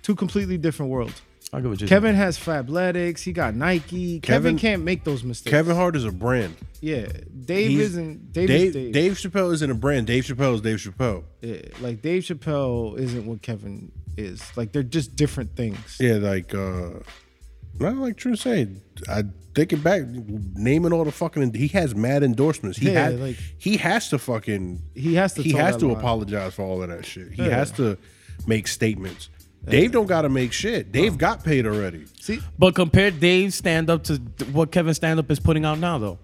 [SPEAKER 4] Two completely different worlds.
[SPEAKER 3] I get what you're
[SPEAKER 4] Kevin has Fabletics. He got Nike. Kevin,
[SPEAKER 2] Kevin-
[SPEAKER 4] can't make those mistakes.
[SPEAKER 2] Kevin Hart is a brand.
[SPEAKER 4] Yeah, Dave
[SPEAKER 2] He's-
[SPEAKER 4] isn't. Dave,
[SPEAKER 2] Dave,
[SPEAKER 4] is Dave.
[SPEAKER 2] Dave Chappelle isn't a brand. Dave Chappelle is Dave Chappelle.
[SPEAKER 4] Yeah, like Dave Chappelle isn't what Kevin is. Like they're just different things.
[SPEAKER 2] Yeah, like uh not like Trent said. I thinking back, naming all the fucking he has mad endorsements. He
[SPEAKER 4] Yeah,
[SPEAKER 2] had
[SPEAKER 4] like-
[SPEAKER 2] he has to fucking
[SPEAKER 4] He has to
[SPEAKER 2] he
[SPEAKER 4] toe
[SPEAKER 2] has
[SPEAKER 4] that
[SPEAKER 2] to
[SPEAKER 4] line.
[SPEAKER 2] apologize for all of that shit. He has to make statements. Dave don't gotta make shit. Dave got paid already.
[SPEAKER 4] See,
[SPEAKER 3] But compare Dave's stand up to th- what Kevin stand up is putting out now though.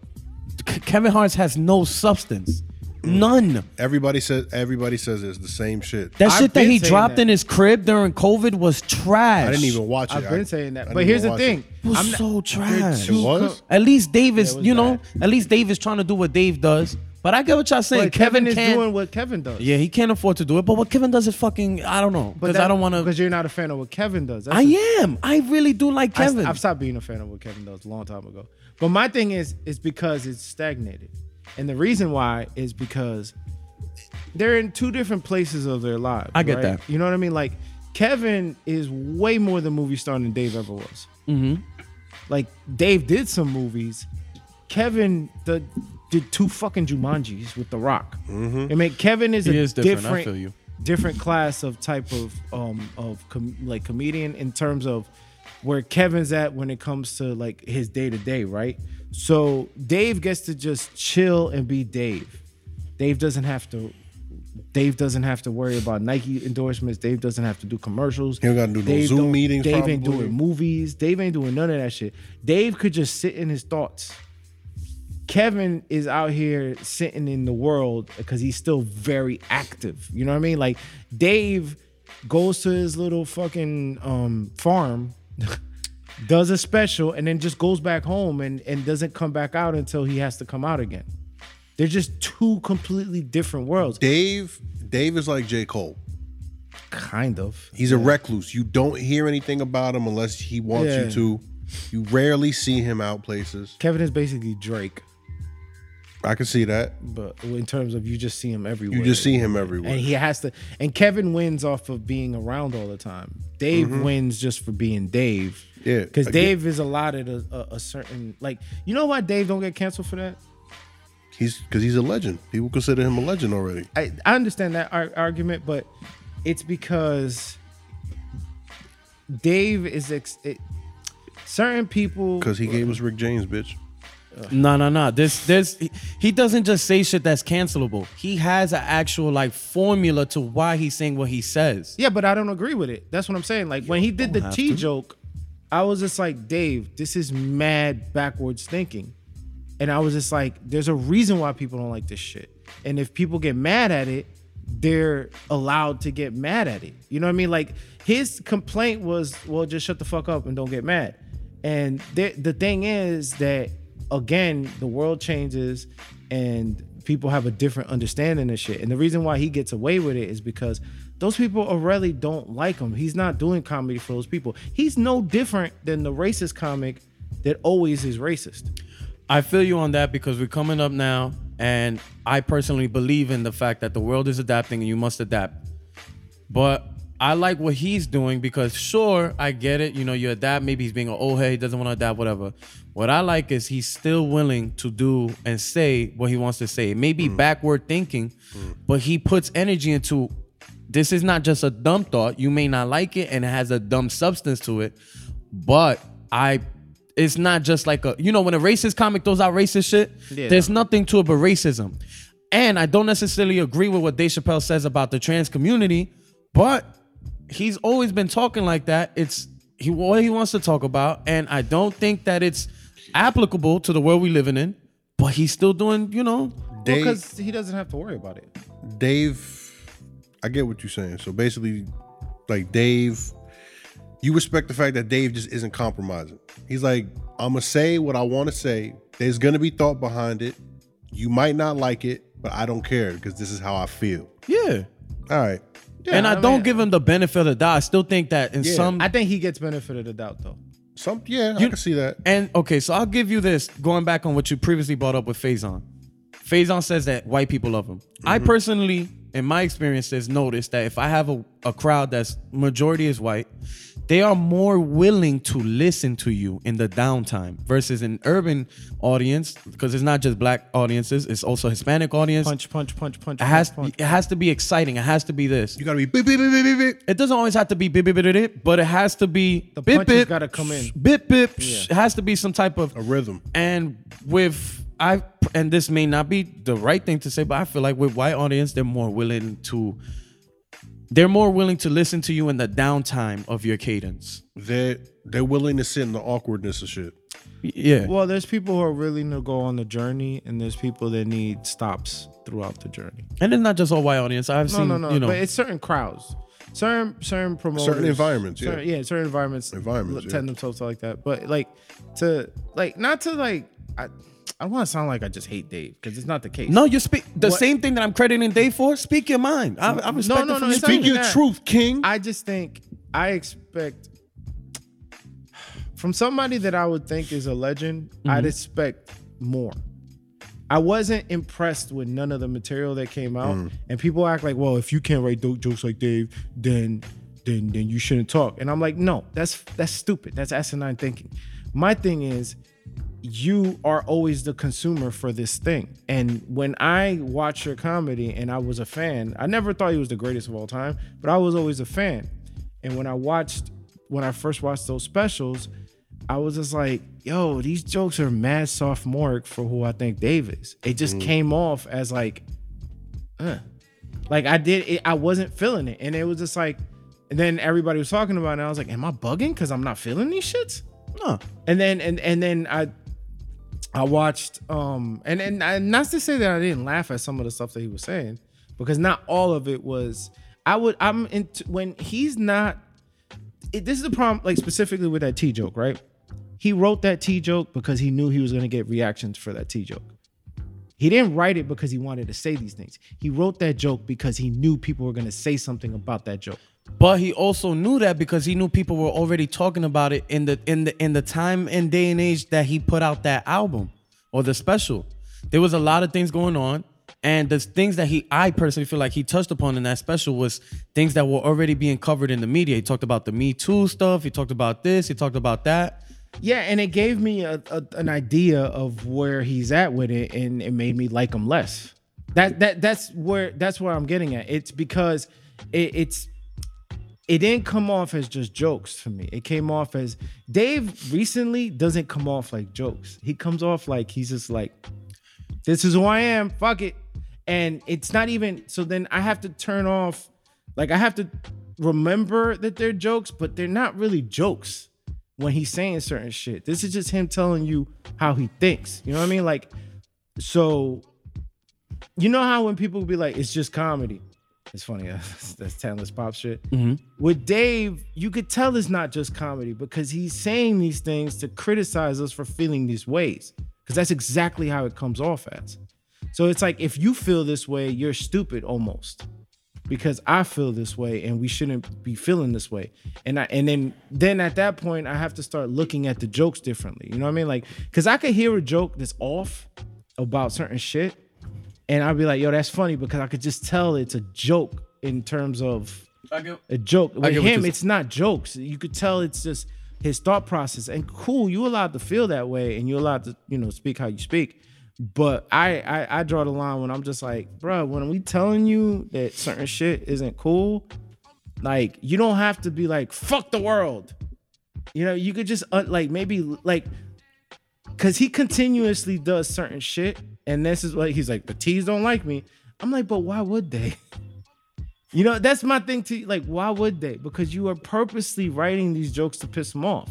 [SPEAKER 3] K- Kevin Hart's has no substance. None.
[SPEAKER 2] Everybody says everybody says it's the same shit.
[SPEAKER 3] That
[SPEAKER 4] I've
[SPEAKER 3] shit that
[SPEAKER 4] been
[SPEAKER 3] he
[SPEAKER 4] saying
[SPEAKER 3] dropped
[SPEAKER 4] that.
[SPEAKER 3] in his crib during COVID was trash.
[SPEAKER 2] I didn't even watch it.
[SPEAKER 4] I've
[SPEAKER 2] I-
[SPEAKER 4] been saying that,
[SPEAKER 2] I
[SPEAKER 4] but
[SPEAKER 2] didn't
[SPEAKER 4] here's
[SPEAKER 2] even
[SPEAKER 4] the
[SPEAKER 2] watch
[SPEAKER 4] thing.
[SPEAKER 3] It was
[SPEAKER 4] I'm not-
[SPEAKER 3] so trash.
[SPEAKER 2] It was
[SPEAKER 3] At least Dave is,
[SPEAKER 4] it was
[SPEAKER 3] you know,
[SPEAKER 4] bad.
[SPEAKER 3] at least Dave is trying to do what Dave does. But I get what y'all saying.
[SPEAKER 4] but Kevin, is
[SPEAKER 3] can't,
[SPEAKER 4] doing what Kevin does.
[SPEAKER 3] Yeah, he can't afford to do it. But what Kevin does is fucking, I don't know. Because
[SPEAKER 4] that-
[SPEAKER 3] I don't want
[SPEAKER 4] Because
[SPEAKER 3] to.
[SPEAKER 4] you're not a fan of what Kevin does. That's
[SPEAKER 3] I
[SPEAKER 4] the
[SPEAKER 3] am. I really do like
[SPEAKER 4] I-
[SPEAKER 3] Kevin.
[SPEAKER 4] I've stopped being a fan of what Kevin does a long time ago. But my thing is, is because it's stagnated, and the reason why is because they're in two different places of their lives.
[SPEAKER 3] I get
[SPEAKER 4] right?
[SPEAKER 3] that.
[SPEAKER 4] You know what I mean? Like Kevin is way more the movie star than Dave ever was. Mm-hmm. Like Dave did some movies. Kevin the, did two fucking Jumanjis with The Rock. I mean, Kevin is
[SPEAKER 3] Mm-hmm. He
[SPEAKER 4] a
[SPEAKER 3] is different. I
[SPEAKER 4] different.
[SPEAKER 3] feel you.
[SPEAKER 4] Different class of type of um of com- like comedian in terms of where Kevin's at when it comes to like his day to day, right? So Dave gets to just chill and be Dave. Dave doesn't have to. Dave doesn't have to worry about Nike endorsements. Dave doesn't have to do commercials.
[SPEAKER 2] He don't gotta do no
[SPEAKER 4] Dave
[SPEAKER 2] Zoom
[SPEAKER 4] don't-
[SPEAKER 2] meetings,
[SPEAKER 4] Dave ain't
[SPEAKER 2] probably.
[SPEAKER 4] doing movies. Dave ain't doing none of that shit. Dave could just sit in his thoughts. Kevin is out here sitting in the world because he's still very active. You know what I mean? Like Dave goes to his little fucking um, farm, does a special, and then just goes back home and, and doesn't come back out until he has to come out again. They're just two completely different worlds.
[SPEAKER 2] Dave Dave is like J. Cole.
[SPEAKER 4] Kind of.
[SPEAKER 2] He's a recluse. You don't hear anything about him unless he wants
[SPEAKER 4] Yeah.
[SPEAKER 2] you to. You rarely see him out places.
[SPEAKER 4] Kevin is basically Drake,
[SPEAKER 2] I can see that.
[SPEAKER 4] but in terms of you just see him everywhere.
[SPEAKER 2] You just see him everywhere.
[SPEAKER 4] and he has to and Kevin wins off of being around all the time. Dave wins just for being Dave.
[SPEAKER 2] Mm-hmm. Yeah,
[SPEAKER 4] Because
[SPEAKER 2] I get-
[SPEAKER 4] Dave is allotted a, a, a certain like you know why Dave don't get canceled for that?
[SPEAKER 2] he's because he's a legend. People consider him a legend already.
[SPEAKER 4] I, I understand that ar- argument, but it's because Dave is ex- it, certain people
[SPEAKER 2] Because he gave us Rick James, bitch.
[SPEAKER 3] No, no, no. This, this, he- he doesn't just say shit that's cancelable. He has an actual like formula to why he's saying what he says.
[SPEAKER 4] Yeah, but I don't agree with it. That's what I'm saying. Like when he did the T joke, I was just like, Dave, this is mad backwards thinking. And I was just like, there's a reason why people don't like this shit. And if people get mad at it, they're allowed to get mad at it. You know what I mean? Like his complaint was, well, just shut the fuck up and don't get mad. And the the thing is that again, the world changes and people have a different understanding of shit. And the reason why he gets away with it is because those people already don't like him. He's not doing comedy for those people. He's no different than the racist comic that always is racist.
[SPEAKER 3] I feel you on that because we're coming up now, and I personally believe in the fact that the world is adapting and you must adapt. But I like what he's doing because, sure, I get it. You know, you adapt. Maybe he's being an old head, he doesn't want to adapt, whatever. What I like is he's still willing to do and say what he wants to say. It may be backward thinking, but he puts energy into this is not just a dumb thought. You may not like it and it has a dumb substance to it, but I it's not just like a you know when a racist comic throws out racist shit,
[SPEAKER 4] Yeah.
[SPEAKER 3] there's nothing to it but racism. And I don't necessarily agree with what Dave Chappelle says about the trans community, but he's always been talking like that. It's he what he wants to talk about, and I don't think that it's applicable to the world we're living in. But he's still doing, you know,
[SPEAKER 2] Dave,
[SPEAKER 4] Because he doesn't have to worry about it.
[SPEAKER 2] Dave, I get what you're saying. So basically, like Dave, you respect the fact that Dave just isn't compromising. He's like, I'm gonna say what I want to say. There's gonna be thought behind it. You might not like it, but I don't care because this is how I feel.
[SPEAKER 3] yeah.
[SPEAKER 2] All right.
[SPEAKER 3] and I,
[SPEAKER 4] I
[SPEAKER 3] don't
[SPEAKER 4] mean-
[SPEAKER 3] give him the benefit of the doubt. I still think that in some
[SPEAKER 4] I think he gets benefit of the doubt though.
[SPEAKER 2] Some yeah, I
[SPEAKER 3] You-
[SPEAKER 2] can see that.
[SPEAKER 3] And okay, so I'll give you this. Going back on what you previously brought up with Faison, Faison says that white people love him. I
[SPEAKER 4] Mm-hmm.
[SPEAKER 3] personally, in my experiences, noticed that if I have a, a crowd that's majority is white, they are more willing to listen to you in the downtime versus an urban audience because it's not just black audiences; it's also Hispanic audience.
[SPEAKER 4] Punch, punch, punch, punch.
[SPEAKER 3] It has
[SPEAKER 4] punch, punch.
[SPEAKER 3] it has to be exciting. It has to be this.
[SPEAKER 2] You gotta be beep, beep, beep, beep, beep, beep.
[SPEAKER 3] It doesn't always have to be bip bip bip bip, but it has to be
[SPEAKER 4] The
[SPEAKER 3] bip
[SPEAKER 4] punches
[SPEAKER 3] bip.
[SPEAKER 4] gotta come in.
[SPEAKER 3] Bip bip. It has to be some type of
[SPEAKER 2] a rhythm.
[SPEAKER 3] and with I and this may not be the right thing to say, but I feel like with white audience, they're more willing to they're more willing to listen to you in the downtime of your cadence.
[SPEAKER 2] They're they're willing to sit in the awkwardness of shit.
[SPEAKER 3] Y- Yeah.
[SPEAKER 4] Well, there's people who are willing to go on the journey, and there's people that need stops throughout the journey.
[SPEAKER 3] and it's not just all white audience. I've
[SPEAKER 4] No,
[SPEAKER 3] seen
[SPEAKER 4] no, no.
[SPEAKER 3] you know
[SPEAKER 4] but it's certain crowds, certain certain promoters,
[SPEAKER 2] environments, yeah.
[SPEAKER 4] certain, yeah, certain environments,
[SPEAKER 2] Environments,
[SPEAKER 4] l-
[SPEAKER 2] yeah.
[SPEAKER 4] tend themselves to like that. But like to like not to like I, I don't want to sound like I just hate Dave because it's not the case.
[SPEAKER 3] No, you speak the
[SPEAKER 4] What-
[SPEAKER 3] same thing that I'm crediting Dave for, speak your mind. I, I respect
[SPEAKER 4] no,
[SPEAKER 3] it
[SPEAKER 4] no,
[SPEAKER 3] from you.
[SPEAKER 4] it's not even that.
[SPEAKER 2] King.
[SPEAKER 4] I just think I expect from somebody that I would think is a legend, I'd expect more. I wasn't impressed with none of the material that came out, and people act like, "Well, if you can't write dope jokes like Dave, then then then you shouldn't talk." And I'm like, "No, that's that's stupid. That's asinine thinking." My thing is, you are always the consumer for this thing. And when I watched your comedy and I was a fan, I never thought he was the greatest of all time, but I was always a fan. And when I watched, when I first watched those specials, I was just like, yo, these jokes are mad sophomoric for who I think Dave is. It just came off as like, uh. Like I did it, I wasn't feeling it. And it was just like, and then everybody was talking about it, and I was like, am I bugging? Because I'm not feeling these shits?
[SPEAKER 3] No.
[SPEAKER 4] and then and and then I I watched um and and, and not to say that I didn't laugh at some of the stuff that he was saying because not all of it was I would I'm into when he's not it, this is the problem like specifically with that T joke right he wrote that T joke because he knew he was gonna get reactions for that T joke he didn't write it because he wanted to say these things he wrote that joke because he knew people were gonna say something about that joke
[SPEAKER 3] But he also knew that because he knew people were already talking about it in the in the in the time and day and age that he put out that album or the special. There was a lot of things going on. And the things that he I personally feel like he touched upon in that special was things that were already being covered in the media. He talked about the Me Too stuff, he talked about this, he talked about that.
[SPEAKER 4] Yeah, and it gave me a, a, an idea of where he's at with it, and it made me like him less. That that that's where that's where I'm getting at. It's because it, it's it didn't come off as just jokes for me. It came off as Dave recently doesn't come off like jokes. He comes off like he's just like, this is who I am. Fuck it. And it's not even so. Then I have to turn off. Like I have to remember that they're jokes, but they're not really jokes when he's saying certain shit. This is just him telling you how he thinks. You know what I mean? Like, so you know how when people be like, it's just comedy. It's funny. That's, that's talentless pop shit. With Dave, you could tell it's not just comedy because he's saying these things to criticize us for feeling these ways. Because that's exactly how it comes off as. So it's like if you feel this way, you're stupid almost. Because I feel this way and we shouldn't be feeling this way. And I and then then at that point I have to start looking at the jokes differently. You know what I mean? Like cuz I could hear a joke that's off about certain shit and I'd be like, "Yo, that's funny" because I could just tell it's a joke in terms of a joke.
[SPEAKER 3] get
[SPEAKER 4] With
[SPEAKER 3] what
[SPEAKER 4] him,
[SPEAKER 3] you're-
[SPEAKER 4] it's not jokes. You could tell it's just his thought process. And cool, you allowed to feel that way, and you're allowed to, you know, speak how you speak. But I, I, I draw the line when I'm just like, bruh, when we telling you that certain shit isn't cool, like you don't have to be like, fuck the world. You know, you could just uh, like maybe like because he continuously does certain shit, and this is what he's like. Petits don't like me. I'm like, but why would they? You know, that's my thing to like. Why would they? Because you are purposely writing these jokes to piss them off,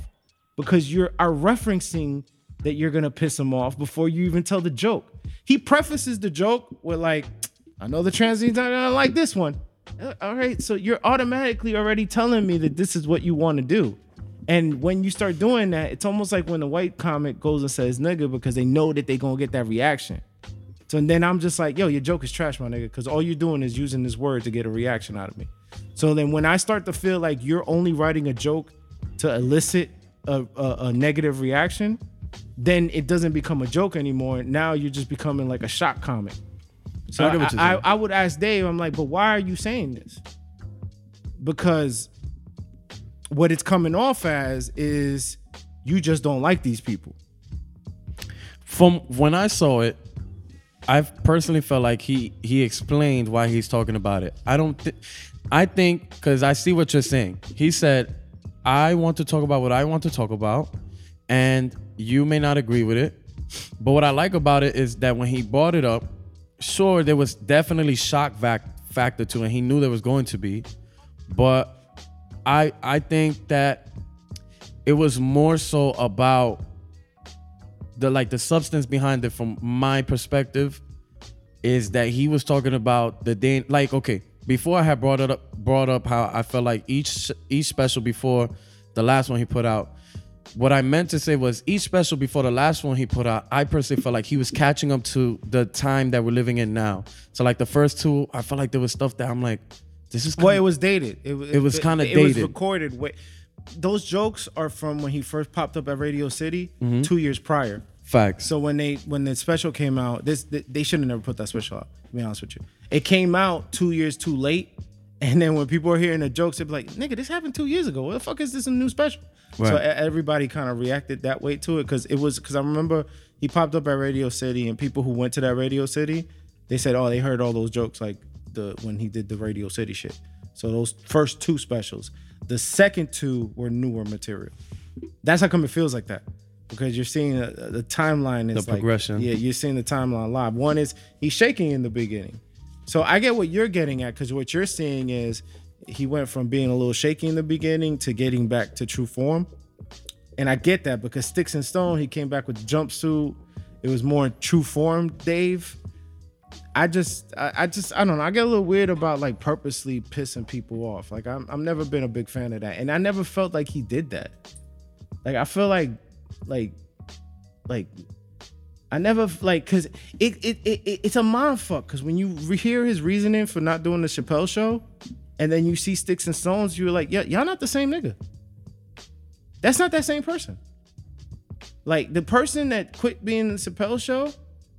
[SPEAKER 4] because you are referencing that you're gonna piss them off before you even tell the joke. He prefaces the joke with like, "I know the transients aren't gonna like this one." Uh, All right, so you're automatically already telling me that this is what you want to do. And when you start doing that, it's almost like when the white comic goes and says nigga because they know that they gonna get that reaction. So then I'm just like, yo, your joke is trash, my nigga, because all you're doing is using this word to get a reaction out of me. So then when I start to feel like you're only writing a joke to elicit a, a, a negative reaction, then it doesn't become a joke anymore. Now you're just becoming like a shock comic. So
[SPEAKER 3] I get what you're
[SPEAKER 4] I, I,
[SPEAKER 3] saying.
[SPEAKER 4] I would ask Dave, I'm like, but why are you saying this? Because what it's coming off as is you just don't like these people.
[SPEAKER 3] From when I saw it, I've personally felt like he he explained why he's talking about it. I don't think I think because I see what you're saying. He said, I want to talk about what I want to talk about, and you may not agree with it. But what I like about it is that when he brought it up, sure, there was definitely shock vac- factor to it. He knew there was going to be. But I I think that it was more so about the like the substance behind it from my perspective is that he was talking about the day like okay before I had brought it up brought up how I felt like each each special before the last one he put out what I meant to say was each special before the last one he put out I personally felt like he was catching up to the time that we're living in now so like the first two I felt like there was stuff that I'm like this is
[SPEAKER 4] Well, it was dated. It,
[SPEAKER 3] It was kinda
[SPEAKER 4] It was
[SPEAKER 3] dated.
[SPEAKER 4] recorded. Wait, those jokes are from when he first popped up at Radio City
[SPEAKER 3] Mm-hmm.
[SPEAKER 4] two years prior.
[SPEAKER 3] facts
[SPEAKER 4] So when they when the special came out, this th- they should have never put that special out. To be honest with you, it came out two years too late. And then when people are hearing the jokes, they're like, "Nigga, this happened two years ago. What the fuck is this a new special?" So e-
[SPEAKER 3] Right.
[SPEAKER 4] everybody kind of reacted that way to it because it was because I remember he popped up at Radio City and people who went to that Radio City, they said, "Oh, they heard all those jokes like the when he did the Radio City shit." So those first two specials, the second two were newer material that's how come it feels like that because you're seeing a, the timeline is
[SPEAKER 3] The
[SPEAKER 4] like-
[SPEAKER 3] progression.
[SPEAKER 4] yeah you're seeing the timeline live one is he's shaking in the beginning so i get what you're getting at because what you're seeing is he went from being a little shaky in the beginning to getting back to true form and i get that because sticks and stone he came back with the jumpsuit it was more true form dave I just, I, I just, I don't know. I get a little weird about like purposely pissing people off. Like I'm, I've never been a big fan of that, and I never felt like he did that. Like I feel like, like, like, I never like because it, it, it, it, it's a mind fuck. Because when you re- hear his reasoning for not doing the Chappelle show, and then you see Sticks and Stones, you're like, yeah, y'all not the same nigga. That's not that same person. Like the person that quit being the Chappelle show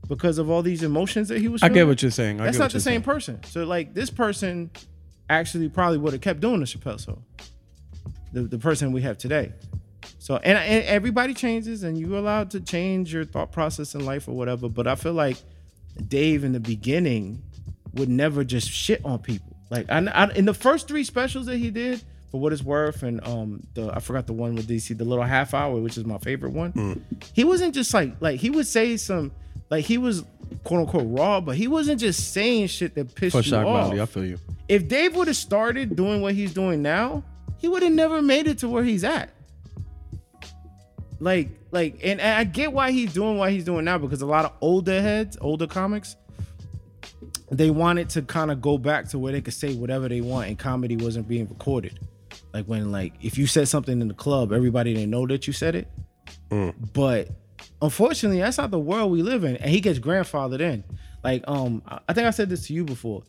[SPEAKER 4] because of all these emotions that he was.
[SPEAKER 3] I get
[SPEAKER 4] feeling,
[SPEAKER 3] what you're saying I
[SPEAKER 4] that's
[SPEAKER 3] get
[SPEAKER 4] not
[SPEAKER 3] what
[SPEAKER 4] the
[SPEAKER 3] you're
[SPEAKER 4] same
[SPEAKER 3] saying.
[SPEAKER 4] person. So like this person actually probably would have kept doing the Chappelle show. The the person we have today. So and, and everybody changes and you're allowed to change your thought process in life or whatever. But I feel like Dave in the beginning would never just shit on people. Like I, I- in the first three specials that he did, for what it's worth, and um the I forgot the one with DC, the little half hour, which is my favorite one.
[SPEAKER 3] Mm.
[SPEAKER 4] He wasn't just like like he would say some like he was quote unquote raw, but he wasn't just saying shit that pissed
[SPEAKER 3] for
[SPEAKER 4] you
[SPEAKER 3] shock
[SPEAKER 4] off.
[SPEAKER 3] value I feel you
[SPEAKER 4] If Dave would have started doing what he's doing now, he would have never made it to where he's at. Like, like, and, and I get why he's doing what he's doing now because a lot of older heads, older comics, they wanted to kind of go back to where they could say whatever they want and comedy wasn't being recorded. Like when, like, if you said something in the club, everybody didn't know that you said it. But unfortunately, that's not the world we live in. And he gets grandfathered in. Like, um, I I think I said this to you before.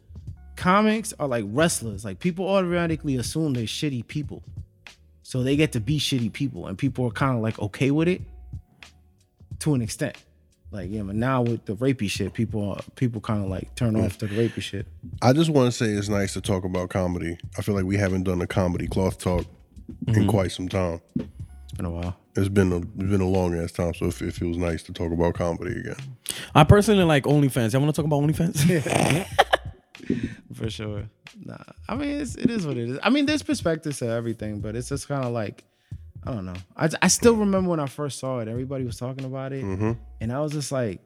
[SPEAKER 4] Comics are like wrestlers. Like people automatically assume they're shitty people. So they get to be shitty people, and people are kind of like okay with it to an extent. Like, yeah, but now with the rapey shit, people are, people kind of like turn off to the rapey shit.
[SPEAKER 2] I just want to say it's nice to talk about comedy. I feel like we haven't done a comedy cloth talk in quite some time.
[SPEAKER 4] It's been a while.
[SPEAKER 2] It's been a, it's been a long ass time, so it, it feels nice to talk about comedy again.
[SPEAKER 3] I personally like OnlyFans. I want to talk about OnlyFans.
[SPEAKER 4] For sure. Nah. I mean, it's, it is what it is. I mean, there's perspectives to everything, but it's just kind of like, I don't know. I, I still remember when I first saw it, everybody was talking about it. And I was just like,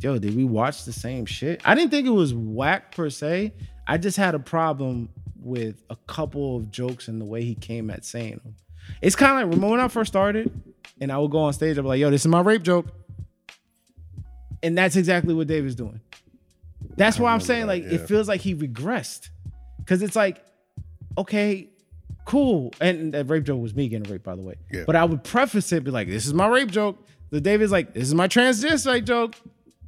[SPEAKER 4] yo, did we watch the same shit? I didn't think it was whack per se. I just had a problem with a couple of jokes and the way he came at saying them. It's kind of like, remember when I first started and I would go on stage, I'd be like, yo, this is my rape joke. And that's exactly what Dave is doing. That's why I'm saying, like,
[SPEAKER 2] yeah.
[SPEAKER 4] it feels like he regressed. Cause it's like, okay, cool. And that rape joke was me getting raped, by the way.
[SPEAKER 2] Yeah.
[SPEAKER 4] But I would preface it, be like, this is my rape joke. The David's like, this is my transvestite joke.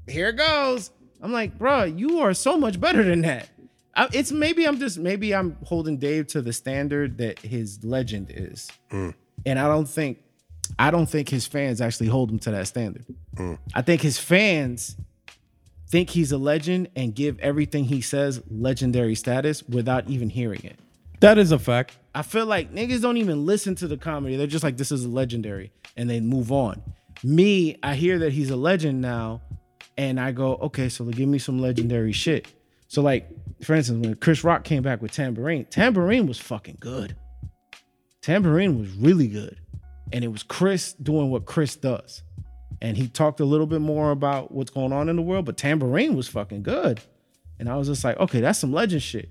[SPEAKER 4] Here it goes. I'm like, bro, you are so much better than that. I, it's maybe I'm just maybe I'm holding Dave to the standard that his legend is, and I don't think I don't think his fans actually hold him to that standard. I think his fans think he's a legend and give everything he says legendary status without even hearing it.
[SPEAKER 3] that is a fact.
[SPEAKER 4] I feel like niggas don't even listen to the comedy. They're just like, this is a legendary, and they move on. Me, I hear that he's a legend now, and I go, okay, so give me some legendary shit. So, like, for instance, when Chris Rock came back with Tambourine, Tambourine was fucking good. Tambourine was really good. And it was Chris doing what Chris does. And he talked a little bit more about what's going on in the world, but Tambourine was fucking good. And I was just like, okay, that's some legend shit.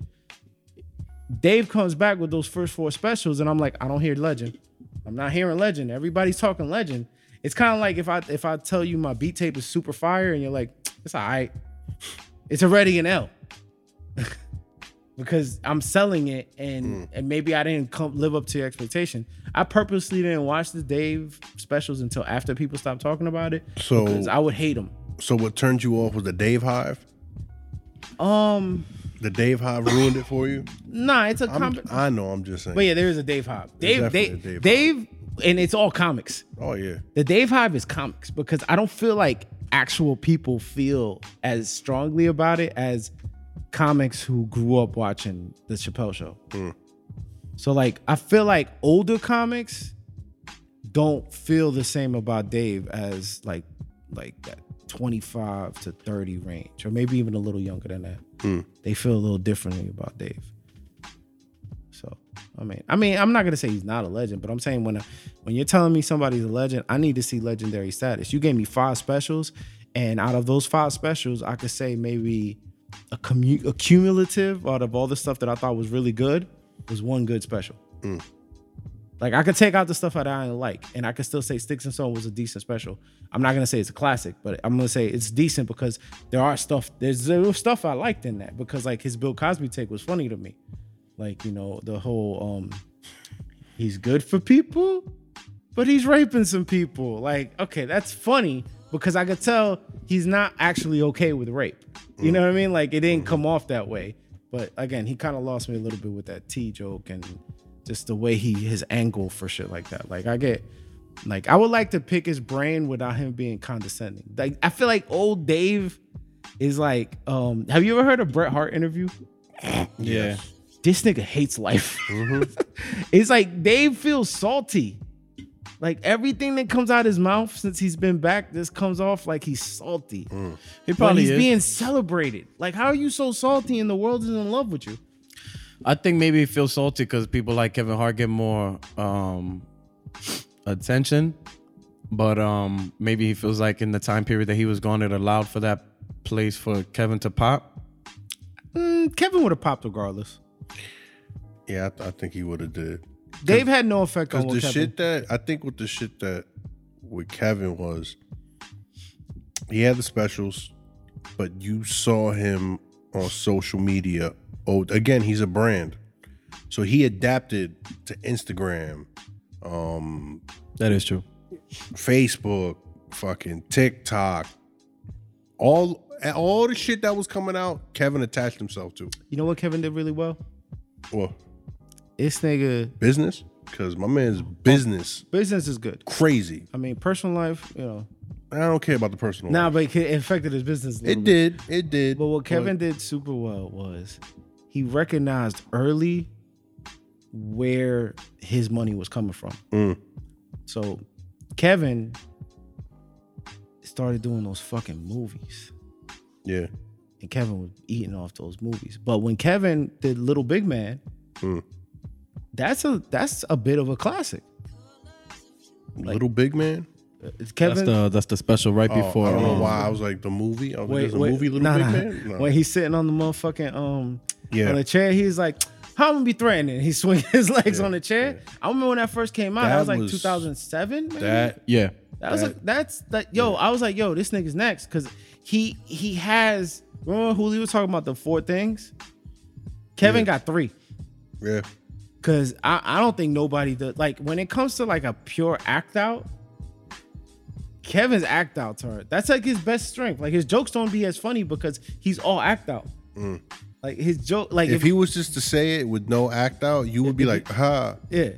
[SPEAKER 4] Dave comes back with those first four specials, and I'm like, I don't hear legend. I'm not hearing legend. Everybody's talking legend. It's kind of like if I if I tell you my beat tape is super fire, and you're like, it's all right. It's already an L. because I'm selling it
[SPEAKER 2] Hmm.
[SPEAKER 4] and and maybe I didn't come, live up to your expectation. I purposely didn't watch the Dave specials until after people stopped talking about it.
[SPEAKER 2] So-
[SPEAKER 4] because I would hate them.
[SPEAKER 2] So what turned you off was the Dave Hive.
[SPEAKER 4] Um,
[SPEAKER 2] The Dave Hive ruined it for you.
[SPEAKER 4] nah, it's a
[SPEAKER 2] I'm,
[SPEAKER 4] combi-
[SPEAKER 2] I know. I'm just saying.
[SPEAKER 4] But yeah, there is a Dave Hop. Dave,
[SPEAKER 2] definitely
[SPEAKER 4] Dave,
[SPEAKER 2] a
[SPEAKER 4] Dave,
[SPEAKER 2] Dave
[SPEAKER 4] and it's all comics.
[SPEAKER 2] oh yeah.
[SPEAKER 4] The Dave Hive is comics because I don't feel like actual people feel as strongly about it as comics who grew up watching the Chappelle show.
[SPEAKER 2] Hmm.
[SPEAKER 4] So like I feel like older comics don't feel the same about Dave as like like that 25 to 30 range or maybe even a little younger than that.
[SPEAKER 2] Hmm.
[SPEAKER 4] They feel a little differently about Dave. So I mean, I mean, I'm not gonna say he's not a legend, but I'm saying when I, when you're telling me somebody's a legend, I need to see legendary status. You gave me five specials, and out of those five specials, I could say maybe a, commu- a cumulative out of all the stuff that I thought was really good was one good special. Like I could take out the stuff that I didn't like, and I could still say Sticks and Stone was a decent special. I'm not gonna say it's a classic, but I'm gonna say it's decent because there are stuff there's there was stuff I liked in that because like his Bill Cosby take was funny to me, like you know the whole um he's good for people, but he's raping some people. Like okay, that's funny because I could tell he's not actually okay with rape. You know what I mean? Like it didn't come off that way, but again, he kind of lost me a little bit with that T joke and just the way he his angle for shit like that. Like I get like I would like to pick his brain without him being condescending. Like I feel like old Dave is like um have you ever heard a Bret Hart interview?
[SPEAKER 3] Yeah.
[SPEAKER 4] This nigga hates life. it's like Dave feels salty. Like everything that comes out his mouth since he's been back, this comes off like he's salty.
[SPEAKER 3] He
[SPEAKER 4] But
[SPEAKER 3] probably
[SPEAKER 4] he's
[SPEAKER 3] is.
[SPEAKER 4] being celebrated. Like, how are you so salty and the world is in love with you?
[SPEAKER 3] I think maybe he feels salty because people like Kevin Hart get more um, attention, but um, maybe he feels like in the time period that he was gone, it allowed for that place for Kevin to pop.
[SPEAKER 4] Mm, Kevin would have popped regardless.
[SPEAKER 2] Yeah, I, th- I think he would have did.
[SPEAKER 4] Dave had no effect on
[SPEAKER 2] Because
[SPEAKER 4] what
[SPEAKER 2] the
[SPEAKER 4] Kevin.
[SPEAKER 2] shit that I think with the shit that with Kevin was, he had the specials, but you saw him on social media. Oh, again, he's a brand, so he adapted to Instagram, um,
[SPEAKER 3] That is true.
[SPEAKER 2] Facebook, fucking TikTok, all and all the shit that was coming out, Kevin attached himself to.
[SPEAKER 4] You know what Kevin did really well?
[SPEAKER 2] Well,
[SPEAKER 4] This nigga
[SPEAKER 2] business, because my man's business
[SPEAKER 4] business is good.
[SPEAKER 2] crazy.
[SPEAKER 4] I mean, personal life, you know.
[SPEAKER 2] I don't care about the personal.
[SPEAKER 4] Nah,
[SPEAKER 2] life.
[SPEAKER 4] but it affected his business. A little
[SPEAKER 2] it
[SPEAKER 4] bit.
[SPEAKER 2] did, it did.
[SPEAKER 4] But what Kevin did super well was he recognized early where his money was coming from. So Kevin started doing those fucking movies.
[SPEAKER 2] yeah,
[SPEAKER 4] And Kevin was eating off those movies. But when Kevin did Little Big Man, that's a that's a bit of a classic.
[SPEAKER 2] little big man.
[SPEAKER 4] It's
[SPEAKER 3] That's
[SPEAKER 4] Kevin
[SPEAKER 3] the that's the special right
[SPEAKER 2] Oh,
[SPEAKER 3] before.
[SPEAKER 2] I don't know
[SPEAKER 3] um,
[SPEAKER 2] why I was like the movie. I was like,
[SPEAKER 4] Wait,
[SPEAKER 2] there's a
[SPEAKER 4] wait,
[SPEAKER 2] movie, little
[SPEAKER 4] nah,
[SPEAKER 2] big
[SPEAKER 4] nah.
[SPEAKER 2] man. No.
[SPEAKER 4] When he's sitting on the motherfucking um
[SPEAKER 2] Yeah.
[SPEAKER 4] on the chair, he's like, "How I'm gonna be threatening?" He swing his legs on the chair. I remember when that first came out. That,
[SPEAKER 2] That
[SPEAKER 4] was like
[SPEAKER 2] was-
[SPEAKER 4] 2007. Maybe?
[SPEAKER 2] that
[SPEAKER 3] Yeah.
[SPEAKER 4] that was like that's that. Yo, I was like, "Yo, this nigga's next," because he he has. Remember, Julio was talking about the four things. Kevin got three.
[SPEAKER 2] yeah,
[SPEAKER 4] Cause I, I don't think nobody does like when it comes to like a pure act out, Kevin's act outs are that's like his best strength. Like his jokes don't be as funny because he's all act out. Like his joke, like
[SPEAKER 2] Mm. if, he was just to say it with no act out, you would be like, ha.
[SPEAKER 4] yeah.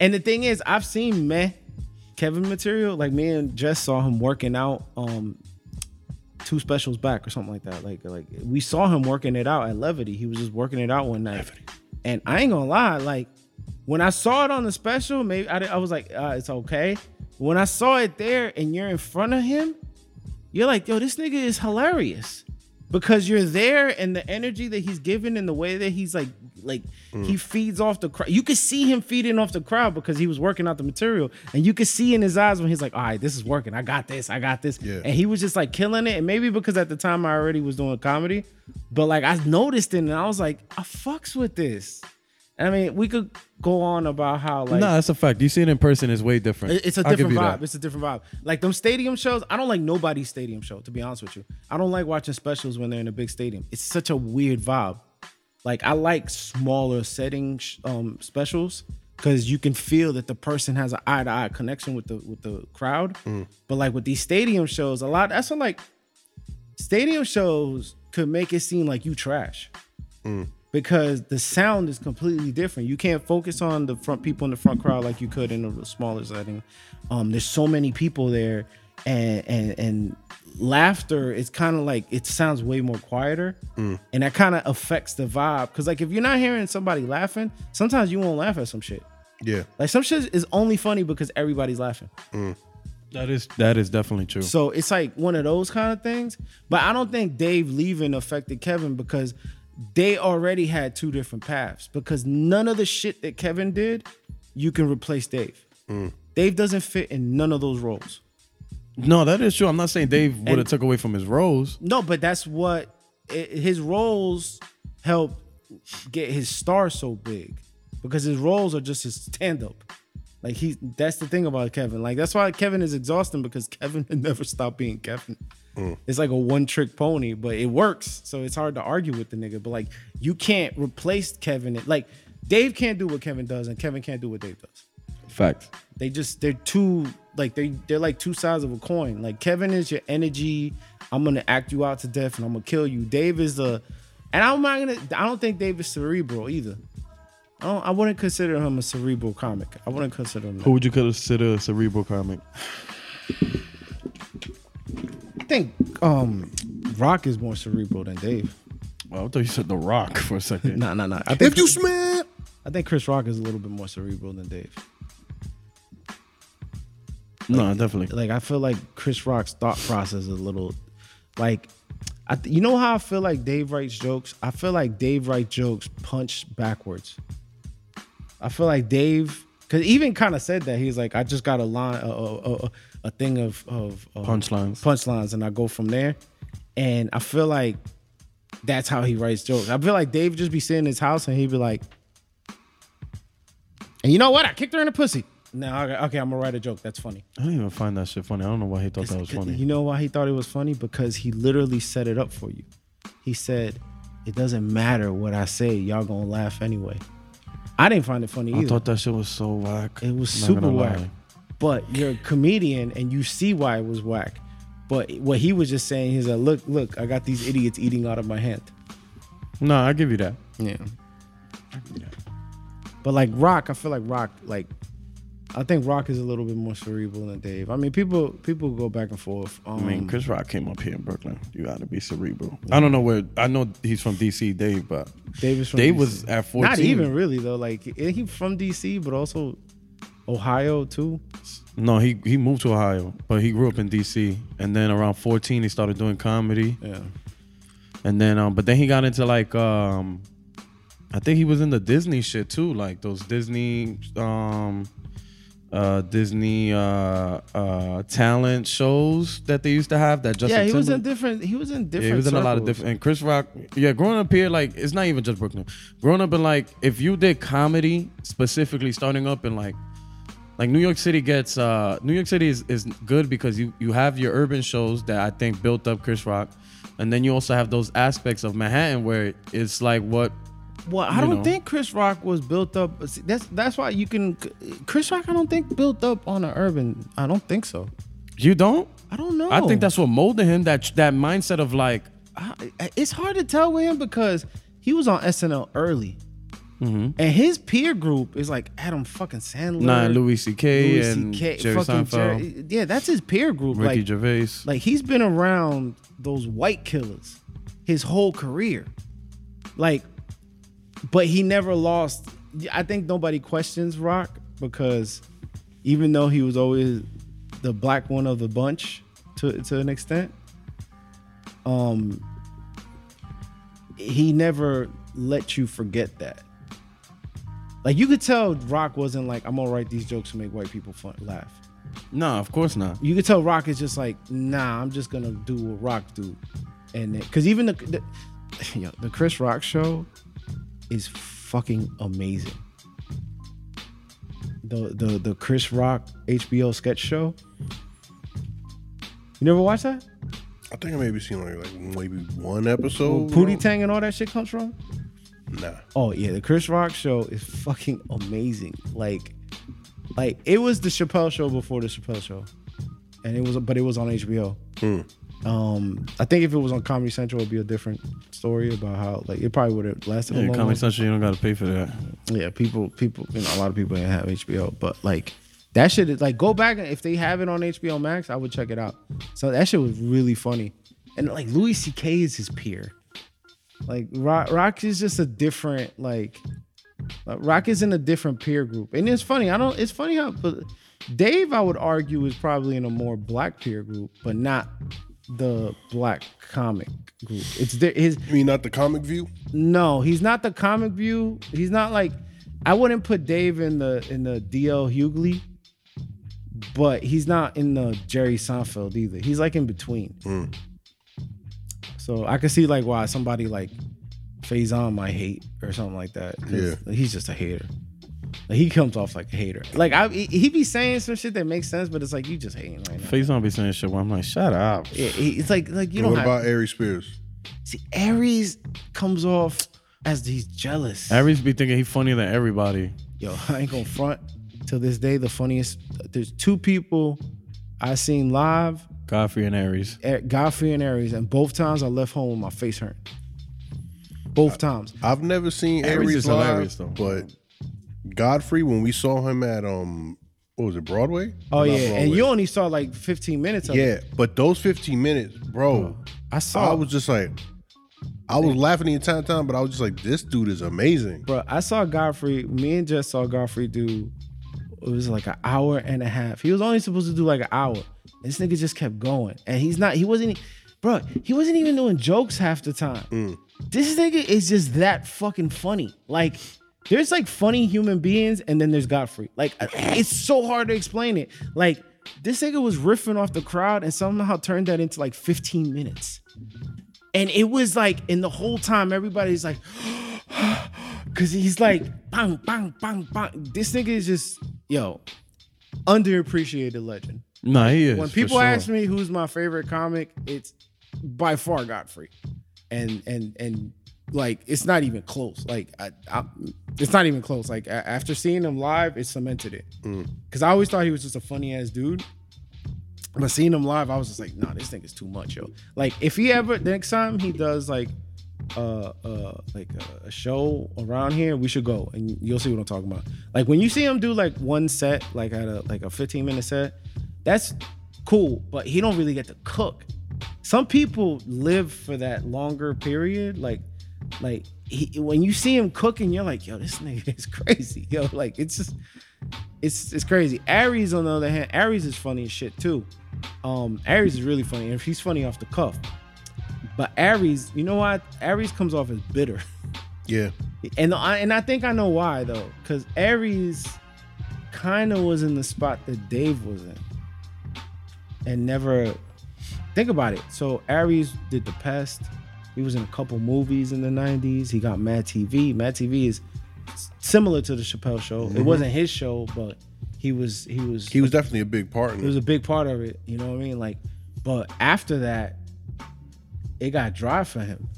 [SPEAKER 4] And the thing is, I've seen meh Kevin material. Like me and Jess saw him working out um two specials back or something like that. Like like we saw him working it out at Levity. He was just working it out one night. And I ain't gonna lie, like when I saw it on the special, maybe I, di- I was like, uh, it's okay. When I saw it there and you're in front of him, you're like, yo, this nigga is hilarious. Because you're there and the energy that he's giving and the way that he's like, like he feeds off the crowd. You could see him feeding off the crowd because he was working out the material. And you could see in his eyes when he's like, all right, this is working. I got this. I got this.
[SPEAKER 2] Yeah.
[SPEAKER 4] And he was just like killing it. And maybe because at the time I already was doing comedy, but like I noticed it and I was like, I fucks with this. I mean, we could go on about how like
[SPEAKER 3] nah, that's a fact. You see it in person is way different.
[SPEAKER 4] it- It's a
[SPEAKER 3] I'll give
[SPEAKER 4] different
[SPEAKER 3] you
[SPEAKER 4] vibe.
[SPEAKER 3] that.
[SPEAKER 4] It's a different vibe. Like them stadium shows, I don't like nobody's stadium show, to be honest with you. I don't like watching specials when they're in a big stadium. It's such a weird vibe. Like I like smaller setting sh- um, specials because you can feel that the person has an eye to eye connection with the with the crowd.
[SPEAKER 3] Mm.
[SPEAKER 4] But like with these stadium shows, a lot that's what like stadium shows could make it seem like you trash because the sound is completely different. You can't focus on the front people in the front crowd like you could in a smaller setting. Um, there's so many people there, and and and laughter is kind of like it sounds way more quieter, and that kind of affects the vibe. Because like if you're not hearing somebody laughing, sometimes you won't laugh at some shit.
[SPEAKER 2] Yeah.
[SPEAKER 4] Like some shit is only funny because everybody's laughing.
[SPEAKER 3] That is that is definitely true.
[SPEAKER 4] So it's like one of those kind of things. But I don't think Dave leaving affected Kevin because they already had two different paths. Because none of the shit that Kevin did, you can replace Dave. Dave doesn't fit in none of those roles.
[SPEAKER 3] no, that is true. I'm not saying Dave would have took away from his roles.
[SPEAKER 4] No, but that's what i his roles help get his star so big because his roles are just his stand up. Like he, that's the thing about Kevin. Like that's why Kevin is exhausting because Kevin never stopped being Kevin. It's like a one trick pony, but it works. So it's hard to argue with the nigga. But like you can't replace Kevin. Like Dave can't do what Kevin does, and Kevin can't do what Dave does
[SPEAKER 3] Facts.
[SPEAKER 4] they just they're two like they they're like two sides of a coin. Like Kevin is your energy. I'm gonna act you out to death and I'm gonna kill you. Dave is the and I'm not gonna I don't think Dave is cerebral either. I don't I wouldn't consider him a cerebral comic. I wouldn't consider him that.
[SPEAKER 3] would you consider a cerebral comic?
[SPEAKER 4] I think um Rock is more cerebral than Dave.
[SPEAKER 3] Well, I thought you said The Rock for a second.
[SPEAKER 4] No, no, no. I think
[SPEAKER 2] If you smell,
[SPEAKER 4] I think Chris Rock is a little bit more cerebral than Dave.
[SPEAKER 3] no, definitely.
[SPEAKER 4] like I feel like Chris Rock's thought process is a little like I th- you know how I feel like Dave writes jokes? I feel like Dave writes jokes punch backwards. I feel like Dave cuz even kind of said that he's like I just got a line a, a, a, a thing of of of
[SPEAKER 3] Punchlines.
[SPEAKER 4] punchlines and I go from there and I feel like that's how he writes jokes. I feel like Dave just be sitting in his house and he'd be like and you know what? I kicked her in the pussy. No, okay, okay, I'm gonna write a joke. That's funny.
[SPEAKER 3] I don't even find that shit funny. I don't know why he thought that was funny.
[SPEAKER 4] You know why he thought it was funny? Because he literally set it up for you. He said, "It doesn't matter what I say, y'all gonna laugh anyway." I didn't find it funny
[SPEAKER 3] I
[SPEAKER 4] either.
[SPEAKER 3] thought that shit was so whack.
[SPEAKER 4] it was
[SPEAKER 3] Not
[SPEAKER 4] super
[SPEAKER 3] gonna
[SPEAKER 4] whack.
[SPEAKER 3] lie.
[SPEAKER 4] But you're a comedian and you see why it was whack. But what he was just saying is that look, look, I got these idiots eating out of my hand.
[SPEAKER 3] No, I give you that.
[SPEAKER 4] Yeah. But like Rock, I feel like Rock, like I think Rock is a little bit more cerebral than Dave. I mean, people people go back and forth. Um,
[SPEAKER 3] I mean, Chris Rock came up here in Brooklyn. You got to be cerebral. I don't know where. I know he's from DC, Dave, but
[SPEAKER 4] Dave is from
[SPEAKER 3] Dave
[SPEAKER 4] DC.
[SPEAKER 3] was at fourteen.
[SPEAKER 4] not even really though. Like he from DC, but also Ohio too.
[SPEAKER 3] No, he he moved to Ohio, but he grew up in DC, and then around fourteen he started doing comedy,
[SPEAKER 4] Yeah.
[SPEAKER 3] and then um, but then he got into like um, I think he was in the Disney shit too, like those Disney um, uh, Disney uh, uh, talent shows that they used to have that Justin
[SPEAKER 4] Yeah, he was
[SPEAKER 3] Timberlake-
[SPEAKER 4] in different. He was in different.
[SPEAKER 3] yeah, he was in a lot of
[SPEAKER 4] circles.
[SPEAKER 3] different. And Chris Rock, yeah, growing up here, like it's not even just Brooklyn. Growing up in like, if you did comedy specifically, starting up in like, like New York City gets, uh New York City is is good because you you have your urban shows that I think built up Chris Rock, and then you also have those aspects of Manhattan where it's like what
[SPEAKER 4] Well, I
[SPEAKER 3] you
[SPEAKER 4] don't
[SPEAKER 3] know.
[SPEAKER 4] think Chris Rock was built up. see, That's that's why you can. Chris Rock, I don't think built up on an urban. I don't think so.
[SPEAKER 3] you don't.
[SPEAKER 4] I don't know.
[SPEAKER 3] I think that's what molded him. That that mindset of like,
[SPEAKER 4] I- I- it's hard to tell with him because he was on SNL early, and his peer group is like Adam fucking Sandler,
[SPEAKER 3] Mm-hmm. nah, Louis C.K.
[SPEAKER 4] Louis
[SPEAKER 3] and
[SPEAKER 4] CK,
[SPEAKER 3] Jerry
[SPEAKER 4] fucking
[SPEAKER 3] Seinfeld,
[SPEAKER 4] Jerry, yeah, that's his peer group.
[SPEAKER 3] Ricky
[SPEAKER 4] like,
[SPEAKER 3] Gervais.
[SPEAKER 4] like he's been around those white killers his whole career like but he never lost i think nobody questions rock because even though he was always the black one of the bunch to to an extent um he never let you forget that like you could tell rock wasn't like i'm gonna write these jokes to make white people fun, laugh
[SPEAKER 3] nah, of course not.
[SPEAKER 4] you could tell Rock is just like, nah, I'm just gonna do what Rock do, and because even the the, yo, the Chris Rock show is fucking amazing. The the the Chris Rock HBO sketch show. You never watched that?
[SPEAKER 2] I think I maybe seen like, like maybe one episode.
[SPEAKER 4] Pootie Tang and all that shit comes from.
[SPEAKER 2] Nah.
[SPEAKER 4] Oh yeah, the Chris Rock show is fucking amazing. Like, like it was the Chappelle show before the Chappelle show, and it was but it was on HBO.
[SPEAKER 3] Hmm.
[SPEAKER 4] Um, I think if it was on Comedy Central, it'd be a different story about how like it probably would have lasted. a
[SPEAKER 3] Yeah,
[SPEAKER 4] long
[SPEAKER 3] Comedy
[SPEAKER 4] long-
[SPEAKER 3] Central, you don't gotta pay for that.
[SPEAKER 4] yeah, people, people, you know, a lot of people didn't have HBO, but like that shit is like go back and if they have it on HBO Max, I would check it out. So that shit was really funny, and like Louis C.K. is his peer. Like Rock, Rock is just a different like, like, Rock is in a different peer group, and it's funny. I don't. It's funny how, but Dave, I would argue, is probably in a more black peer group, but not the black comic group. It's di- his
[SPEAKER 2] You mean not the comic view?
[SPEAKER 4] no, he's not the comic view. He's not like I wouldn't put Dave in the in the DL Hughley, but he's not in the Jerry Seinfeld either. He's like in between.
[SPEAKER 2] Mm.
[SPEAKER 4] So I could see like why somebody like Faison might hate or something like that. 'cause he's just a hater. Like, he comes off like a hater. Like I, he he be saying some shit that makes sense, but it's like you just hating right now.
[SPEAKER 3] Face don't be saying shit. Where I'm like, shut up.
[SPEAKER 4] Yeah, he- it's like like you
[SPEAKER 2] And
[SPEAKER 4] don't
[SPEAKER 2] what
[SPEAKER 4] have.
[SPEAKER 2] about Ari Spears?
[SPEAKER 4] see, Aries comes off as he's jealous.
[SPEAKER 3] Aries be thinking he funnier than everybody.
[SPEAKER 4] yo, I ain't gonna front. Till this day, the funniest. There's two people I seen live,
[SPEAKER 3] Godfrey and Aries.
[SPEAKER 4] at Godfrey and Aries, and both times I left home with my face hurt. Both times.
[SPEAKER 2] I've never seen
[SPEAKER 3] Aries
[SPEAKER 2] Aries
[SPEAKER 3] is
[SPEAKER 2] live,
[SPEAKER 3] hilarious, though.
[SPEAKER 2] but Godfrey, when we saw him at um, what was it, Broadway?
[SPEAKER 4] Oh
[SPEAKER 2] Not
[SPEAKER 4] yeah,
[SPEAKER 2] Broadway.
[SPEAKER 4] and you only saw like 15 minutes of it.
[SPEAKER 2] yeah, but those fifteen minutes, bro,
[SPEAKER 4] I
[SPEAKER 2] I
[SPEAKER 4] saw.
[SPEAKER 2] was just like, I was laughing the entire time, but I was just like, this dude is amazing.
[SPEAKER 4] bro. I saw Godfrey. Me and Jess saw Godfrey do. It was like an hour and a half. He was only supposed to do like an hour. This nigga just kept going, and he's not. He wasn't. e, Bro, he wasn't even doing jokes half the time. This nigga is just that fucking funny. Like, there's like funny human beings, and then there's Godfrey. Like, uh, it's so hard to explain it. Like, this nigga was riffing off the crowd and somehow turned that into like 15 minutes. And it was like, and the whole time everybody's like, Cause he's like bang, bang, bang, bang. This nigga is just yo, underappreciated legend.
[SPEAKER 3] Nah, he is.
[SPEAKER 4] When people ask me who's my favorite comic, it's by far Godfrey, and and and like it's not even close. Like I, I it's not even close. Like a- after seeing him live, it cemented it. Cause I always thought he was just a funny ass dude, But seeing him live, I was just like, nah, this thing is too much, yo. Like, if he ever the next time he does like uh uh like a, a show around here, we should go and you'll see what I'm talking about. Like when you see him do like one set, like at a like a 15 minute set, that's cool, but he don't really get to cook. Some people live for that longer period, like like he, when you see him cooking, you're like, yo, this nigga is crazy, yo. Like it's just it's it's crazy. Aries, on the other hand, Aries is funny as shit too. Um, Aries is really funny, and he's funny off the cuff. But Aries, you know what? Aries comes off as bitter,
[SPEAKER 2] Yeah.
[SPEAKER 4] and I and I think I know why though, because Aries kind of was in the spot that Dave was in, and never think about it. So Aries did the pest. He was in a couple movies in the '90s. He got Mad TV. Mad TV is s- similar to the Chappelle Show. It wasn't his show, but he was he was
[SPEAKER 2] He was definitely a big partner.
[SPEAKER 4] it was a big part of it. You know what I mean? Like, but after that, it got dry for him.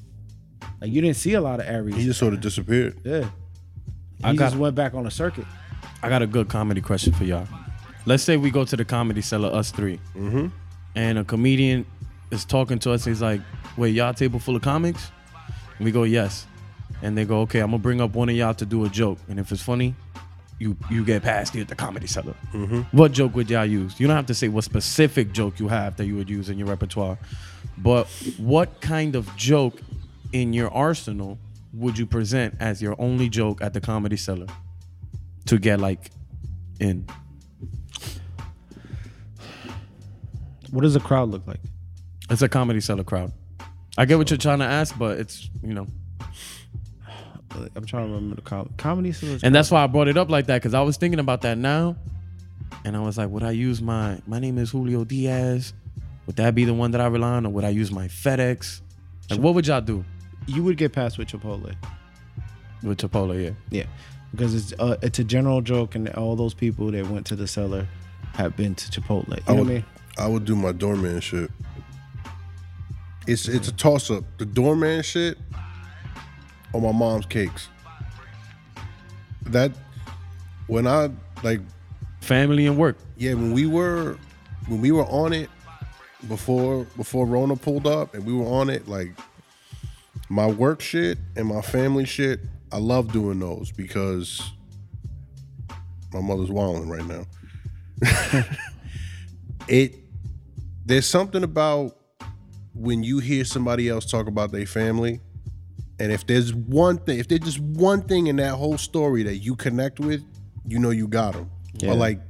[SPEAKER 4] Like you didn't see a lot of Aries.
[SPEAKER 2] he just sort of disappeared.
[SPEAKER 4] yeah. He
[SPEAKER 3] I got-
[SPEAKER 4] just went back on the circuit.
[SPEAKER 3] I got a good comedy question for y'all. Let's say we go to the comedy cellar, us 3 and a comedian is talking to us. He's like, "Wait, y'all table full of comics?" And we go, "Yes," and they go, "Okay, I'm gonna bring up one of y'all to do a joke, and if it's funny, you you get passed here at the comedy cellar." What joke would y'all use? You don't have to say what specific joke you have that you would use in your repertoire, but what kind of joke in your arsenal would you present as your only joke at the comedy cellar? to get like in.
[SPEAKER 4] What does the crowd look like?
[SPEAKER 3] It's a comedy seller crowd. I get what you're trying to ask, but it's you know,
[SPEAKER 4] I'm trying to remember the com- comedy. Cellar.
[SPEAKER 3] and that's why I brought it up like that because I was thinking about that now, and I was like, would I use my my name is Julio Diaz? Would that be the one that I rely on, or would I use my FedEx? Like, what would y'all do
[SPEAKER 4] you would get past with Chipotle.
[SPEAKER 3] with Chipotle? Yeah,
[SPEAKER 4] Yeah, because it's uh, it's a general joke, and all those people that went to the cellar have been to Chipotle. You know
[SPEAKER 2] I
[SPEAKER 4] what I
[SPEAKER 2] would,
[SPEAKER 4] mean?
[SPEAKER 2] I would do my doorman shit. It's it's a toss up. The doorman shit or my mom's cakes. That when I like
[SPEAKER 3] family and work.
[SPEAKER 2] yeah when we were when we were on it before before Rona pulled up and we were on it like my work shit and my family shit. I love doing those because my mother's wilding right now. it there's something about when you hear somebody else talk about their family and if there's one thing if there's just one thing in that whole story that you connect with you know you got them or like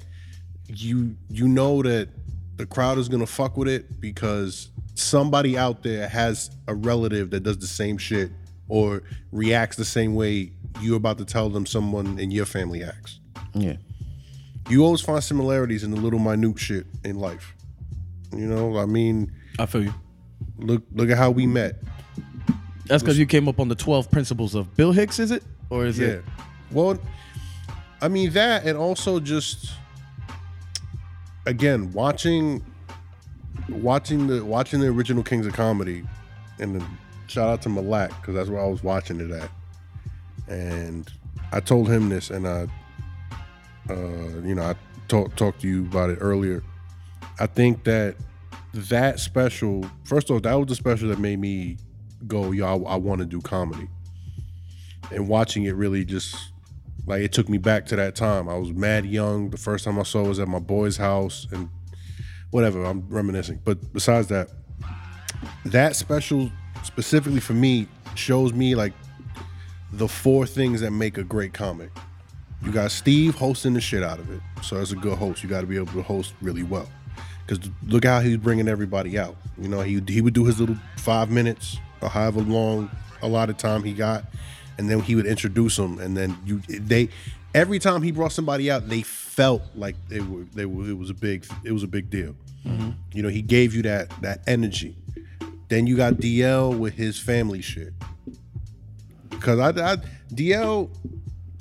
[SPEAKER 2] you you know that the crowd is gonna fuck with it because somebody out there has a relative that does the same shit or reacts the same way you're about to tell them someone in your family acts
[SPEAKER 4] Yeah.
[SPEAKER 2] you always find similarities in the little minute shit in life. You know, I mean,
[SPEAKER 3] I feel you.
[SPEAKER 2] look look at how we met.
[SPEAKER 3] That's because you came up on the twelve principles of Bill Hicks, is it? Or is
[SPEAKER 2] Yeah.
[SPEAKER 3] it?
[SPEAKER 2] Well, I mean that, and also just again watching, watching the watching the original Kings of Comedy, and the, shout out to Malak because that's where I was watching it at, and I told him this, and I, uh, you know, I talked talked to you about it earlier. I think that that special, first off, that was the special that made me go, yo, I, I want to do comedy and watching it really just like it took me back to that time. I was mad young. The first time I saw it was at my boy's house and whatever. I'm reminiscing. But besides that, that special specifically for me shows me like the four things that make a great comic. You got Steve hosting the shit out of it. So as a good host, you got to be able to host really well. Cause look how he's bringing everybody out. You know, he he would do his little five minutes or however long a lot of time he got, and then he would introduce them, and then you they every time he brought somebody out, they felt like they were they were it was a big it was a big deal. You know, he gave you that that energy. Then you got DL with his family shit. Cause I, I DL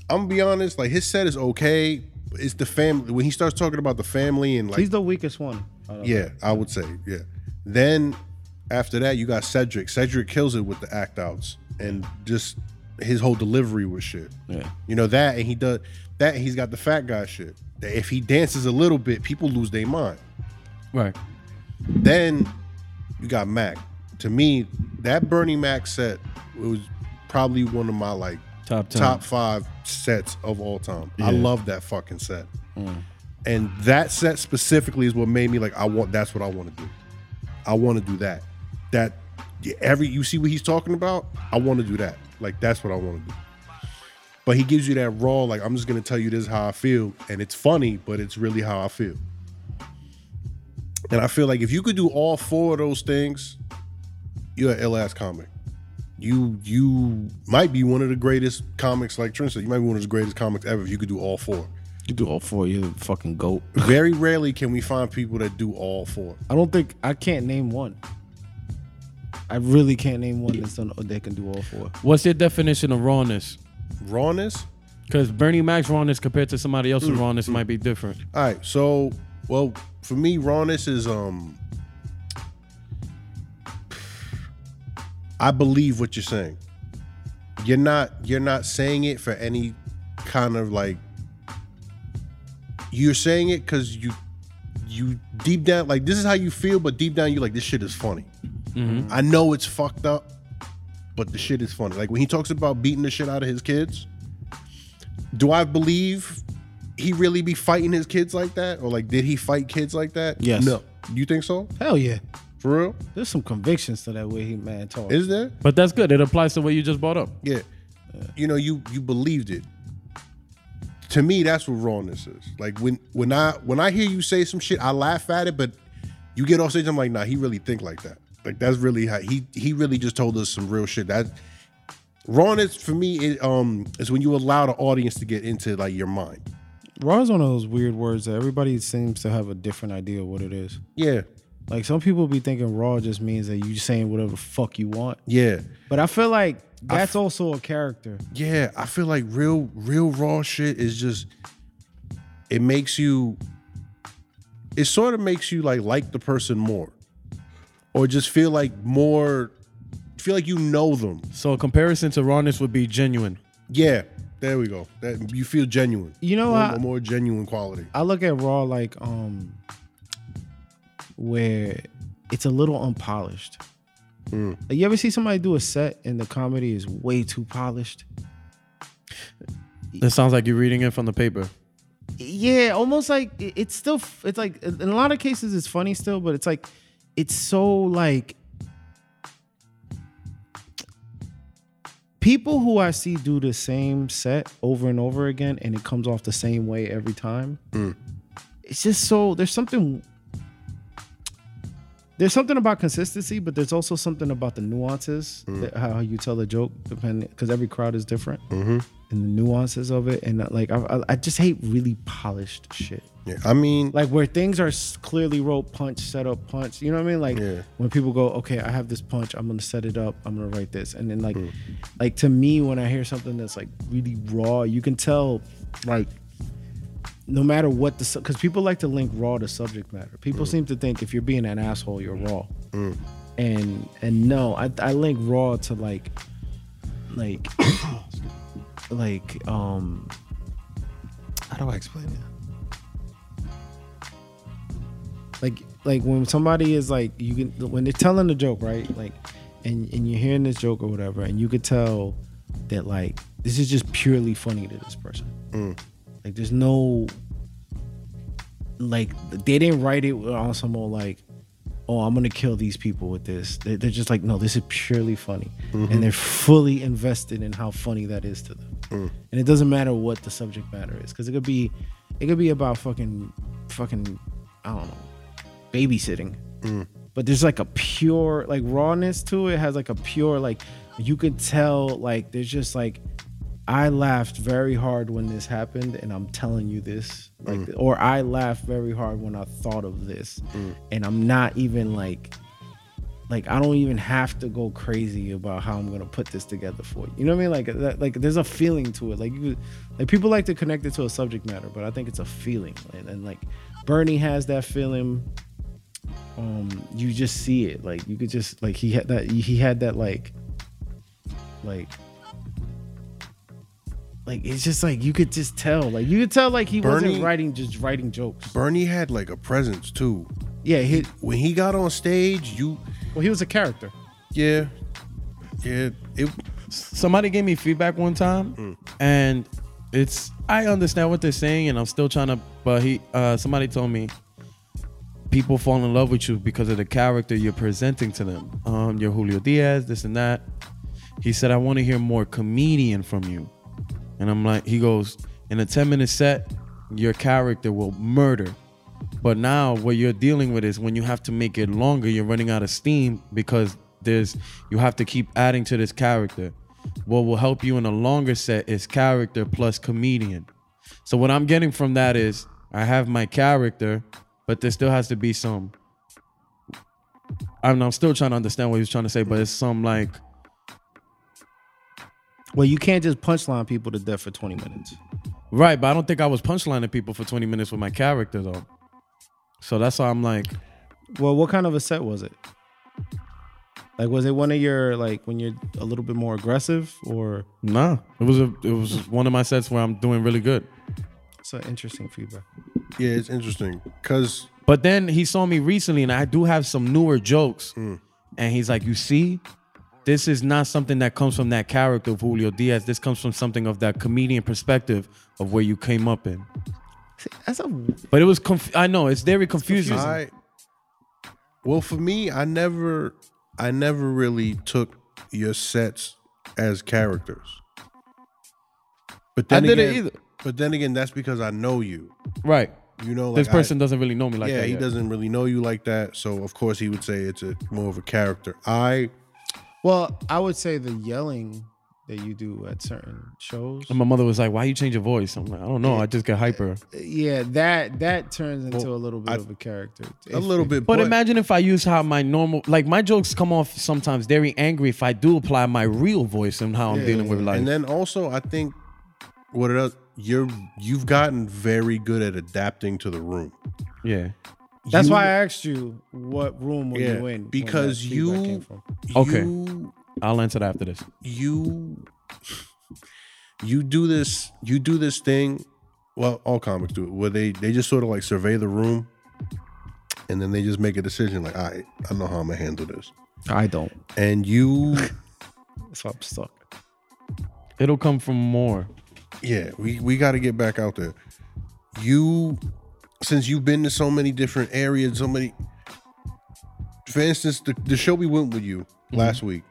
[SPEAKER 2] I'm gonna be honest, like his set is okay. but It's the family when he starts talking about the family and like
[SPEAKER 4] He's the weakest one. out of-
[SPEAKER 2] yeah, I would say yeah. Then after that, you got Cedric. Cedric kills it with the act outs and just his whole delivery was shit.
[SPEAKER 3] Yeah.
[SPEAKER 2] You know that, and he does that. and He's got the fat guy shit. That if he dances a little bit, people lose their mind.
[SPEAKER 3] Right.
[SPEAKER 2] Then you got Mac. To me, that Bernie Mac set it was probably one of my like
[SPEAKER 3] Top ten.
[SPEAKER 2] top five sets of all time. I love that fucking set.
[SPEAKER 3] Mm.
[SPEAKER 2] And that set specifically is what made me like I want that's what I want to do. I want to do that. That yeah, every you see what he's talking about, I want to do that. Like that's what I want to do. But he gives you that raw like I'm just going to tell you this is how I feel and it's funny, but it's really how I feel. And I feel like if you could do all four of those things, you're an ill ass comic. You you might be one of the greatest comics, like Trent said. You might be one of the greatest comics ever if you could do all four.
[SPEAKER 7] You do all four. You're the fucking goat.
[SPEAKER 2] Very rarely can we find people that do all four.
[SPEAKER 4] I don't think I can't name one. I really can't name one that's on, that can do all four.
[SPEAKER 3] What's your definition of rawness?
[SPEAKER 2] Rawness.
[SPEAKER 3] Because Bernie Mac's rawness compared to somebody else's rawness might be different.
[SPEAKER 2] All right, so well for me, rawness is um. I believe what you're saying. You're not you're not saying it for any kind of like. You're saying it because you you deep down like this is how you feel, but deep down you're like this shit is funny. I know it's fucked up, but the shit is funny. Like when he talks about beating the shit out of his kids, do I believe he really be fighting his kids like that, or like did he fight kids like that?
[SPEAKER 7] Yes.
[SPEAKER 2] No. You think so?
[SPEAKER 4] Hell yeah.
[SPEAKER 2] For real?
[SPEAKER 4] There's some convictions to that way he man talk.
[SPEAKER 2] Is there?
[SPEAKER 3] But that's good. It applies to what you just brought up.
[SPEAKER 2] Yeah. You know, you you believed it. To me, that's what rawness is. Like when when I when I hear you say some shit, I laugh at it, but you get off stage, I'm like, nah, he really think like that. Like that's really how he he really just told us some real shit. That rawness for me is um is when you allow the audience to get into like your mind.
[SPEAKER 4] Raw is one of those weird words that everybody seems to have a different idea of what it is.
[SPEAKER 2] Yeah.
[SPEAKER 4] Like some people be thinking raw just means that you saying whatever the fuck you want.
[SPEAKER 2] Yeah.
[SPEAKER 4] But I feel like that's also a character.
[SPEAKER 2] Yeah, I feel like real, real raw shit is just it makes you it sort of makes you like like the person more. Or just feel like more feel like you know them.
[SPEAKER 3] So a comparison to rawness would be genuine.
[SPEAKER 2] Yeah. There we go. That you feel genuine.
[SPEAKER 4] You know
[SPEAKER 2] more,
[SPEAKER 4] what?
[SPEAKER 2] more genuine quality.
[SPEAKER 4] I look at raw like um where it's a little unpolished. Like you ever see somebody do a set and the comedy is way too polished?
[SPEAKER 3] That sounds like you're reading it from the paper.
[SPEAKER 4] yeah almost like it- it's still f- it's like in a lot of cases it's funny still but it's like it's so like people who i see do the same set over and over again and it comes off the same way every time it's just so there's something there's something about consistency but there's also something about the nuances that- how you tell a joke depending because every crowd is different and the nuances of it and uh, like I, I, I just hate really polished shit
[SPEAKER 2] Yeah. I mean
[SPEAKER 4] like where things are s- clearly wrote punch set up punch you know what i mean like
[SPEAKER 2] Yeah.
[SPEAKER 4] when people go okay i have this punch i'm gonna set it up i'm gonna write this and then like
[SPEAKER 2] Hmm.
[SPEAKER 4] like to me when i hear something that's like really raw you can tell like no matter what the because people like to link raw to subject matter
[SPEAKER 2] Hmm.
[SPEAKER 4] people seem to think if you're being an asshole you're raw and and no I, I link raw to like like like um how do i explain it like like when somebody is like you can when they're telling a joke right like and and you're hearing this joke or whatever and you could tell that like this is just purely funny to this person like there's no like they didn't write it on some old like oh i'm gonna kill these people with this they're, they're just like no this is purely funny and they're fully invested in how funny that is to them and it doesn't matter what the subject matter is because it could be it could be about fucking fucking i don't know babysitting but there's like a pure like rawness to it has like a pure like you could tell like there's just like I laughed very hard when this happened, and I'm telling you this. Like, or I laughed very hard when I thought of this, and I'm not even like, like I don't even have to go crazy about how I'm gonna put this together for you. You know what I mean? Like, that, like there's a feeling to it. Like you, like people like to connect it to a subject matter, but I think it's a feeling, and, and like Bernie has that feeling. Um, you just see it. Like you could just like he had that. He had that like, like like it's just like you could just tell, like you could tell, like he
[SPEAKER 2] Bernie-
[SPEAKER 4] wasn't writing just writing jokes.
[SPEAKER 2] Bernie had like a presence too.
[SPEAKER 4] Yeah, he
[SPEAKER 2] When he got on stage, you
[SPEAKER 4] well, he was a character.
[SPEAKER 2] yeah, yeah. It
[SPEAKER 3] somebody gave me feedback one time and it's i understand what they're saying and i'm still trying to but he uh somebody told me people fall in love with you because of the character you're presenting to them um you're julio diaz this and that he said i want to hear more comedian from you and i'm like he goes in a 10 minute set your character will murder but now what you're dealing with is when you have to make it longer, you're running out of steam because there's you have to keep adding to this character. What will help you in a longer set is character plus comedian. So what I'm getting from that is I have my character, but there still has to be some. I'm, I'm still trying to understand what he was trying to say, but it's some like
[SPEAKER 4] Well, you can't just punchline people to death for 20 minutes.
[SPEAKER 3] right, but I don't think I was punchlining people for 20 minutes with my character though. So that's why I'm like,
[SPEAKER 4] Well, what kind of a set was it? Like, was it one of your like when you're a little bit more aggressive, or
[SPEAKER 3] nah. It was a it was one of my sets where I'm doing really good.
[SPEAKER 4] it's an interesting feedback.
[SPEAKER 2] yeah, it's interesting because
[SPEAKER 3] But then he saw me recently, and I do have some newer jokes.
[SPEAKER 2] Hmm.
[SPEAKER 3] And he's like, "You see, this is not something that comes from that character of Julio Diaz. This comes from something of that comedian perspective of where you came up in."
[SPEAKER 4] That's a
[SPEAKER 3] But it was, conf- I know, it's very confusing.
[SPEAKER 2] I well for me, I never, I never really took your sets as characters. But
[SPEAKER 3] I
[SPEAKER 2] then
[SPEAKER 3] didn't
[SPEAKER 2] again,
[SPEAKER 3] either.
[SPEAKER 2] But then again, that's because I know you.
[SPEAKER 3] right?
[SPEAKER 2] You know, like
[SPEAKER 3] this
[SPEAKER 2] I-
[SPEAKER 3] person doesn't really know me like
[SPEAKER 2] yeah,
[SPEAKER 3] that.
[SPEAKER 2] he
[SPEAKER 3] yet.
[SPEAKER 2] doesn't really know you like that. So of course he would say it's a more of a character. I
[SPEAKER 4] well. I would say the yelling that you do at certain shows.
[SPEAKER 2] Um,
[SPEAKER 3] And my mother was like, "Why you change your voice?" I'm like, "I don't know. I just get hyper."
[SPEAKER 4] Yeah, that that turns into a little bit
[SPEAKER 2] I-
[SPEAKER 4] of a character.
[SPEAKER 2] a little bit,
[SPEAKER 3] But imagine if I use how my normal, like my jokes come off sometimes very angry if I do apply my real voice and how I'm dealing with life.
[SPEAKER 2] And then also, I think what it does, you're you've gotten very good at adapting to the room.
[SPEAKER 3] yeah.
[SPEAKER 4] That's
[SPEAKER 2] You-
[SPEAKER 4] why I asked you what room were
[SPEAKER 2] Yeah,
[SPEAKER 4] you in when
[SPEAKER 2] because
[SPEAKER 4] that feedback
[SPEAKER 2] you-
[SPEAKER 4] came from.
[SPEAKER 3] Okay.
[SPEAKER 2] You
[SPEAKER 3] I'll answer that after this.
[SPEAKER 2] you you do this you do this thing. Well, all comics do it where they they just sort of like survey the room, and then they just make a decision like, all right, I know how I'm gonna handle this.
[SPEAKER 7] I don't.
[SPEAKER 2] And you,
[SPEAKER 4] That's why I'm stuck.
[SPEAKER 3] It'll come from more.
[SPEAKER 2] yeah, we we got to get back out there. You, since you've been to so many different areas, so many. For instance, the, the show we went with you last week,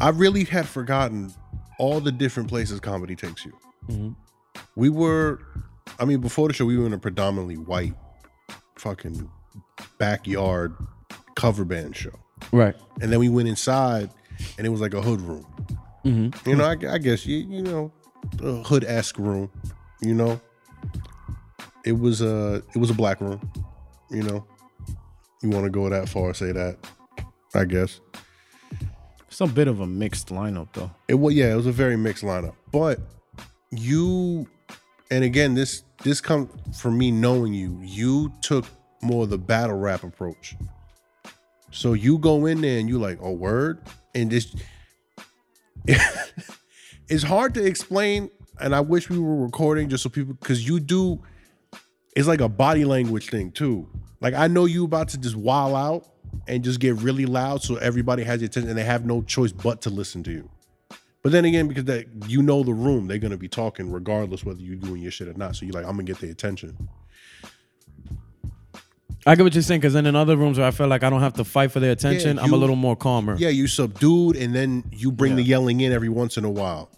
[SPEAKER 2] I really had forgotten all the different places comedy takes you.
[SPEAKER 3] Mhm.
[SPEAKER 2] We were, I mean, before the show, we were in a predominantly white, fucking backyard cover band show,
[SPEAKER 3] Right.
[SPEAKER 2] and then we went inside, and it was like a hood room.
[SPEAKER 3] hmm
[SPEAKER 2] You know, I, I guess you you know, a hood esque room. You know, it was a it was a black room. You know, you want to go that far, say that. I guess
[SPEAKER 4] Some bit of a mixed lineup though.
[SPEAKER 2] it was. Yeah, it was a very mixed lineup. But you, and again, this this come from me knowing you. You took more of the battle rap approach. So you go in there and you like, oh word, and this it's hard to explain. And I wish we were recording just so people because you do it's like a body language thing too. Like I know you about to just wild out and just get really loud so everybody has your attention and they have no choice but to listen to you. But then again, because that you know the room, they're gonna be talking regardless whether you're doing your shit or not. So you're like, I'm gonna get their attention.
[SPEAKER 3] I get what you're saying because in other rooms where I feel like I don't have to fight for their attention, I'm a
[SPEAKER 2] you-
[SPEAKER 3] little more calmer.
[SPEAKER 2] Yeah, you subdued and then you bring the yelling in every once in a while.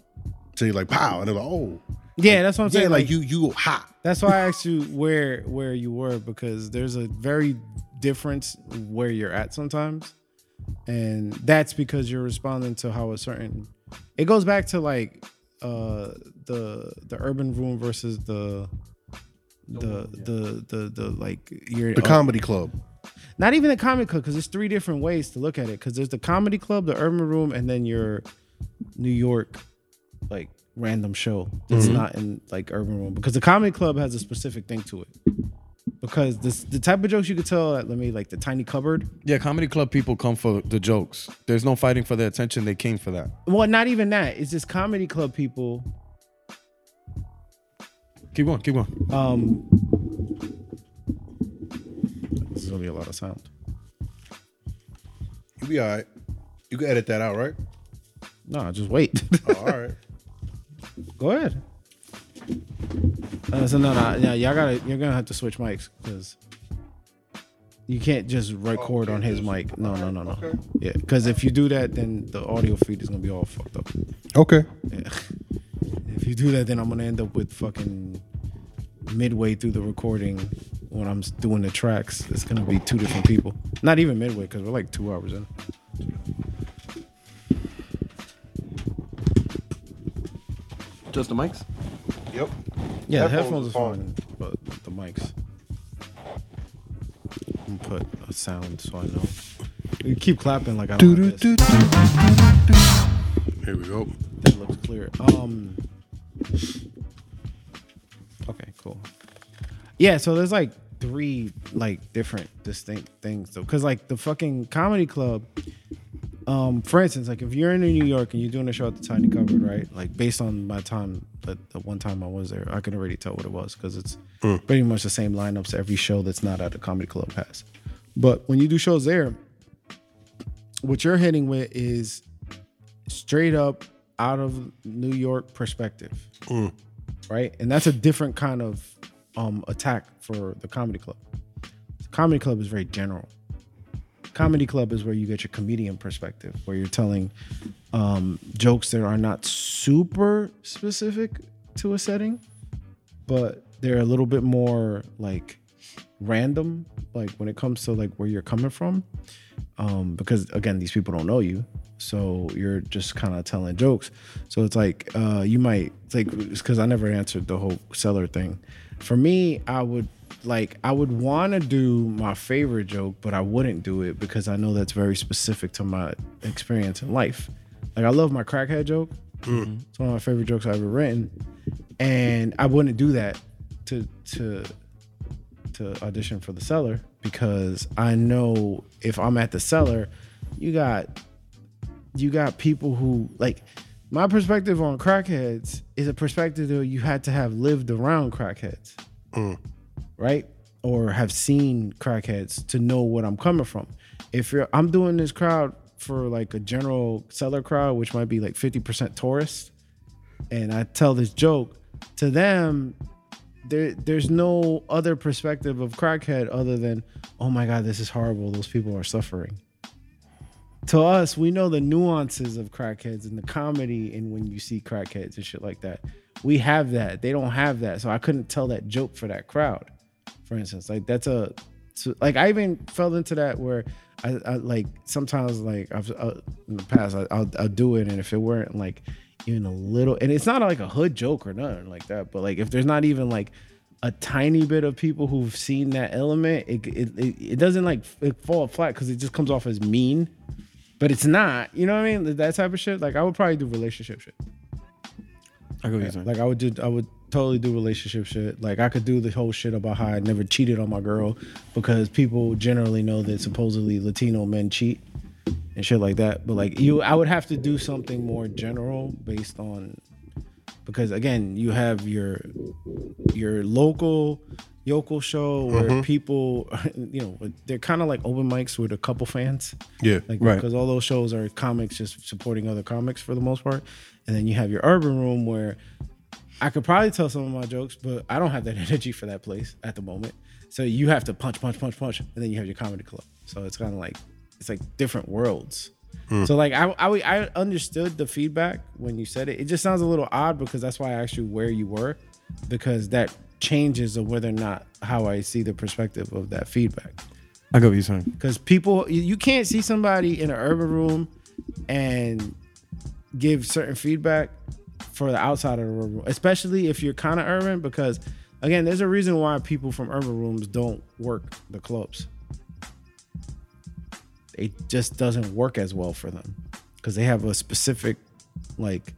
[SPEAKER 2] So you're like, pow, and they're like, oh.
[SPEAKER 4] Yeah, that's what I'm
[SPEAKER 2] Yeah,
[SPEAKER 4] saying.
[SPEAKER 2] like, you you hot.
[SPEAKER 4] That's why I asked you where where you were because there's a very difference where you're at sometimes, and that's because you're responding to how a certain. It goes back to like uh the the urban room versus the the the the, the, like your
[SPEAKER 2] The comedy club.
[SPEAKER 4] not even the comedy club because there's three different ways to look at it because there's the comedy club, the urban room, and then your New York like random show that's not in like urban room because the comedy club has a specific thing to it because this the type of jokes you could tell at let me like the tiny cupboard
[SPEAKER 3] Yeah, comedy club people come for the jokes. There's no fighting for their attention. They came for that.
[SPEAKER 4] well not even that it's just comedy club people
[SPEAKER 3] Keep going, keep going.
[SPEAKER 4] um
[SPEAKER 7] was really a lot of sound.
[SPEAKER 2] You be all right. You can edit that out, right?
[SPEAKER 7] Nah, just wait.
[SPEAKER 2] Oh, all right.
[SPEAKER 4] Go ahead. Uh, so no, no, yeah, y'all gotta. You're gonna have to switch mics because you can't just record on his mic. No, no, no, no. Yeah, because if you do that, then the audio feed is gonna be all fucked up.
[SPEAKER 2] Okay.
[SPEAKER 4] If you do that, then I'm gonna end up with fucking midway through the recording when I'm s- doing the tracks. It's gonna be two different people. Not even midway because we're like two hours in.
[SPEAKER 3] Just the mics?
[SPEAKER 2] Yep.
[SPEAKER 4] Yeah, the
[SPEAKER 2] Headphones
[SPEAKER 4] headphones
[SPEAKER 2] are
[SPEAKER 4] are fine, but the mics. I'm gonna put a sound so I know. You keep clapping like I don't. have this.
[SPEAKER 2] Here we go.
[SPEAKER 4] That looks clear. Um. Okay, cool. Yeah, so there's like three like different distinct things though, because like the fucking comedy club. Um, for instance, like if you're in New York and you're doing a show at the Tiny Cupboard, right? Like based on my time, the, the one time I was there, I can already tell what it was because it's pretty much the same lineups every show that's not at the comedy club has. But when you do shows there, what you're hitting with is straight up out of New York perspective, right? And that's a different kind of um, attack for the comedy club. The comedy club is very general. Comedy club is where you get your comedian perspective, where you're telling um, jokes that are not super specific to a setting, but they're a little bit more like random, like when it comes to like where you're coming from um, because again, these people don't know you, so you're just kind of telling jokes. So it's like uh, you might it's like because I never answered the whole seller thing. For me, I would like I would want to do my favorite joke, but I wouldn't do it because I know that's very specific to my experience in life. Like I love my crackhead joke. It's one of my favorite jokes I've ever written, and I wouldn't do that to to to audition for the seller because I know if I'm at the seller, you got you got people who like my perspective on crackheads is a perspective that you had to have lived around crackheads. Right? Or have seen crackheads to know what I'm coming from. If you're I'm doing this crowd for like a general seller crowd, which might be like 50% tourists, and I tell this joke, to them, there there's no other perspective of crackhead other than oh my god this is horrible those people are suffering to us we know the nuances of crackheads and the comedy and when you see crackheads and shit like that we have that they don't have that so i couldn't tell that joke for that crowd for instance like that's a so, like i even fell into that where i, I like sometimes like i've uh, in the past I, I'll, I'll do it and if it weren't like even a little and it's not like a hood joke or nothing like that but like if there's not even like a tiny bit of people who've seen that element it it, it, it doesn't like f- it fall flat because it just comes off as mean but it's not you know what i mean that type of shit like i would probably do relationship shit
[SPEAKER 7] I go use
[SPEAKER 4] like I would do, I would totally do relationship shit. Like I could do the whole shit about how I never cheated on my girl because people generally know that supposedly Latino men cheat and shit like that. But like you, I would have to do something more general based on because again, you have your your local yokel show where people, you know, they're kind of like open mics with a couple fans.
[SPEAKER 2] Yeah.
[SPEAKER 4] Like,
[SPEAKER 7] Right.
[SPEAKER 4] Because all those shows are comics just supporting other comics for the most part. And then you have your urban room where I could probably tell some of my jokes, but I don't have that energy for that place at the moment. So you have to punch, punch, punch, punch. And then you have your comedy club. So it's kind of like, it's like different worlds. So like I, I I understood the feedback when you said it. It just sounds a little odd because that's why I asked you where you were, because that changes of whether or not how I see the perspective of that feedback
[SPEAKER 7] I go use something.
[SPEAKER 4] because people you- you can't see somebody in an urban room and give certain feedback for the outside of the room especially if you're kind of urban because again there's a reason why people from urban rooms don't work the clubs it just doesn't work as well for them because they have a specific like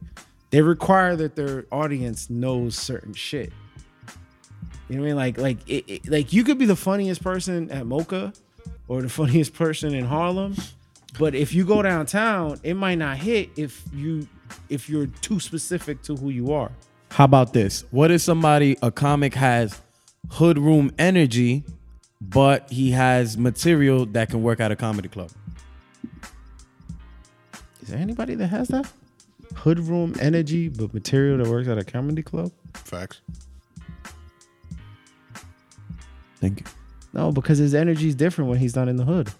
[SPEAKER 4] they require that their audience knows certain shit you know what I mean? Like, like, it, it- like you could be the funniest person at Mocha, or the funniest person in Harlem, but if you go downtown, it might not hit if you if you're too specific to who you are.
[SPEAKER 3] How about this? What if somebody, a comic, has hood room energy, but he has material that can work at a comedy club.
[SPEAKER 8] Is there anybody that has that? Hood room energy, but material that works at a comedy club?
[SPEAKER 2] Facts.
[SPEAKER 3] Thank you.
[SPEAKER 8] No, because his energy is different when he's not in the hood.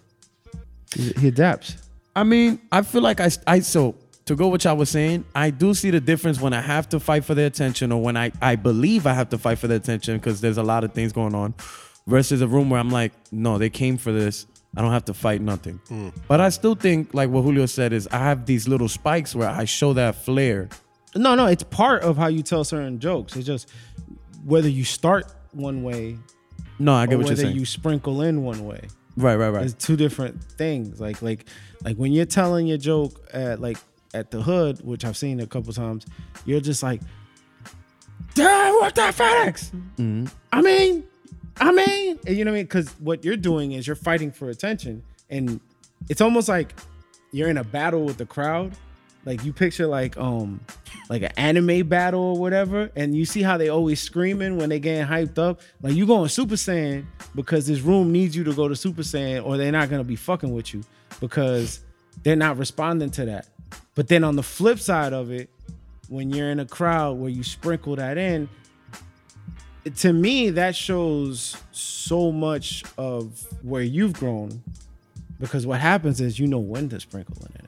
[SPEAKER 8] He, he adapts.
[SPEAKER 3] I mean, I feel like I, I so to go what y'all was saying, I do see the difference when I have to fight for their attention or when I, I believe I have to fight for their attention because there's a lot of things going on versus a room where I'm like, no, they came for this. I don't have to fight nothing.
[SPEAKER 4] Mm.
[SPEAKER 3] But I still think, like what Julio said, is I have these little spikes where I show that flair.
[SPEAKER 4] No, no, it's part of how you tell certain jokes. It's just whether you start one way
[SPEAKER 3] No, I get
[SPEAKER 4] or
[SPEAKER 3] what you're
[SPEAKER 4] whether
[SPEAKER 3] saying.
[SPEAKER 4] you sprinkle in one way.
[SPEAKER 3] right, right, right.
[SPEAKER 4] It's two different things. Like like like when you're telling your joke at like at the hood, which I've seen a couple times, you're just like, "Damn, what that FedEx?"
[SPEAKER 3] Mm-hmm.
[SPEAKER 4] I mean, I mean, and you know what I mean? Because what you're doing is you're fighting for attention, and it's almost like you're in a battle with the crowd. Like you picture like um like an anime battle or whatever, and you see how they always screaming when they getting hyped up. Like you going Super Saiyan because this room needs you to go to Super Saiyan, or they're not gonna be fucking with you because they're not responding to that. But then on the flip side of it, when you're in a crowd where you sprinkle that in, to me that shows so much of where you've grown because what happens is you know when to sprinkle in it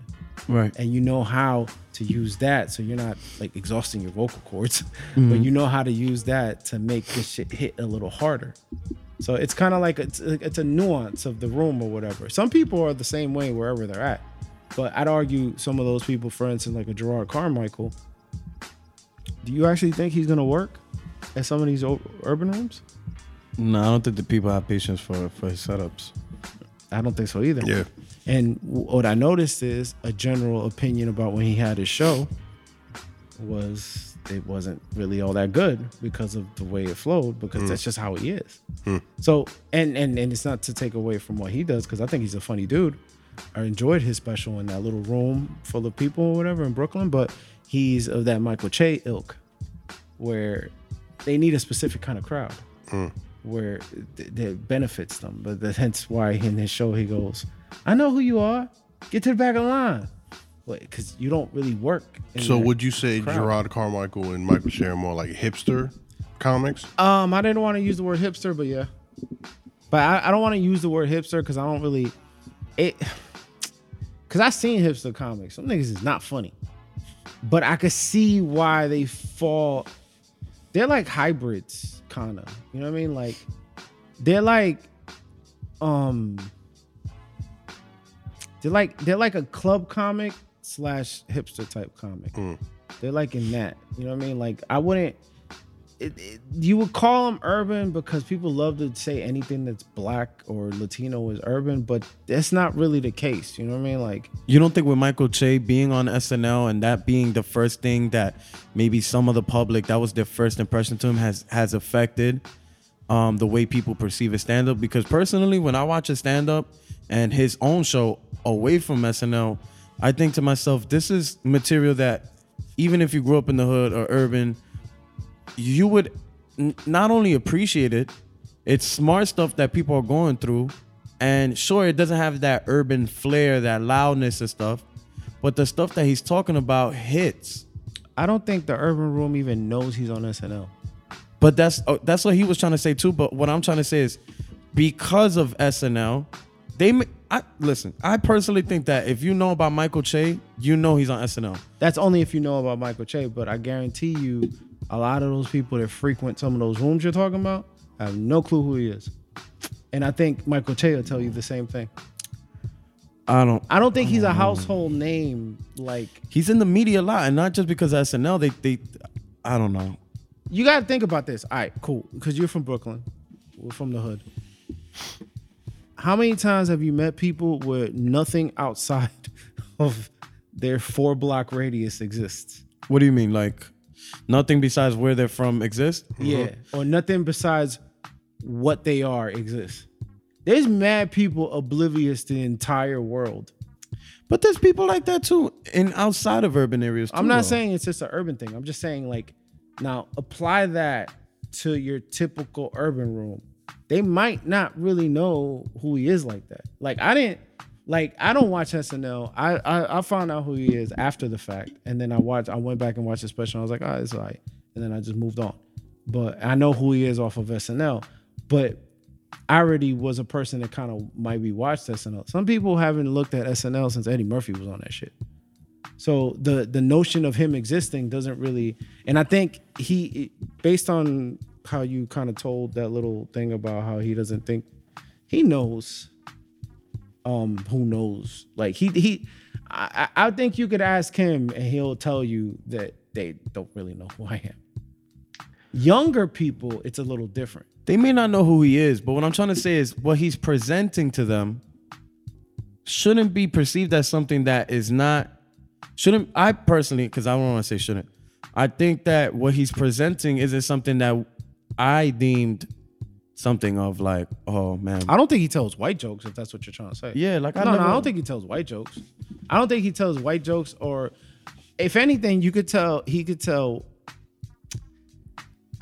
[SPEAKER 3] right.
[SPEAKER 4] and you know how to use that so you're not like exhausting your vocal cords but you know how to use that to make this shit hit a little harder so it's kind of like it's, it's a nuance of the room or whatever some people are the same way wherever they're at but i'd argue some of those people for instance like a gerard carmichael do you actually think he's gonna work at some of these o- urban rooms
[SPEAKER 3] No, I don't think the people have patience for for his setups.
[SPEAKER 4] I don't think so either.
[SPEAKER 2] Yeah.
[SPEAKER 4] And w- what I noticed is a general opinion about when he had his show was it wasn't really all that good because of the way it flowed because that's just how he is. So and and and it's not to take away from what he does because I think he's a funny dude. I enjoyed his special in that little room full of people or whatever in Brooklyn, but he's of that Michael Che ilk where they need a specific kind of crowd where th- that benefits them. But that, hence why in his show he goes, "I know who you are. Get to the back of the line," because you don't really work. in
[SPEAKER 2] So
[SPEAKER 4] that.
[SPEAKER 2] would you say Gerard Carmichael and Michael Cher are more like hipster comics?
[SPEAKER 4] Um, I didn't want to use the word hipster, but yeah. But I, I don't want to use the word hipster because I don't really it. Because I've seen hipster comics. Some niggas is not funny, but I could see why they fall. They're like hybrids, kind of. You know what I mean? Like they're like, um, they're like they're like a club comic slash hipster type comic. They're like in that. You know what I mean? Like I wouldn't it, it- you would call them urban because people love to say anything that's black or Latino is urban, but that's not really the case. You know what I mean? Like,
[SPEAKER 3] You don't think with Michael Che being on SNL and that being the first thing that maybe some of the public that was their first impression to him has has affected um, the way people perceive his stand up? Because personally, when I watch his stand up and his own show away from SNL, I think to myself, this is material that even if you grew up in the hood or urban, you would n- not only appreciate it, it's smart stuff that people are going through. And sure, it doesn't have that urban flair, that loudness and stuff, but the stuff that he's talking about hits.
[SPEAKER 4] I don't think the urban room even knows he's on SNL.
[SPEAKER 3] But that's oh, that's what he was trying to say too. But what I'm trying to say is, because of SNL, they ma- I, listen. I personally think that if you know about Michael Che, you know he's on SNL.
[SPEAKER 4] That's only if you know about Michael Che, but I guarantee you, a lot of those people that frequent some of those rooms you're talking about have no clue who he is. And I think Michael Che will tell you the same thing.
[SPEAKER 3] I don't.
[SPEAKER 4] I don't think he's a household name. Like,
[SPEAKER 3] He's in the media a lot, and not just because of SNL. They they. I don't know.
[SPEAKER 4] you got to think about this. All right, cool. Because you're from Brooklyn, we're from the hood. How many times have you met people where nothing outside of their four block radius exists?
[SPEAKER 3] What do you mean? Like nothing besides where they're from exists?
[SPEAKER 4] Yeah, Uh-huh. or nothing besides what they are exists. There's mad people oblivious to the entire world.
[SPEAKER 3] But there's people like that too, and outside of urban areas. Too,
[SPEAKER 4] I'm
[SPEAKER 3] though.
[SPEAKER 4] not saying it's just an urban thing. I'm just saying like now apply that to your typical urban room. they might not really know who he is like that. Like I didn't like I don't watch SNL. I I, I found out who he is after the fact, and then I watched. I went back and watched the special. And I was like, oh, it's alright, and then I just moved on. But I know who he is off of SNL. But I already was a person that kind of might be watched SNL. Some people haven't looked at SNL since Eddie Murphy was on that shit. So the the notion of him existing doesn't really, and I think he, based on how you kind of told that little thing about how he doesn't think, he knows. Um, who knows? Like he he, I I I think you could ask him and he'll tell you that they don't really know who I am. Younger people, it's a little different.
[SPEAKER 7] They may not know who he is, but what I'm trying to say is what he's presenting to them shouldn't be perceived as something that is not shouldn't I personally because I don't want to say shouldn't. I think that what he's presenting isn't something that I deemed something of like, oh man.
[SPEAKER 4] I don't think he tells white jokes if that's what you're trying to say.
[SPEAKER 7] Yeah, like, I
[SPEAKER 4] I no, no,
[SPEAKER 7] never-
[SPEAKER 4] I don't think he tells white jokes. I don't think he tells white jokes or if anything, you could tell he could tell.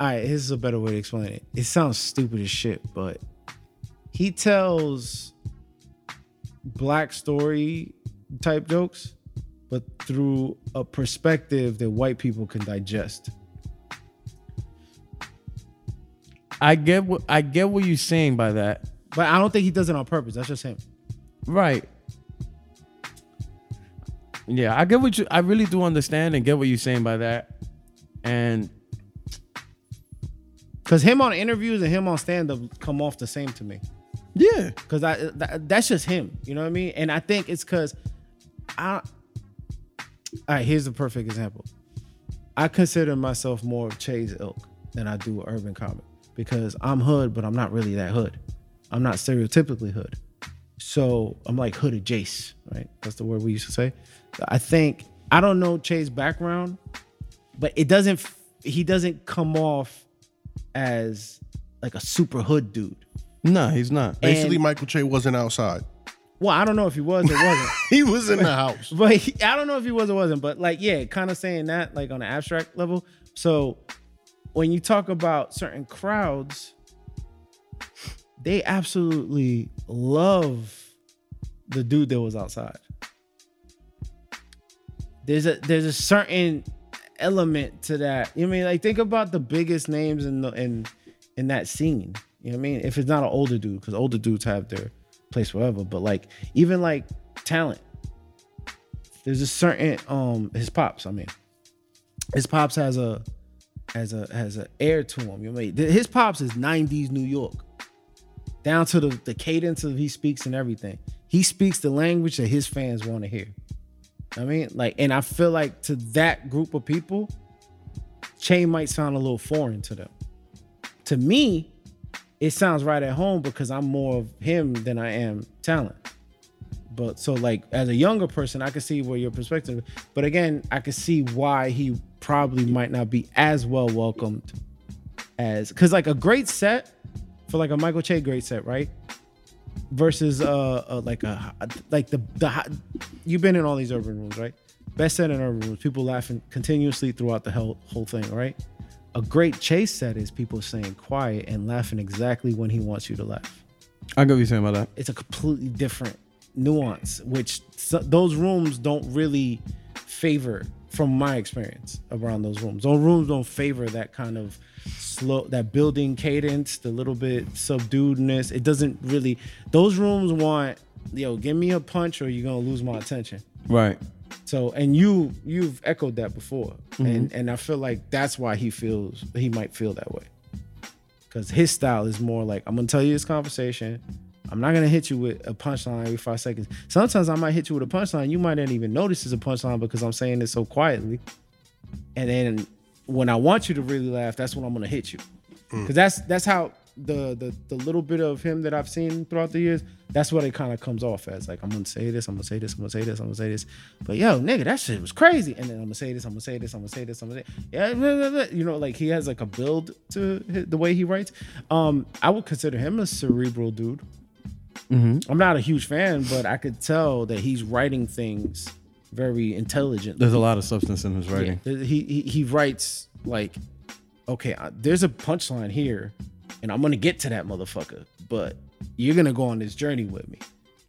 [SPEAKER 4] All right, this is a better way to explain it. It sounds stupid as shit, but he tells black story type jokes, but through a perspective that white people can digest.
[SPEAKER 7] I get what I get what you're saying by that.
[SPEAKER 4] But I don't think he does it on purpose. That's just him.
[SPEAKER 7] Right. Yeah, I get what you I really do understand and get what you're saying by that. And
[SPEAKER 4] Cause him on interviews and him on stand up come off the same to me.
[SPEAKER 7] yeah.
[SPEAKER 4] because I th- that's just him. You know what I mean? And I think it's because I. All right, here's the perfect example. I consider myself more of Chase Ilk than I do urban comic because I'm hood, but I'm not really that hood. I'm not stereotypically hood. So I'm like hood adjacent, right? That's the word we used to say. I think I don't know Che's background, but it doesn't. f- He doesn't come off as like a super hood dude.
[SPEAKER 7] No, he's not.
[SPEAKER 2] Basically,
[SPEAKER 4] And-
[SPEAKER 2] Michael Che wasn't outside.
[SPEAKER 4] well, I don't know if he was or wasn't.
[SPEAKER 2] He was in the house.
[SPEAKER 4] but he- I don't know if he was or wasn't, but like, yeah, kind of saying that like on an abstract level. So when you talk about certain crowds, they absolutely love the dude that was outside. There's a there's a certain element to that. You know what I mean like think about the biggest names in the in in that scene. You know what I mean? If it's not an older dude, because older dudes have their place forever, but like even like talent there's a certain um his pops i mean his pops has a has a has an air to him you know what I mean? his pops is 90s new york down to the, the cadence of he speaks and everything he speaks the language that his fans want to hear i mean like and i feel like to that group of people Che might sound a little foreign to them to me it sounds right at home because i'm more of him than i am talent but so like as a younger person, I could see where your perspective. But again, I could see why he probably might not be as well welcomed as because like a great set for like a Michael Che great set, right? Versus uh, uh like a like the the hot- you've been in all these urban rooms, right? Best set in urban rooms, people laughing continuously throughout the whole whole thing, right? A great chase set is people staying quiet and laughing exactly when he wants you to laugh
[SPEAKER 7] I get what you're saying about that.
[SPEAKER 4] it's a completely different nuance, which so, those rooms don't really favor, from my experience around those rooms. Those rooms don't favor that kind of slow, that building cadence, the little bit subduedness. It doesn't really. Those rooms want, yo, give me a punch or you're gonna lose my attention.
[SPEAKER 7] Right.
[SPEAKER 4] So and you you've echoed that before, and and I feel like that's why he feels he might feel that way, because his style is more like I'm gonna tell you this conversation. I'm not gonna hit you with a punchline every five seconds. Sometimes I might hit you with a punchline. You might not even notice it's a punchline because I'm saying it so quietly. And then when I want you to really laugh, that's when I'm gonna hit you. Cause that's that's how the, the the little bit of him that I've seen throughout the years, that's what it kind of comes off as. Like I'm gonna say this, I'm gonna say this, I'm gonna say this, I'm gonna say this. But yo, nigga, that shit was crazy. And then I'm gonna say this, I'm gonna say this, I'm gonna say this, I'm gonna say yeah, blah, blah, blah. you know, like he has like a build to hi- the way he writes. Um, I would consider him a cerebral dude. I'm not a huge fan, but I could tell that he's writing things very intelligently.
[SPEAKER 7] There's a lot of substance in his writing.
[SPEAKER 4] Yeah. He, he he writes like, okay, I- there's a punchline here, and I'm gonna get to that motherfucker. But you're gonna go on this journey with me.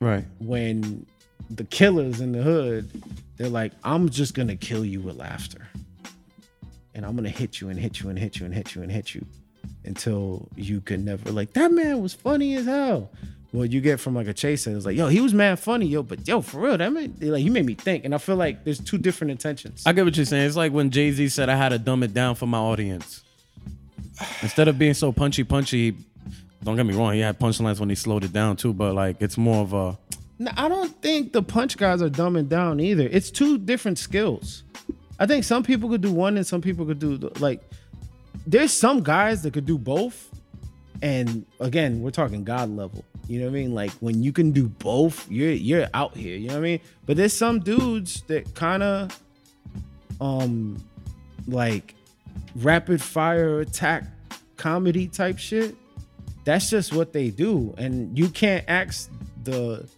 [SPEAKER 3] Right.
[SPEAKER 4] When the killers in the hood, they're like, I'm just gonna kill you with laughter. And I'm gonna hit you and hit you and hit you and hit you and hit you until you could never like that man was funny as hell. Well, you get from like a chaser, it's like, yo, he was mad funny, yo, but yo, for real, that man, like he made me think. And I feel like there's two different intentions.
[SPEAKER 3] I get what you're saying. It's like when Jay Z said, "I had to dumb it down for my audience." Instead of being so punchy, punchy. Don't get me wrong. He had punchlines when he slowed it down too, but like it's more of a
[SPEAKER 4] No, I don't think the punch guys are dumbing down either. It's two different skills. I think some people could do one and some people could do the- like there's some guys that could do both. And again, we're talking God level. You know what I mean? Like when you can do both, you're you're out here. You know what I mean? But there's some dudes that kind of um like rapid fire attack comedy type shit. That's just what they do. And you can't ask the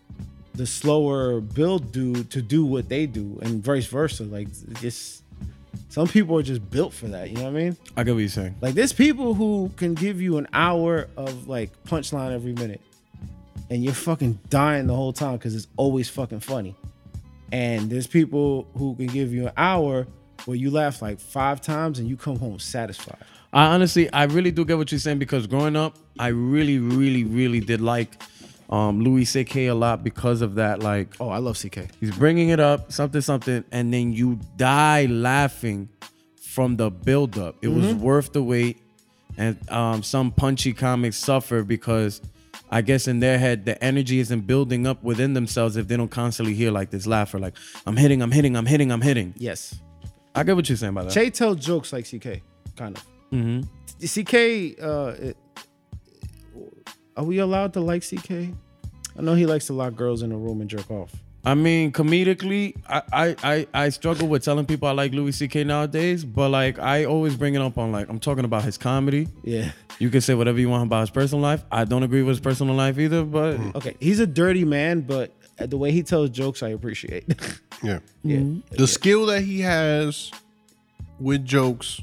[SPEAKER 4] the slower build dude to do what they do and vice versa. Like just some people are just built for that. You know what I mean?
[SPEAKER 3] I get what you're saying.
[SPEAKER 4] Like there's people who can give you an hour of like punchline every minute, and you're fucking dying the whole time because it's always fucking funny. And there's people who can give you an hour where you laugh like five times and you come home satisfied.
[SPEAKER 3] I honestly, I really do get what you're saying because growing up, I really, really, really did like um, Louis C.K. a lot because of that. Like,
[SPEAKER 4] Oh, I love CK.
[SPEAKER 3] he's bringing it up, something, something, and then you die laughing from the buildup. It was worth the wait. And um, some punchy comics suffer because I guess in their head, the energy isn't building up within themselves if they don't constantly hear like this laugh or like, I'm hitting, I'm hitting, I'm hitting, I'm hitting.
[SPEAKER 4] Yes.
[SPEAKER 3] I get what you're saying by that.
[SPEAKER 4] Che tells jokes like CK, kind of. Mm-hmm. CK, uh, it- are we allowed to like CK? I know he likes to lock girls in a room and jerk off.
[SPEAKER 3] I mean, comedically, I, I I I struggle with telling people I like Louis C.K. nowadays, but like I always bring it up on like I'm talking about his comedy.
[SPEAKER 4] Yeah.
[SPEAKER 3] You can say whatever you want about his personal life. I don't agree with his personal life either, but
[SPEAKER 4] Okay, he's a dirty man, but the way he tells jokes, I appreciate.
[SPEAKER 2] Yeah. Mm-hmm.
[SPEAKER 4] yeah.
[SPEAKER 2] The skill that he has with jokes,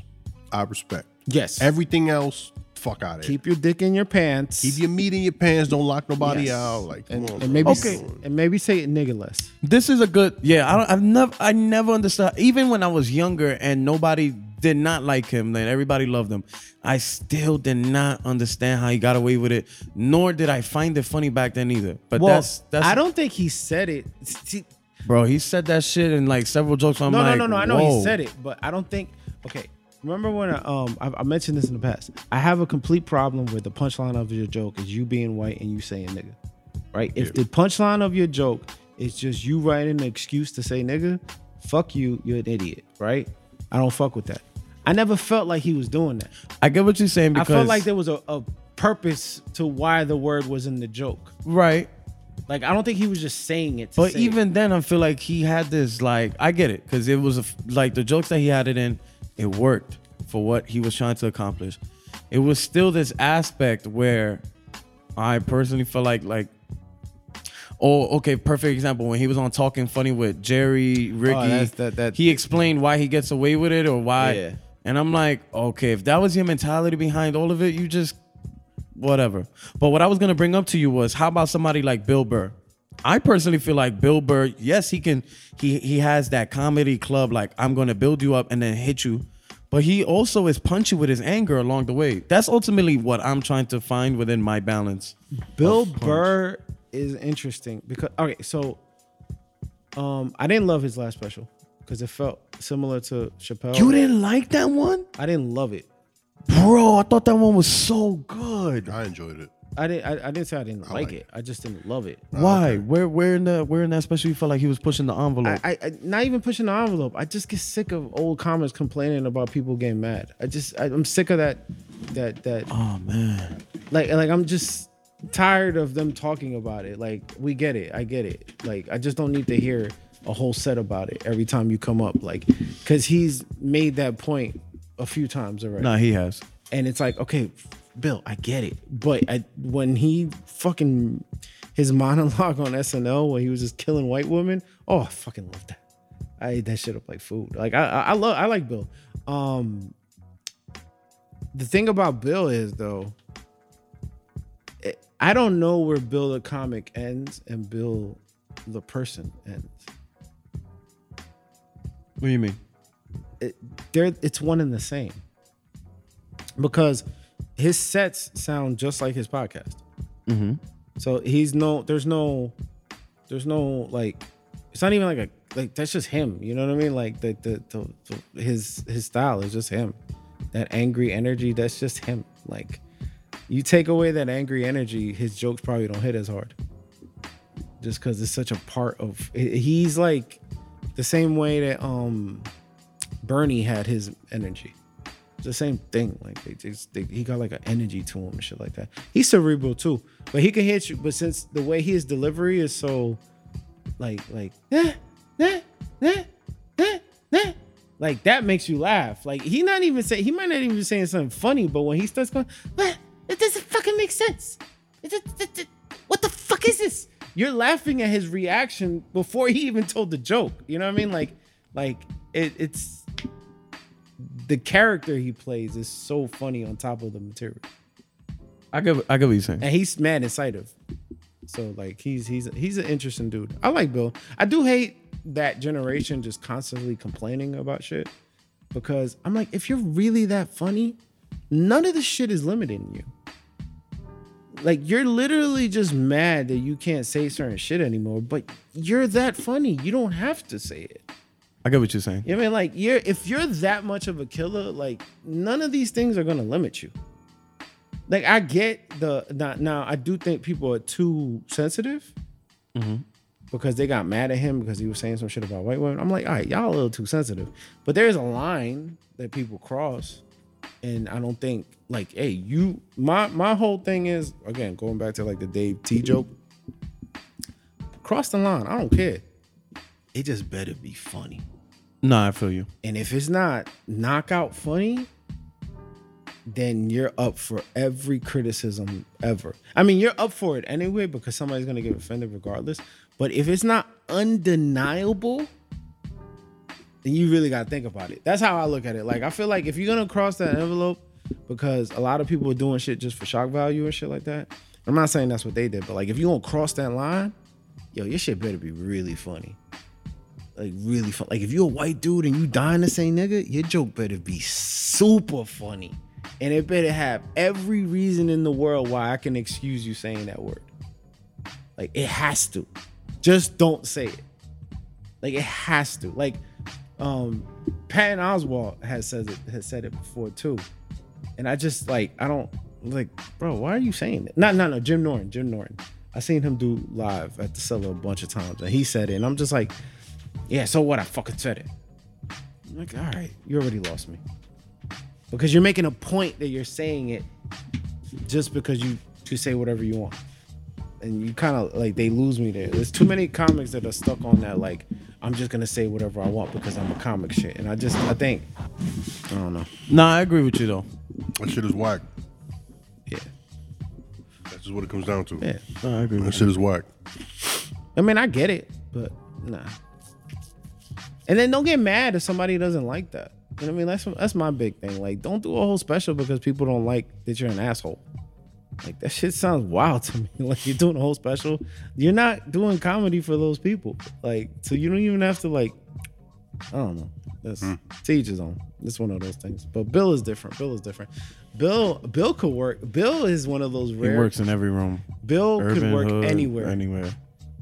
[SPEAKER 2] I respect.
[SPEAKER 4] Yes.
[SPEAKER 2] Everything else, fuck out of it.
[SPEAKER 4] Keep your dick in your pants.
[SPEAKER 2] Keep your meat in your pants. Don't lock nobody
[SPEAKER 4] Yes.
[SPEAKER 2] out. Like, come
[SPEAKER 4] and,
[SPEAKER 2] on,
[SPEAKER 4] and
[SPEAKER 2] bro.
[SPEAKER 4] maybe and maybe say it nigga less.
[SPEAKER 3] this is a good yeah. I don't, I've never I never understood even when I was younger and nobody did not like him, then everybody loved him. I still did not understand how he got away with it, nor did I find it funny back then either. But
[SPEAKER 4] Well,
[SPEAKER 3] that's that's
[SPEAKER 4] I don't think he said it. See,
[SPEAKER 3] bro. He said that shit in like several jokes. I'm
[SPEAKER 4] no,
[SPEAKER 3] like,
[SPEAKER 4] no, no, no. I know
[SPEAKER 3] Whoa.
[SPEAKER 4] he said it, but I don't think. Okay, remember when I, um I, I mentioned this in the past? I have a complete problem with the punchline of your joke is you being white and you saying nigga, right? If the punchline of your joke is just you writing an excuse to say nigga, fuck you, you're an idiot, right? I don't fuck with that. I never felt like he was doing that.
[SPEAKER 3] I get what you're saying because
[SPEAKER 4] I felt like there was a, a purpose to why the word was in the joke.
[SPEAKER 3] right.
[SPEAKER 4] Like I don't think he was just saying it. To
[SPEAKER 3] But
[SPEAKER 4] say it.
[SPEAKER 3] even then, I feel like he had this like I get it because it was a f like the jokes that he had it in, it worked for what he was trying to accomplish. It was still this aspect where I personally feel like like. Oh, okay. Perfect example when he was on Talking Funny with Jerry Ricky.
[SPEAKER 9] Oh, that's- that- that-
[SPEAKER 3] he explained why he gets away with it or why.
[SPEAKER 9] Yeah.
[SPEAKER 3] And I'm like, okay, if that was your mentality behind all of it, you just whatever. But what I was gonna bring up to you was how about somebody like Bill Burr? I personally feel like Bill Burr, yes, he can he he has that comedy club, like I'm gonna build you up and then hit you. But he also is punchy with his anger along the way. That's ultimately what I'm trying to find within my balance.
[SPEAKER 4] Bill Burr is interesting because okay, so um I didn't love his last special because it felt similar to Chappelle.
[SPEAKER 3] You didn't like that one?
[SPEAKER 4] I didn't love it.
[SPEAKER 3] Bro, I thought that one was so good.
[SPEAKER 2] I enjoyed it.
[SPEAKER 4] I didn't. I, I didn't say I didn't like,
[SPEAKER 2] like
[SPEAKER 4] it. I just didn't love it.
[SPEAKER 3] Why? Where where in the where in that special you felt like he was pushing the envelope?
[SPEAKER 4] I, I, I not even pushing the envelope. I just get sick of old comments complaining about people getting mad. I just I, I'm sick of that that that
[SPEAKER 3] oh man.
[SPEAKER 4] like like I'm just tired of them talking about it. Like we get it, I get it. Like I just don't need to hear a whole set about it every time you come up. Like because he's made that point a few times already,
[SPEAKER 3] Nah, he has.
[SPEAKER 4] and it's like okay, Bill, I get it. But I, when he fucking his monologue on SNL where he was just killing white women, oh I fucking love that. I ate that shit up like food. Like I, I, I love, I like Bill. Um, the thing about Bill is though, eh, I don't know where Bill the comic ends and Bill the person ends.
[SPEAKER 7] What do you mean?
[SPEAKER 4] It, they're, it's one and the same. Because his sets sound just like his podcast. So he's no, there's no, there's no like, it's not even like a like that's just him. You know what I mean? Like the the, the, the his his style is just him. That angry energy, that's just him. Like you take away that angry energy, his jokes probably don't hit as hard. Just because it's such a part of he- he's like the same way that um Bernie had his energy. It's the same thing. Like they just they, he got like an energy to him and shit like that. He's cerebral too, but he can hit you. But since the way his delivery is so, like like eh, eh, eh, eh, eh, like that makes you laugh. Like he not even say he might not even be saying something funny, but when he starts going, what? It doesn't fucking make sense. It, it, it, it- what the fuck is this? You're laughing at his reaction before he even told the joke. You know what I mean? Like like it, it's the character he plays is so funny on top of the material,
[SPEAKER 7] I could I could be saying.
[SPEAKER 4] and he's mad incisive. So like he's he's he's an interesting dude. I like Bill. I do hate that generation just constantly complaining about shit because I'm like, if you're really that funny, none of the shit is limiting you. Like you're literally just mad that you can't say certain shit anymore, but you're that funny. You don't have to say it.
[SPEAKER 7] I get what you're saying.
[SPEAKER 4] You know what I mean, like you're if you're that much of a killer, like none of these things are gonna limit you. Like I get the now, now I do think people are too sensitive because they got mad at him because he was saying some shit about white women. I'm like, all right, y'all a little too sensitive. But there's a line that people cross, and I don't think like, hey, you my my whole thing is again going back to like the Dave T joke. Cross the line. I don't care. It just better be funny.
[SPEAKER 7] Nah, I feel you.
[SPEAKER 4] And if it's not knockout funny, then you're up for every criticism ever. I mean, you're up for it anyway because somebody's gonna get offended regardless. But if it's not undeniable, then you really gotta think about it. That's how I look at it. Like I feel like if you're gonna cross that envelope, because a lot of people are doing shit just for shock value and shit like that. I'm not saying that's what they did, but like if you're gonna cross that line, yo, your shit better be really funny like really fun. Like if you're a white dude and you dying to say nigga, your joke better be super funny. And it better have every reason in the world why I can excuse you saying that word. Like it has to. Just don't say it. Like it has to. Like um Patton Oswald has says it has said it before too. And I just like I don't like, bro, why are you saying that? No, no, no, Jim Norton, Jim Norton. I seen him do live at the cellar a bunch of times and he said it and I'm just like, yeah, so what? I fucking said it. I'm like, all right, you already lost me. Because you're making a point that you're saying it just because you to say whatever you want. And you kind of like they lose me there. There's too many comics that are stuck on that, like, I'm just gonna say whatever I want because I'm a comic shit. And I just I think I don't know.
[SPEAKER 7] Nah, I agree with you though.
[SPEAKER 2] That shit is whack.
[SPEAKER 4] Yeah.
[SPEAKER 2] That's just what it comes down to.
[SPEAKER 4] Yeah.
[SPEAKER 7] Nah, I agree.
[SPEAKER 2] That
[SPEAKER 7] With
[SPEAKER 2] shit is whack.
[SPEAKER 4] I mean I get it, but nah. And then don't get mad if somebody doesn't like that. You know what I mean? That's that's my big thing. Like, don't do a whole special because people don't like that you're an asshole. Like that shit sounds wild to me. Like you're doing a whole special. You're not doing comedy for those people. Like, so you don't even have to like I don't know. That's
[SPEAKER 7] Hmm.
[SPEAKER 4] to each his own. It's one of those things. But Bill is different. Bill is different. Bill Bill could work. Bill is one of those
[SPEAKER 7] you.
[SPEAKER 4] rare
[SPEAKER 7] He works in every room.
[SPEAKER 4] Bill could
[SPEAKER 7] Urban,
[SPEAKER 4] work
[SPEAKER 7] hood,
[SPEAKER 4] anywhere.
[SPEAKER 7] Anywhere.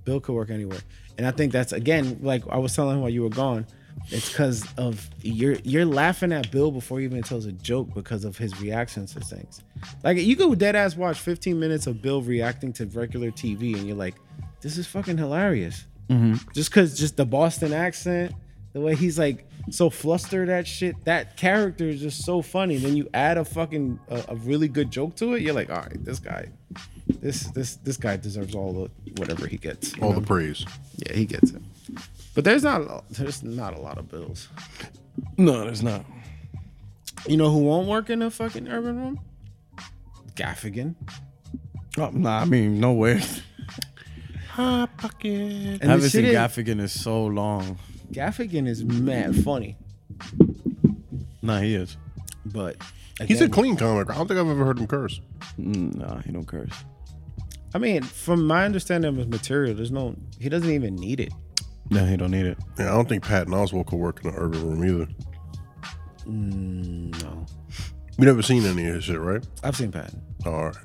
[SPEAKER 4] Bill could work anywhere. And I think that's again, like I was telling him while you were gone, it's because of you're you're laughing at Bill before he even tells a joke because of his reactions to things. Like you could dead ass watch 15 minutes of Bill reacting to regular TV and you're like, this is fucking hilarious. Just cause just the Boston accent, the way he's like so flustered at shit, that character is just so funny. Then you add a fucking a, a really good joke to it, you're like, all right, this guy, this this this guy deserves all the whatever he gets. you
[SPEAKER 2] All
[SPEAKER 4] know?
[SPEAKER 2] the praise.
[SPEAKER 4] Yeah, he gets it. But there's not a lot, there's not a lot of bills.
[SPEAKER 3] No, there's not.
[SPEAKER 4] You know who won't work in a fucking urban room? Gaffigan.
[SPEAKER 7] Oh, nah, I mean, no way.
[SPEAKER 4] And
[SPEAKER 7] I haven't
[SPEAKER 4] the shit
[SPEAKER 7] seen
[SPEAKER 4] is-
[SPEAKER 7] Gaffigan in so long.
[SPEAKER 4] Gaffigan is mad funny,
[SPEAKER 7] Nah, he is.
[SPEAKER 4] but
[SPEAKER 2] He's a
[SPEAKER 4] again,
[SPEAKER 2] clean comic. I don't think I've ever heard him curse.
[SPEAKER 7] Nah, he don't curse.
[SPEAKER 4] I mean, from my understanding of his material, there's no he doesn't even need it.
[SPEAKER 7] No, he don't need it.
[SPEAKER 2] Yeah, I don't think Patton Oswalt could work in the urban room either.
[SPEAKER 4] Mm, No,
[SPEAKER 2] You never seen any of his shit, right?
[SPEAKER 4] I've seen Patton.
[SPEAKER 2] All right.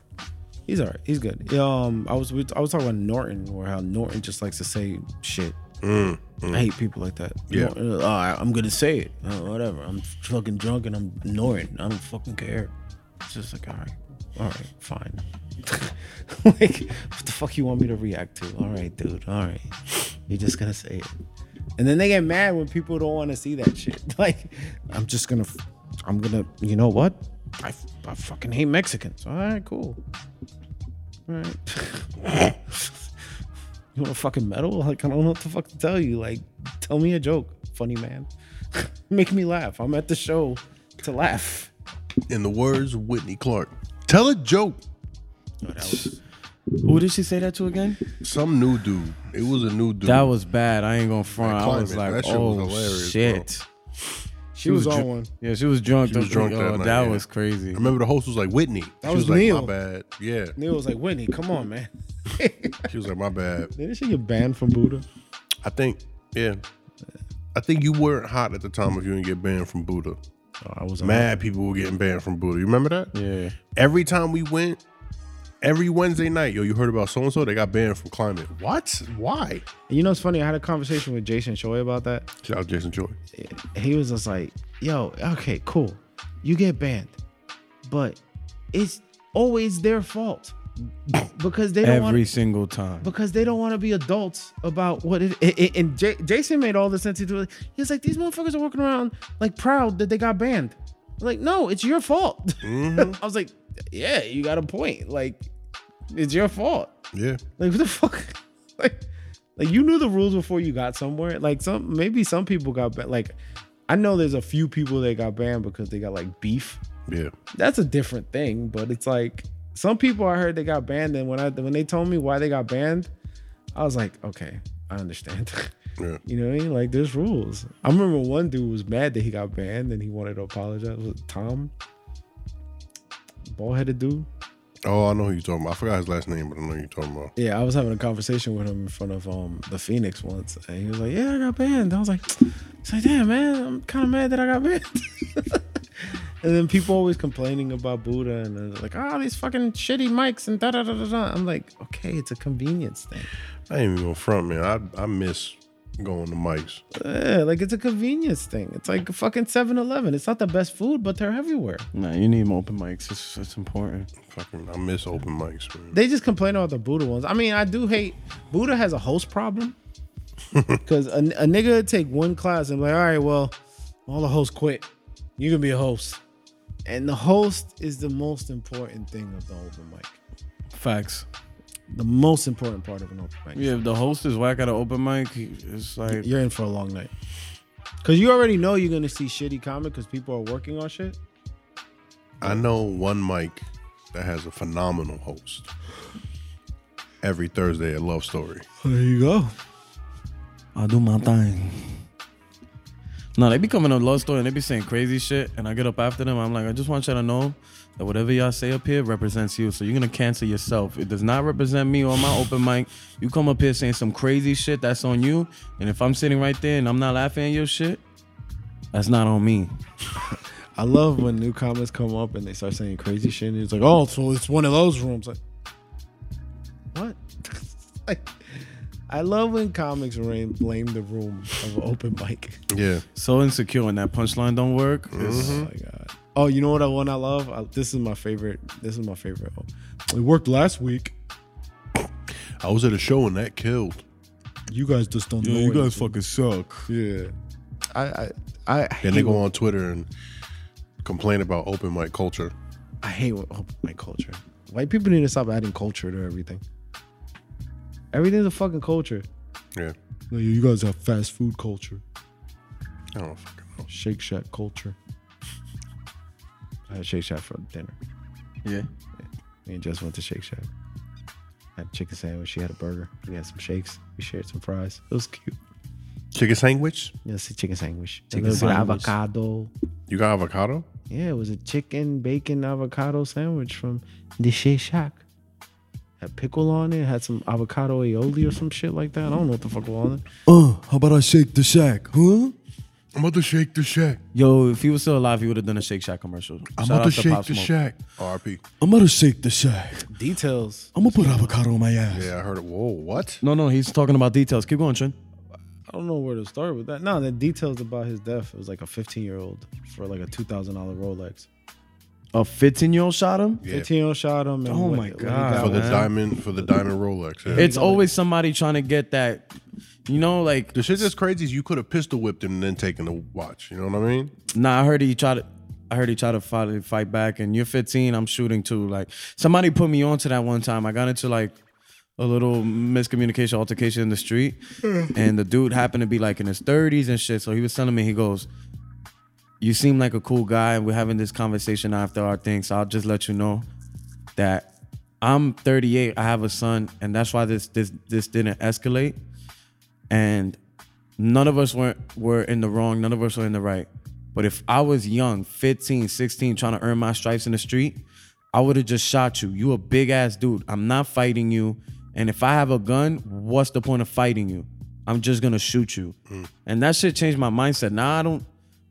[SPEAKER 4] He's alright. He's good. Um, I was we, I was talking about Norton, where how Norton just likes to say shit. I hate people like that.
[SPEAKER 2] Yeah.
[SPEAKER 4] Norton, "Oh, I- I'm gonna say it. Uh, whatever. I'm fucking drunk and I'm Norton. I don't fucking care. It's just like all right, all right, fine. like, what the fuck you want me to react to? All right, dude. All right, you're just gonna say it, and then they get mad when people don't want to see that shit. Like, I'm just gonna, f- I'm gonna, you know what? I, f- I fucking hate Mexicans. All right, cool. All right. you want a fucking medal? Like, I don't know what the fuck to tell you. Like, tell me a joke, funny man. Make me laugh. I'm at the show to laugh.
[SPEAKER 2] In the words of Whitney Clark, tell a joke.
[SPEAKER 7] Who did she say that to again?
[SPEAKER 2] Some new dude. It was a new dude.
[SPEAKER 7] That was bad. I ain't gonna front.
[SPEAKER 2] That
[SPEAKER 7] I was
[SPEAKER 2] climate,
[SPEAKER 7] like,
[SPEAKER 2] that shit was
[SPEAKER 7] oh
[SPEAKER 2] hilarious,
[SPEAKER 7] shit.
[SPEAKER 4] She was
[SPEAKER 7] dr-
[SPEAKER 4] on one.
[SPEAKER 7] Yeah, she was drunk.
[SPEAKER 2] She was
[SPEAKER 7] Don't-
[SPEAKER 2] drunk
[SPEAKER 7] oh,
[SPEAKER 2] that night, yeah.
[SPEAKER 7] was crazy.
[SPEAKER 2] I remember the host was like Whitney. she was,
[SPEAKER 4] was
[SPEAKER 2] like,
[SPEAKER 4] Neil.
[SPEAKER 2] my bad. Yeah.
[SPEAKER 4] Neil was like, Whitney, come on, man.
[SPEAKER 2] She was like, my bad.
[SPEAKER 4] Didn't she get banned from Buddha?
[SPEAKER 2] I think, yeah. I think you weren't hot at the time if you didn't get banned from Buddha.
[SPEAKER 4] Oh, I was
[SPEAKER 2] Mad people were getting banned from Buddha. You remember that?
[SPEAKER 7] Yeah.
[SPEAKER 2] Every time we went, every Wednesday night, yo, you heard about so and so, they got banned from climate. What? Why?
[SPEAKER 4] You know, it's funny. I had a conversation with Jason Choi about that.
[SPEAKER 2] Shout out Jason Joy.
[SPEAKER 4] he was just like, yo, okay, cool. You get banned. But it's always their fault. Because they don't want
[SPEAKER 7] Every single time.
[SPEAKER 4] because they don't want to be adults about what it, it, it- and J- Jason made all the sense he was he's like these motherfuckers are walking around like proud that they got banned I'm like no it's your fault I was like yeah you got a point like it's your fault
[SPEAKER 2] Yeah.
[SPEAKER 4] like what the fuck like like you knew the rules before you got somewhere like some maybe some people got banned like I know there's a few people that got banned because they got like beef
[SPEAKER 2] Yeah.
[SPEAKER 4] that's a different thing. But it's like some people I heard they got banned, and when I when they told me why they got banned, I was like, okay, I understand.
[SPEAKER 2] Yeah.
[SPEAKER 4] you know what I mean? Like there's rules. I remember one dude was mad that he got banned and he wanted to apologize. Was it Tom? Ball headed dude.
[SPEAKER 2] Oh, I know who you're talking about. I forgot his last name, but I know who you're talking about.
[SPEAKER 4] Yeah, I was having a conversation with him in front of um the Phoenix once, and he was like, "Yeah, I got banned." I was like, "It's like, damn man, I'm kind of mad that I got banned." and then people always complaining about Buddha, and then they're like, "Oh, these fucking shitty mics and da da da da da." I'm like, "Okay, it's a convenience thing.
[SPEAKER 2] I ain't even gonna front, man. I, I miss going to Mike's.
[SPEAKER 4] Yeah, like it's a convenience thing. It's like a fucking 7-Eleven. It's not the best food, but they're everywhere.
[SPEAKER 7] nah, you need more open mics. It's, it's important.
[SPEAKER 2] Fucking, I miss open mics, man.
[SPEAKER 4] They just complain about the Buddha ones. I mean, I do hate Buddha has a host problem because a, a nigga would take one class and be like, all right, well, all the hosts quit. You can be a host, and the host is the most important thing of the open mic.
[SPEAKER 7] Facts.
[SPEAKER 4] The most important part of an open mic.
[SPEAKER 7] Yeah, if the host is whack at an open mic, it's like
[SPEAKER 4] You're in for a long night because you already know you're gonna see shitty comic because people are working on shit.
[SPEAKER 2] I know one mic that has a phenomenal host. Every Thursday at Love Story.
[SPEAKER 4] There you go.
[SPEAKER 7] I do my thing. No, they be coming on Love Story and they be saying crazy shit, and I get up after them. I'm like, I just want y'all to know that whatever y'all say up here represents you. So you're gonna cancel yourself. It does not represent me on my open mic. You come up here saying some crazy shit, that's on you. And if I'm sitting right there and I'm not laughing at your shit, that's not on me.
[SPEAKER 4] I love when new comments come up and they start saying crazy shit. And it's like, oh, so it's one of those rooms. Like, what? like, I love when comics rain, blame the room of an open mic.
[SPEAKER 2] Yeah.
[SPEAKER 7] So insecure when that punchline don't work. It's-
[SPEAKER 4] Oh my god. Oh, you know what? I one I love. I, this is my favorite. This is my favorite. Oh, it worked last week.
[SPEAKER 2] I was at a show and that killed.
[SPEAKER 4] You guys just don't know. it.
[SPEAKER 7] fucking suck.
[SPEAKER 4] Yeah. I I I hate,
[SPEAKER 2] Then they go
[SPEAKER 4] when-
[SPEAKER 2] on Twitter and complain about open mic culture.
[SPEAKER 4] I hate when- open mic culture. White people need to stop adding culture to everything. Everything's a fucking culture.
[SPEAKER 2] Yeah.
[SPEAKER 4] No, you guys have fast food culture,
[SPEAKER 2] I don't fucking know.
[SPEAKER 4] Shake Shack culture. I had Shake Shack for dinner.
[SPEAKER 7] Yeah.
[SPEAKER 4] Me and Jess went to Shake Shack. had a chicken sandwich. She had a burger. We had some shakes. We shared some fries. It was cute.
[SPEAKER 2] Chicken sandwich?
[SPEAKER 4] Yeah, see, chicken sandwich.
[SPEAKER 7] Chicken
[SPEAKER 4] a little bit of
[SPEAKER 7] sandwich.
[SPEAKER 4] avocado.
[SPEAKER 2] You got avocado?
[SPEAKER 4] Yeah, it was a chicken bacon avocado sandwich from the Shea Shack. Had pickle on it, had some avocado aioli or some shit like that. I don't know what the fuck was on it.
[SPEAKER 3] Uh, how about I shake the shack, huh?
[SPEAKER 7] I'm about to shake the shack.
[SPEAKER 3] Yo, if he was still alive, he would have done a Shake Shack commercial.
[SPEAKER 7] I'm
[SPEAKER 3] Shout
[SPEAKER 7] about
[SPEAKER 3] out
[SPEAKER 7] to shake
[SPEAKER 3] Pop
[SPEAKER 7] the
[SPEAKER 3] Smoke.
[SPEAKER 7] shack. RP.
[SPEAKER 3] I'm about to shake the shack.
[SPEAKER 4] Details.
[SPEAKER 3] I'm gonna put avocado on my ass.
[SPEAKER 2] Yeah, I heard it. Whoa, what?
[SPEAKER 3] No, no, he's talking about details. Keep going, Trent.
[SPEAKER 4] I don't know where to start with that. No, the details about his death. It was like a 15 year old for like a $2,000 Rolex.
[SPEAKER 3] A 15 year old shot him.
[SPEAKER 2] Yeah.
[SPEAKER 4] 15 year old shot him. And
[SPEAKER 3] Oh
[SPEAKER 4] when-
[SPEAKER 3] my
[SPEAKER 4] when he
[SPEAKER 3] God,
[SPEAKER 4] got
[SPEAKER 2] For the
[SPEAKER 3] man.
[SPEAKER 2] diamond, for the diamond Rolex. Yeah.
[SPEAKER 3] It's always somebody trying to get that, you know, like
[SPEAKER 2] the shit that's crazy is you could have pistol whipped him and then taken the watch. You know what I mean?
[SPEAKER 3] Nah, I heard he tried to. I heard he tried to fight, fight back, and you're 15. I'm shooting too. Like somebody put me onto that one time. I got into like a little miscommunication altercation in the street, and the dude happened to be like in his 30s and shit. So he was telling me, he goes, "You seem like a cool guy, and we're having this conversation after our thing. So I'll just let you know that I'm 38. I have a son, and that's why this this this didn't escalate. And none of us were were in the wrong none of us were in the right but if i was young 15 16 trying to earn my stripes in the street i would have just shot you you a big ass dude i'm not fighting you and if i have a gun what's the point of fighting you i'm just gonna shoot you and that shit changed my mindset now i don't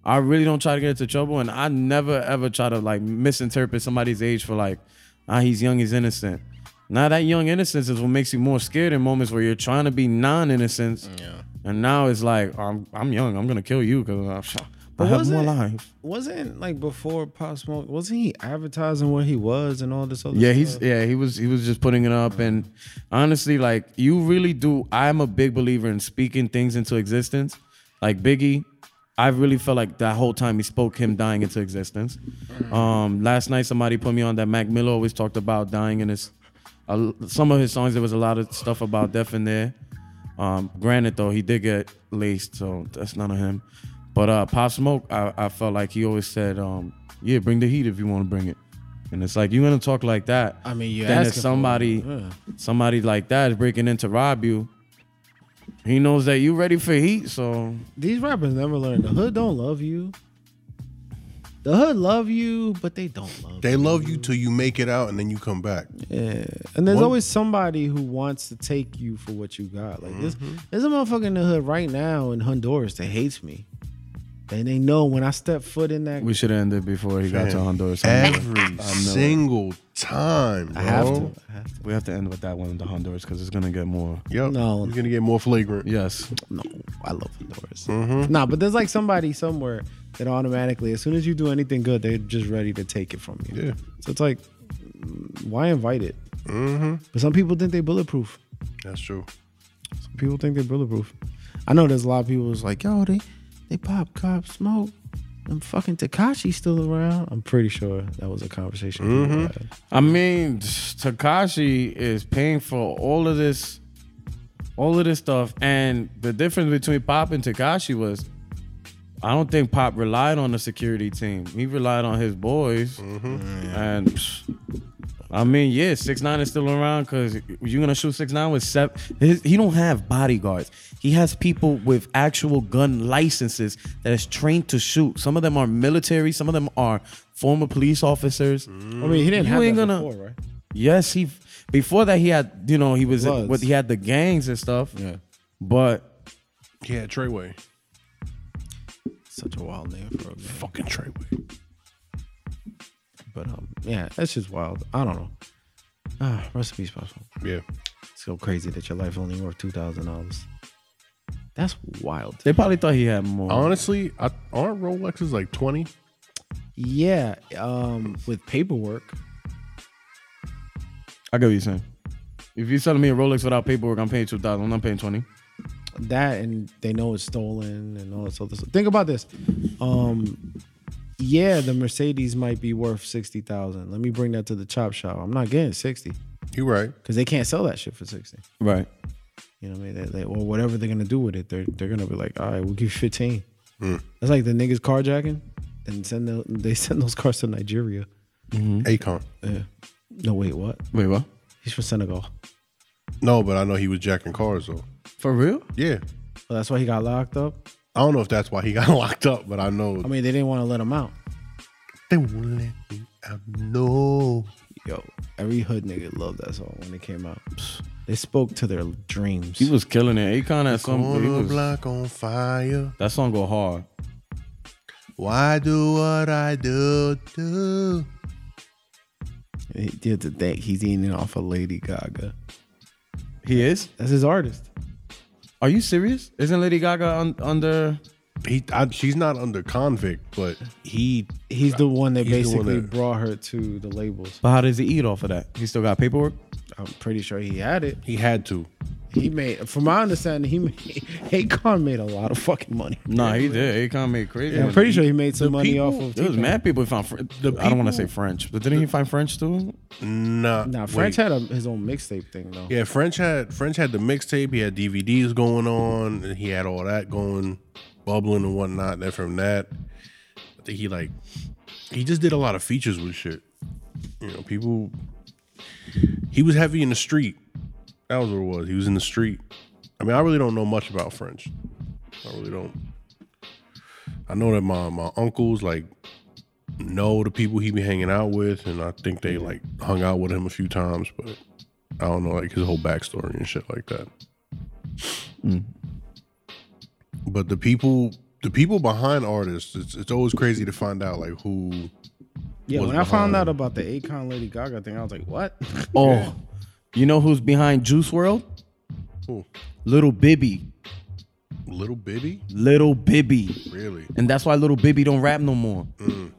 [SPEAKER 3] i really don't try to get into trouble and i never ever try to like misinterpret somebody's age for like ah he's young he's innocent now that young innocence is what makes you more scared in moments where you're trying to be non-innocence and now it's like I'm I'm young. I'm gonna kill you because I, I have more life.
[SPEAKER 4] Wasn't like before Pop Smoke, wasn't he advertising where he was and all this other
[SPEAKER 3] Yeah,
[SPEAKER 4] stuff?
[SPEAKER 3] he's yeah he was he was just putting it up, and honestly, like you really do. I'm a big believer in speaking things into existence. Like Biggie, I really felt like that whole time he spoke him dying into existence. Um, last night somebody put me on that Mac Miller always talked about dying in his. Uh, some of his songs there was a lot of stuff about death in there. Um, granted, though, he did get laced, so that's none of him. But uh, Pop Smoke, I, I felt like he always said, um, "Yeah, bring the heat if you want to bring it." And it's like you want to talk like that.
[SPEAKER 4] I mean, you're
[SPEAKER 3] then if
[SPEAKER 4] asking for it,
[SPEAKER 3] somebody, somebody like that is breaking in to rob you, he knows that you ready for heat. So
[SPEAKER 4] These rappers never learn. The hood don't love you. The hood love you, but they don't love.
[SPEAKER 2] They love you till you make it out and then you come back.
[SPEAKER 4] And there's
[SPEAKER 2] One-
[SPEAKER 4] always somebody who wants to take you for what you got. Like this, there's a motherfucker in the hood right now in Honduras that hates me. And they know when I step foot in that,
[SPEAKER 3] we should end it before he got to Honduras.
[SPEAKER 2] Every single time, bro.
[SPEAKER 4] I have to. I have to.
[SPEAKER 3] we have to end with that one, the Honduras, because it's gonna get more.
[SPEAKER 2] Yep.
[SPEAKER 4] No.
[SPEAKER 2] You're gonna get more flagrant.
[SPEAKER 3] Yes,
[SPEAKER 4] No, I love Honduras. Nah, but there's like somebody somewhere that automatically, as soon as you do anything good, they're just ready to take it from you.
[SPEAKER 2] Yeah.
[SPEAKER 4] So it's like, mm, why invite it? But some people think they bulletproof.
[SPEAKER 2] That's true.
[SPEAKER 4] People think they're bulletproof. I know there's a lot of people who's like, yo, they they pop cop smoke. I'm fucking Takashi still around. I'm pretty sure that was a conversation. we had.
[SPEAKER 3] I mean Takashi is paying for all of this, all of this stuff, and the difference between Pop and Takashi was, I don't think Pop relied on the security team. He relied on his boys, and. psh, I mean, yeah, six nine is still around because you're gonna shoot six nine with seven. His, he don't have bodyguards. He has people with actual gun licenses that is trained to shoot. Some of them are military. Some of them are former police officers.
[SPEAKER 4] I mean, he didn't
[SPEAKER 3] You
[SPEAKER 4] have
[SPEAKER 3] ain't
[SPEAKER 4] that
[SPEAKER 3] gonna-
[SPEAKER 4] before, right?
[SPEAKER 3] Yes, he. Before that, he had you know he was
[SPEAKER 4] Bloods.
[SPEAKER 3] what he had the gangs and stuff. Yeah, but
[SPEAKER 2] Yeah, Treyway.
[SPEAKER 4] Such a wild name for a game.
[SPEAKER 2] Fucking Treyway.
[SPEAKER 4] But um, yeah, that's just wild. I don't know. Ah, recipes possible.
[SPEAKER 2] Yeah.
[SPEAKER 4] It's so crazy that your life only worth two thousand dollars. That's wild.
[SPEAKER 3] they probably thought he had more.
[SPEAKER 2] Honestly, I, aren't Rolexes like 20?
[SPEAKER 4] Yeah, um, with paperwork.
[SPEAKER 3] I get what you're saying. If you're selling me a Rolex without paperwork, I'm paying two thousand. I'm not paying twenty.
[SPEAKER 4] that and they know it's stolen and all this other stuff. Think about this. Um yeah, the Mercedes might be worth sixty thousand. Let me bring that to the chop shop. I'm not getting sixty
[SPEAKER 2] You right.
[SPEAKER 4] because they can't sell that shit for sixty.
[SPEAKER 3] Right.
[SPEAKER 4] You know what I mean? They, they, or whatever they're gonna do with it, they're they're gonna be like, all right, we'll give you fifteen. That's like the niggas carjacking and send the, they send those cars to Nigeria.
[SPEAKER 2] Akon.
[SPEAKER 4] No, wait, what?
[SPEAKER 3] Wait, what?
[SPEAKER 4] He's from Senegal.
[SPEAKER 2] No, but I know he was jacking cars though.
[SPEAKER 3] For real?
[SPEAKER 2] Yeah.
[SPEAKER 4] Well, that's why he got locked up.
[SPEAKER 2] I don't know if that's why he got locked up, but I know
[SPEAKER 4] I mean, they didn't want to let him out.
[SPEAKER 2] They won't let me out. No.
[SPEAKER 4] Yo, every hood nigga loved that song when it came out. Psst, They spoke to their dreams.
[SPEAKER 3] He was killing it. Akon had some. he
[SPEAKER 2] Corner
[SPEAKER 3] was-
[SPEAKER 2] block on fire.
[SPEAKER 3] that song go hard.
[SPEAKER 2] Why do what I do? do?
[SPEAKER 4] He did the thing. He's eating off of Lady Gaga.
[SPEAKER 3] He is.
[SPEAKER 4] That's his artist.
[SPEAKER 3] Are you serious? Isn't Lady Gaga un- under?
[SPEAKER 2] He, I, she's not under convict, but
[SPEAKER 4] He he's the one that
[SPEAKER 2] He's the one
[SPEAKER 4] basically
[SPEAKER 2] that-
[SPEAKER 4] brought her to the labels.
[SPEAKER 3] But how does he eat off of that? He still got paperwork.
[SPEAKER 4] I'm pretty sure he had it.
[SPEAKER 2] he had to.
[SPEAKER 4] He made, from my understanding, he made, Akon made a lot of fucking money.
[SPEAKER 3] Nah, he did. Akon made crazy.
[SPEAKER 4] I'm
[SPEAKER 3] money.
[SPEAKER 4] pretty sure he made some money
[SPEAKER 2] people-
[SPEAKER 4] off of.
[SPEAKER 3] There was
[SPEAKER 4] T-Pain.
[SPEAKER 3] mad people who found. Fr- I don't want to say French, but didn't he find French too?
[SPEAKER 2] Nah,
[SPEAKER 4] Nah,
[SPEAKER 2] wait.
[SPEAKER 4] French had a, his own mixtape thing though.
[SPEAKER 2] Yeah, French had French had the mixtape. He had DVDs going on. And he had all that going, bubbling and whatnot. Then from that, I think he like he just did a lot of features with shit. You know, people. He was heavy in the street. That was what it was. He was in the street. I mean, I really don't know much about French. I really don't. I know that my my uncles like know the people he be hanging out with, and I think they like hung out with him a few times, but. I don't know, like his whole backstory and shit like that.
[SPEAKER 3] Mm.
[SPEAKER 2] But the people, the people behind artists, it's, it's always crazy to find out like who.
[SPEAKER 4] Yeah,
[SPEAKER 2] was
[SPEAKER 4] when I found
[SPEAKER 2] behind
[SPEAKER 4] out
[SPEAKER 2] him.
[SPEAKER 4] about the Akon Lady Gaga thing, I was like, what?
[SPEAKER 3] Oh, you know who's behind Juice World?
[SPEAKER 2] Who?
[SPEAKER 3] Little Bibby.
[SPEAKER 2] Little Bibby,
[SPEAKER 3] Little Bibby.
[SPEAKER 2] really?
[SPEAKER 3] And that's why little Bibby don't rap no more.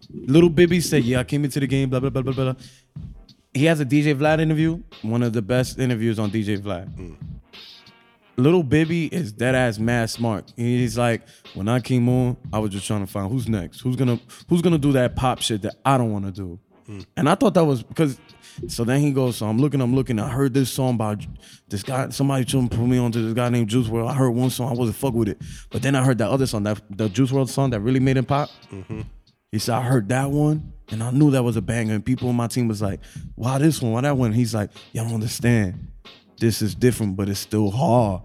[SPEAKER 3] Little Bibby said, "Yeah, I came into the game." Blah blah blah blah blah. He has a DJ Vlad interview, one of the best interviews on DJ Vlad. Little Bibby is dead ass mad smart. He's like, when I came on, I was just trying to find who's next, who's gonna who's gonna do that pop shit that I don't want to do. And I thought that was because. So then he goes, so I'm looking, I'm looking. I heard this song by Ju- this guy. Somebody told me- put me onto this guy named Juice World. I heard one song, I wasn't fuck with it, but then I heard that other song, that the Juice World song that really made him pop. He said, I heard that one and I knew that was a banger. And people on my team was like, why this one? Why that one? He's like, y'all don't understand. This is different, but it's still hard.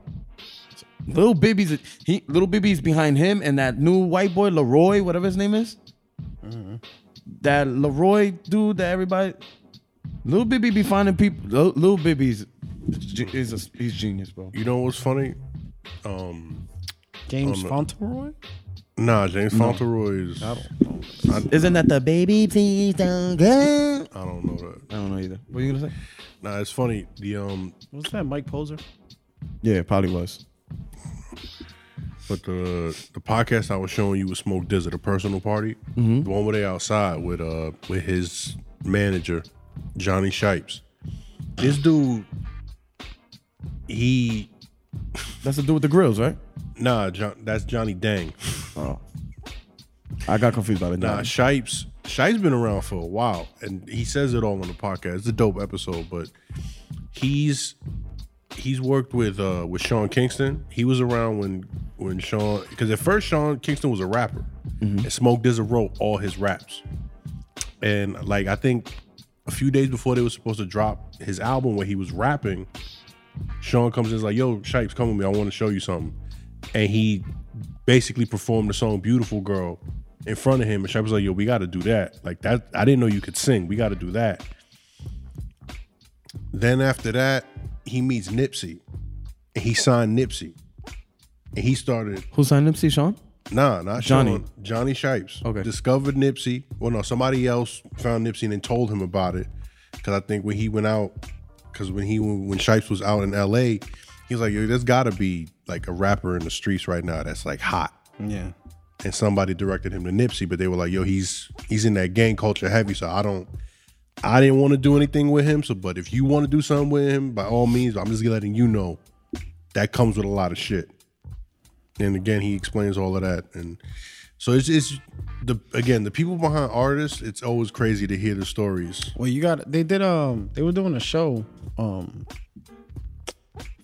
[SPEAKER 3] Little Bibby's he little Bibby's behind him and that new white boy, Leroy, whatever his name is. Mm-hmm. That Leroy dude that everybody Little Bibby be finding people Lil- Little Bibby's ge- is a, he's genius, bro.
[SPEAKER 2] You know what's funny? Um,
[SPEAKER 4] James
[SPEAKER 2] no.
[SPEAKER 4] Fauntleroy?
[SPEAKER 2] nah, James Fauntleroy is. I don't,
[SPEAKER 3] Isn't that the baby please don't go?
[SPEAKER 2] I don't know that.
[SPEAKER 3] I don't know either. What are you gonna say?
[SPEAKER 2] Nah, it's funny. The um,
[SPEAKER 4] What's that, Mike Poser?
[SPEAKER 3] Yeah, probably was.
[SPEAKER 2] but the the podcast I was showing you with Smoke Dizzard, a personal party,
[SPEAKER 3] Mm-hmm.
[SPEAKER 2] the one where they outside with uh with his manager, Johnny Shipes. This dude, he
[SPEAKER 3] That's to do with the grills, right?
[SPEAKER 2] nah, John, that's Johnny Dang.
[SPEAKER 3] I got confused by the
[SPEAKER 2] Nah, Shipes. Shipes been around for a while, and he says it all on the podcast. It's a dope episode, but he's he's worked with uh with Sean Kingston. He was around when when Sean because at first Sean Kingston was a rapper, and Smoke Dizzle wrote all his raps, and like I think a few days before they were supposed to drop his album where he was rapping, Sean comes in and is like, "Yo, Shipes, come with me. I want to show you something," and he basically performed the song "Beautiful Girl" in front of him. And Shep was like, "Yo, we got to do that. Like that. I didn't know you could sing. We got to do that." Then after that, he meets Nipsey, and he signed Nipsey, and he started.
[SPEAKER 3] Who signed Nipsey Sean?
[SPEAKER 2] Nah, not
[SPEAKER 3] Johnny.
[SPEAKER 2] Sean. Johnny Shipes.
[SPEAKER 3] Okay.
[SPEAKER 2] Discovered Nipsey. Well, no, somebody else found Nipsey and then told him about it. Because I think when he went out, because when he when Shipes was out in L.A., he was like, "Yo, there's got to be like a rapper in the streets right now that's like hot."
[SPEAKER 4] Yeah.
[SPEAKER 2] And somebody directed him to Nipsey, but they were like, "Yo, he's he's in that gang culture heavy, so I don't." I didn't want to do anything with him, so but if you want to do something with him, by all means, I'm just letting you know that comes with a lot of shit. And again, he explains all of that, and so it's it's the again the people behind artists. It's always crazy to hear the stories.
[SPEAKER 4] Well, you got they did um they were doing a show um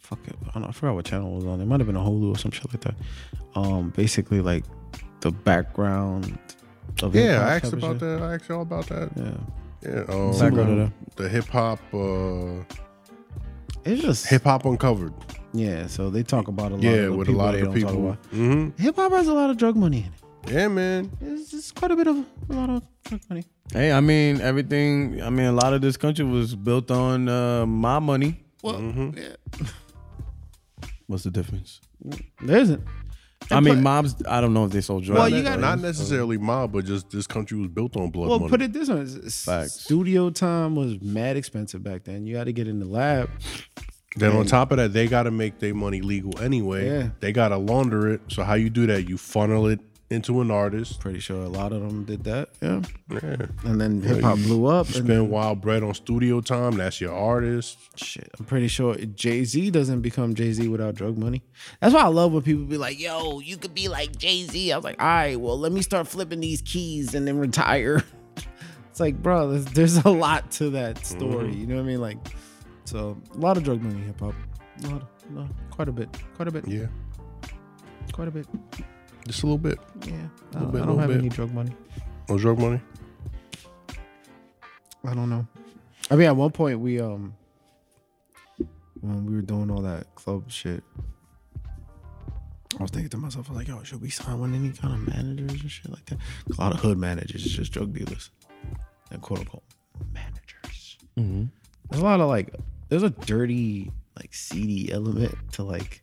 [SPEAKER 4] fuck it I, don't, I forgot what channel it was on it might have been a Hulu or some shit like that um basically like the background of hip
[SPEAKER 2] Yeah,
[SPEAKER 4] hop
[SPEAKER 2] I
[SPEAKER 4] type
[SPEAKER 2] asked
[SPEAKER 4] of
[SPEAKER 2] about
[SPEAKER 4] shit.
[SPEAKER 2] that. I asked y'all about that.
[SPEAKER 4] yeah
[SPEAKER 2] Yeah, um,
[SPEAKER 4] Similar to
[SPEAKER 2] the hip hop, uh,
[SPEAKER 4] it's just
[SPEAKER 2] hip hop uncovered.
[SPEAKER 4] yeah so they talk about a lot
[SPEAKER 2] Yeah,
[SPEAKER 4] of the
[SPEAKER 2] with a
[SPEAKER 4] people
[SPEAKER 2] lot
[SPEAKER 4] they
[SPEAKER 2] of
[SPEAKER 4] don't talk
[SPEAKER 2] people.
[SPEAKER 4] about.
[SPEAKER 2] hmm
[SPEAKER 4] hip hop has a lot of drug money in it
[SPEAKER 2] Yeah, man.
[SPEAKER 10] It's, it's quite a bit of a lot of drug money.
[SPEAKER 3] Hey, I mean everything. I mean a lot of this country was built on uh, my money.
[SPEAKER 10] Well,
[SPEAKER 2] Mm-hmm.
[SPEAKER 10] yeah.
[SPEAKER 3] What's the difference?
[SPEAKER 4] There isn't.
[SPEAKER 3] I mean, mobs. I don't know if they sold drugs.
[SPEAKER 10] Well, you got
[SPEAKER 2] Oh, Not necessarily mob, but just this country was built on blood
[SPEAKER 4] Well,
[SPEAKER 2] money.
[SPEAKER 4] put it this way: s-
[SPEAKER 3] Facts.
[SPEAKER 4] studio time was mad expensive back then. You had to get in the lab.
[SPEAKER 2] then on top of that, they got to make their money legal anyway.
[SPEAKER 4] Yeah.
[SPEAKER 2] They got to launder it. So how you do that? You funnel it into an artist.
[SPEAKER 4] Pretty sure a lot of them did that. Yeah. And then hip hop blew up. and-
[SPEAKER 2] Spend wild bread on studio time. That's your artist.
[SPEAKER 4] Shit, I'm pretty sure Jay Z doesn't become Jay Z without drug money. That's why I love when people be like, "Yo, you could be like Jay Z." I was like, "All right, well, let me start flipping these keys and then retire." it's like, bro, there's, there's a lot to that story. You know what I mean? Like, so a lot of drug money in hip hop. A lot, a lot, quite a bit, quite a bit,
[SPEAKER 2] Yeah,
[SPEAKER 4] quite a bit.
[SPEAKER 2] just a little bit.
[SPEAKER 4] Yeah, I,
[SPEAKER 2] Little bit,
[SPEAKER 4] I
[SPEAKER 2] little
[SPEAKER 4] don't have
[SPEAKER 2] bit.
[SPEAKER 4] any drug money.
[SPEAKER 2] On drug money.
[SPEAKER 4] I don't know. I mean, at one point we um when we were doing all that club shit, I was thinking to myself, I was like, yo, should we sign one any kind of managers and shit like that? 'Cause A lot of hood managers, it's just drug dealers and quote unquote managers. There's a lot of like, there's a dirty like seedy element to like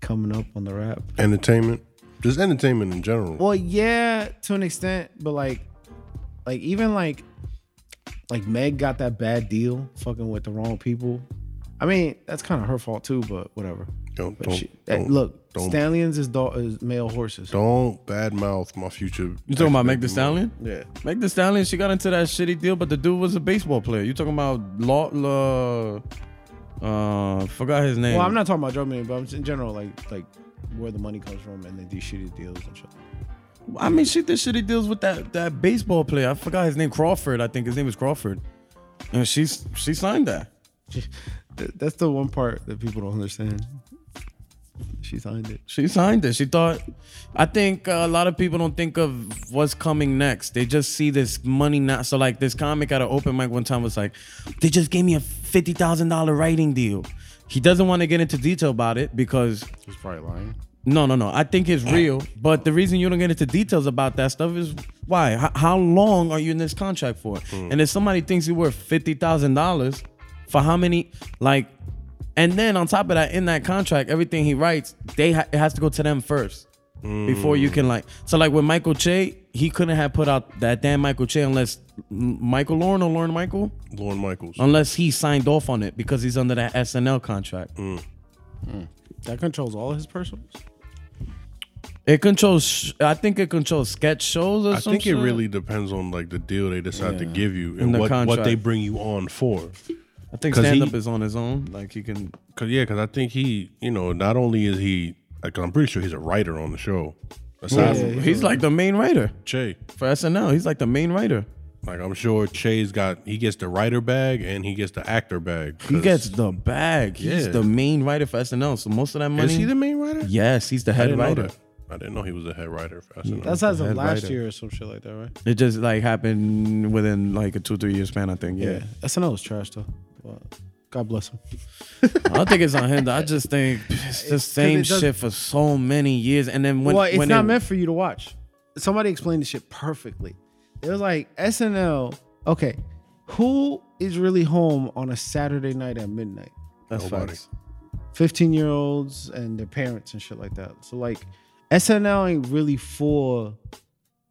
[SPEAKER 4] coming up on the rap.
[SPEAKER 2] Entertainment. Just entertainment in general.
[SPEAKER 4] Well, yeah, to an extent, but like, like even like, like Meg got that bad deal, fucking with the wrong people. I mean, that's kind of her fault too, but whatever.
[SPEAKER 2] don't
[SPEAKER 4] But
[SPEAKER 2] don't,
[SPEAKER 4] she- that-
[SPEAKER 2] don't-
[SPEAKER 4] look,
[SPEAKER 2] don't-
[SPEAKER 4] stallions is, dog, is male horses.
[SPEAKER 2] Don't badmouth my future.
[SPEAKER 3] You talking about Meg the Stallion?
[SPEAKER 4] Yeah,
[SPEAKER 3] Meg the Stallion, she got into that shitty deal, but the dude was a baseball player. You talking about law? law uh, forgot his name.
[SPEAKER 4] well, I'm not talking about drug money, but I'm just in general like like where the money comes from and then these shitty deals and shit.
[SPEAKER 3] I mean, she did shitty deals with that that baseball player. I forgot his name. Crawford, I think his name was Crawford, and she's she signed that.
[SPEAKER 4] Th- That's the one part that people don't understand. She signed it.
[SPEAKER 3] She signed it. She thought. I think uh, a lot of people don't think of what's coming next. They just see this money now. So like this comic at an open mic one time was like, they just gave me a fifty thousand dollar writing deal. He doesn't want to get into detail about it because
[SPEAKER 10] He's probably lying.
[SPEAKER 3] No, no, no. I think it's real, but the reason you don't get into details about that stuff is why? How, how long are you in this contract for?
[SPEAKER 2] Mm.
[SPEAKER 3] And if somebody thinks you're worth fifty thousand dollars, for how many? Like, and then on top of that, in that contract, everything he writes, they ha- it has to go to them first before
[SPEAKER 2] Mm.
[SPEAKER 3] you can like. So like with Michael Che, he couldn't have put out that damn Michael Che unless M- Michael Lauren or Lauren Michael,
[SPEAKER 2] Lauren Michaels.
[SPEAKER 3] unless he signed off on it because he's under that SNL contract.
[SPEAKER 2] Mm.
[SPEAKER 4] That controls all his personals.
[SPEAKER 3] It controls. sh- I think it controls sketch shows or
[SPEAKER 2] I
[SPEAKER 3] some
[SPEAKER 2] think it
[SPEAKER 3] shit.
[SPEAKER 2] really depends on like the deal they decide to give you and
[SPEAKER 3] the
[SPEAKER 2] what, what
[SPEAKER 3] contract.
[SPEAKER 2] they bring you on for.
[SPEAKER 3] I think
[SPEAKER 2] 'Cause
[SPEAKER 3] stand
[SPEAKER 2] he-
[SPEAKER 3] up is on his own. Like he can.
[SPEAKER 2] Cause yeah, cause I think he, you know, not only is he, like, I'm pretty sure he's a writer on the show. Aside from
[SPEAKER 3] He's like the main writer
[SPEAKER 2] Che,
[SPEAKER 3] for SNL. He's like the main writer.
[SPEAKER 2] like I'm sure Che's got, he gets the writer bag and he gets the actor bag.
[SPEAKER 3] He
[SPEAKER 2] 'cause-
[SPEAKER 3] gets the bag. He's
[SPEAKER 2] Yeah.
[SPEAKER 3] the main writer for SNL. So most of that money.
[SPEAKER 2] Is he the main writer?
[SPEAKER 3] Yes, he's the
[SPEAKER 2] I
[SPEAKER 3] head
[SPEAKER 2] didn't know
[SPEAKER 3] writer.
[SPEAKER 2] that. I didn't know he was a head writer for SNL.
[SPEAKER 4] That's as of
[SPEAKER 3] head
[SPEAKER 4] last
[SPEAKER 3] writer.
[SPEAKER 4] year or some shit like that, right?
[SPEAKER 3] It just like happened within like a two three year span. I think. Yeah.
[SPEAKER 4] SNL is trash though. Well, God bless him.
[SPEAKER 3] I don't think it's on him. though. I just think it's the same
[SPEAKER 4] it does-
[SPEAKER 3] shit for so many years, and then when
[SPEAKER 4] well, it's
[SPEAKER 3] when
[SPEAKER 4] not
[SPEAKER 3] it-
[SPEAKER 4] meant for you to watch. Somebody explained this shit perfectly. It was like SNL. Okay, who is really home on a Saturday night at midnight?
[SPEAKER 3] that's
[SPEAKER 2] Nobody.
[SPEAKER 3] facts.
[SPEAKER 4] Fifteen year olds and their parents and shit like that. So like, SNL ain't really for,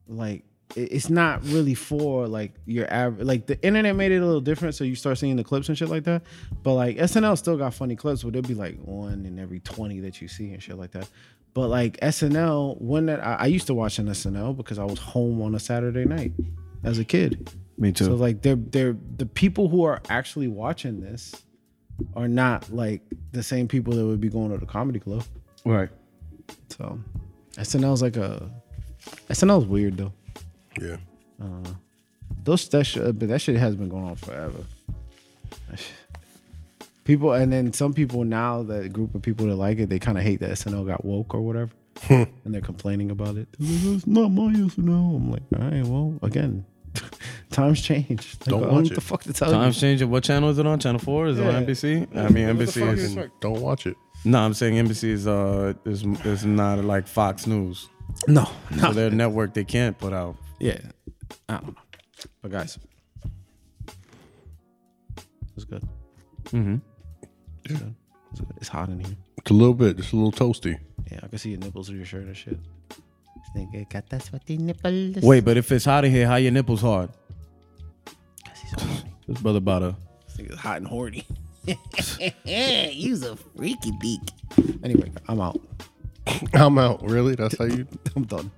[SPEAKER 4] like, it- it's not really for like your average. Like the internet made it a little different, so you start seeing the clips and shit like that. But like SNL still got funny clips, but it'd be like one in every twenty that you see and shit like that. But like SNL, when that I, I used to watch an SNL because I was home on a Saturday night as a kid.
[SPEAKER 3] Me too.
[SPEAKER 4] So like they're they're the people who are actually watching this are not like the same people that would be going to the comedy club.
[SPEAKER 3] right.
[SPEAKER 4] So SNL's like a SNL's weird though.
[SPEAKER 2] yeah.
[SPEAKER 4] Those that shit, but that shit has been going on forever. That shit- People and then some people now that group of people that like it, they kind of hate that SNL got woke or whatever,
[SPEAKER 2] Hmm.
[SPEAKER 4] and they're complaining about it. They're like, It's not my SNL. I'm like, all right, well, again, times change. Like,
[SPEAKER 2] Don't
[SPEAKER 4] I
[SPEAKER 2] watch
[SPEAKER 4] know
[SPEAKER 2] it.
[SPEAKER 4] What the fuck to tell you?
[SPEAKER 3] Times changing. What channel is it on? Channel four? Is it
[SPEAKER 4] Yeah.
[SPEAKER 3] on NBC? I mean, NBC is.
[SPEAKER 2] Don't watch it.
[SPEAKER 3] No, I'm saying NBC is uh is is not like Fox News.
[SPEAKER 4] No, no.
[SPEAKER 3] So their network they can't put out.
[SPEAKER 4] Yeah. I don't know. But guys,
[SPEAKER 11] It's good. Mm-hmm. It's, good. it's hot in here.
[SPEAKER 2] It's a little bit. It's a little toasty.
[SPEAKER 11] Yeah, I can see your nipples through your shirt and shit.
[SPEAKER 3] Wait, but if it's hot in here, how your nipples hard? This brother about a
[SPEAKER 4] this nigga's hot and horny. Use a freaky beak. Anyway, I'm out.
[SPEAKER 2] I'm out. Really? That's how you?
[SPEAKER 4] I'm done.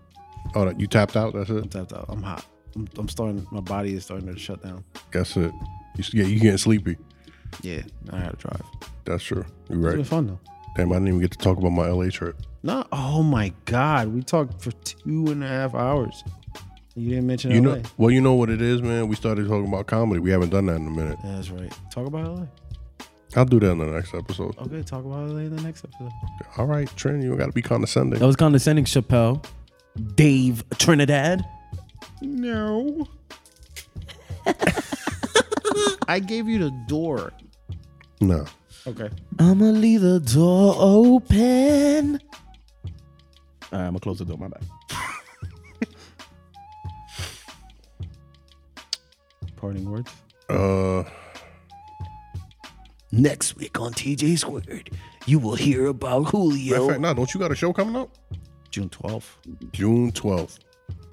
[SPEAKER 2] Oh, that- you tapped out. That's it.
[SPEAKER 4] Tapped out. I'm hot. I'm, I'm starting. My body is starting to shut down.
[SPEAKER 2] That's it. You, s- yeah, you getting sleepy.
[SPEAKER 4] Yeah, I had to drive.
[SPEAKER 2] That's true. You're
[SPEAKER 4] It was
[SPEAKER 2] right.
[SPEAKER 4] fun though.
[SPEAKER 2] Damn, I didn't even get to talk about my LA trip.
[SPEAKER 4] No. Oh my God, we talked for two and a half hours.
[SPEAKER 11] You didn't mention
[SPEAKER 2] You
[SPEAKER 11] LA.
[SPEAKER 2] know, well, you know what it is, man. We started talking about comedy. We haven't done that in a minute.
[SPEAKER 4] Yeah, That's right. Talk about LA.
[SPEAKER 2] I'll do that in the next episode.
[SPEAKER 4] Okay, talk about LA in the next episode.
[SPEAKER 2] All right, Trent, you got to be condescending.
[SPEAKER 3] That was condescending, Chappelle. Dave Trinidad.
[SPEAKER 4] No. I gave you the door.
[SPEAKER 2] No.
[SPEAKER 4] Okay.
[SPEAKER 3] I'ma leave the door open. All right, I'm gonna close the door. My bad.
[SPEAKER 11] Parting words.
[SPEAKER 2] Uh,
[SPEAKER 12] Next week on TJ Squared, you will hear about
[SPEAKER 2] matter
[SPEAKER 12] Julio.
[SPEAKER 2] of fact, nah, don't you got a show coming up?
[SPEAKER 4] June 12th.
[SPEAKER 2] June 12th.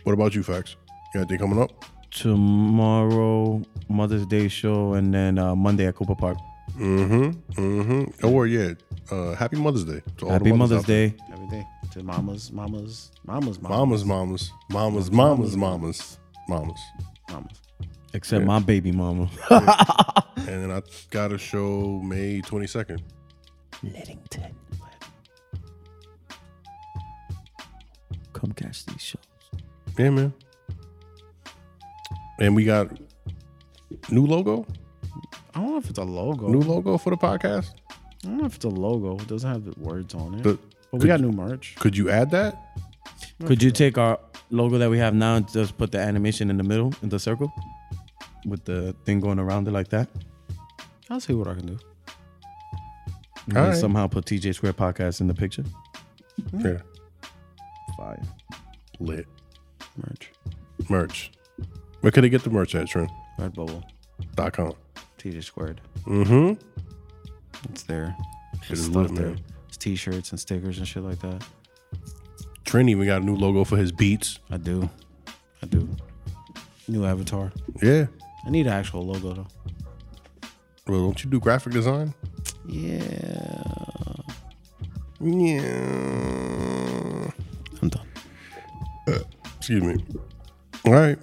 [SPEAKER 2] What about you, Fax? You got anything coming up?
[SPEAKER 3] Tomorrow, Mother's Day show, and then uh, Monday at Cooper Park.
[SPEAKER 2] Mm-hmm. Mm-hmm. Or yeah. Uh, happy Mother's Day. To all the
[SPEAKER 3] Happy Mother's
[SPEAKER 2] out there.
[SPEAKER 3] Day.
[SPEAKER 4] Everything. To mamas, mamas, mamas,
[SPEAKER 2] Mamas,
[SPEAKER 4] mamas,
[SPEAKER 2] mamas, mamas, mamas, mamas, mamas.
[SPEAKER 4] mamas.
[SPEAKER 3] Except my baby mama.
[SPEAKER 2] And then I got a show May 22nd.
[SPEAKER 3] Come catch these shows.
[SPEAKER 2] Yeah, man. And we got new logo,
[SPEAKER 4] I don't know if it's a logo.
[SPEAKER 2] new logo for the podcast.
[SPEAKER 4] I don't know if it's a logo. It doesn't have the words on it.
[SPEAKER 2] But
[SPEAKER 4] But, we got new merch.
[SPEAKER 2] Could you add that?
[SPEAKER 3] Could you take our logo that we have now and just put the animation in the middle, in the circle, with the thing going around it like that?
[SPEAKER 4] I'll see what I can do.
[SPEAKER 3] And
[SPEAKER 2] All right.
[SPEAKER 3] Somehow put TJ Square Podcast in the picture.
[SPEAKER 2] Yeah.
[SPEAKER 3] Fire.
[SPEAKER 2] Lit
[SPEAKER 4] Merch.
[SPEAKER 2] merch. Where could I get the merch at, Trent.com?
[SPEAKER 4] Redbubble. TJ squared.
[SPEAKER 2] Mm-hmm.
[SPEAKER 4] It's there.
[SPEAKER 2] It is lit,
[SPEAKER 4] there.
[SPEAKER 2] man.
[SPEAKER 4] It's t-shirts and stickers and shit like that.
[SPEAKER 2] Trent even got a new logo for his beats.
[SPEAKER 4] I do. I do. New avatar.
[SPEAKER 2] Yeah.
[SPEAKER 4] I need an actual logo though.
[SPEAKER 2] Well, don't you do graphic design?
[SPEAKER 4] Yeah.
[SPEAKER 2] Yeah.
[SPEAKER 4] I'm done.
[SPEAKER 2] Excuse me. All right.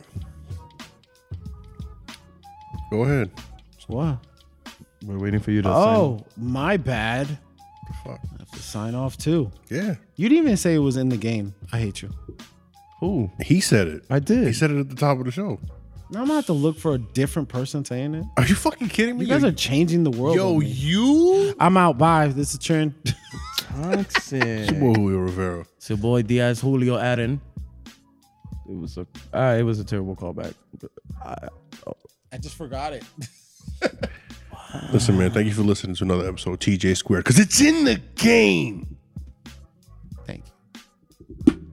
[SPEAKER 2] Go ahead.
[SPEAKER 4] What?
[SPEAKER 3] We're waiting for you to.
[SPEAKER 4] Oh, my bad.
[SPEAKER 2] Fuck.
[SPEAKER 4] I have to sign off too.
[SPEAKER 2] Yeah.
[SPEAKER 4] You didn't even say it was in the game. I hate you.
[SPEAKER 3] Who?
[SPEAKER 2] He said it.
[SPEAKER 3] I did.
[SPEAKER 2] He said it at the top of the show.
[SPEAKER 4] Now I'm gonna have to look for a different person saying it.
[SPEAKER 2] Are you fucking kidding me?
[SPEAKER 4] You guys are changing the world.
[SPEAKER 2] Yo,
[SPEAKER 4] on me.
[SPEAKER 2] you?
[SPEAKER 4] I'm out. Bye. This is Trent.
[SPEAKER 3] Toxic.
[SPEAKER 2] Boy, Julio Rivera.
[SPEAKER 3] It's your boy Diaz Julio Aden. It was a uh, it was a terrible callback.
[SPEAKER 4] I just forgot it.
[SPEAKER 2] Listen, man, thank you for listening to another episode of TJ Square because it's in the game.
[SPEAKER 4] Thank you.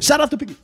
[SPEAKER 3] Shout out to Piggy.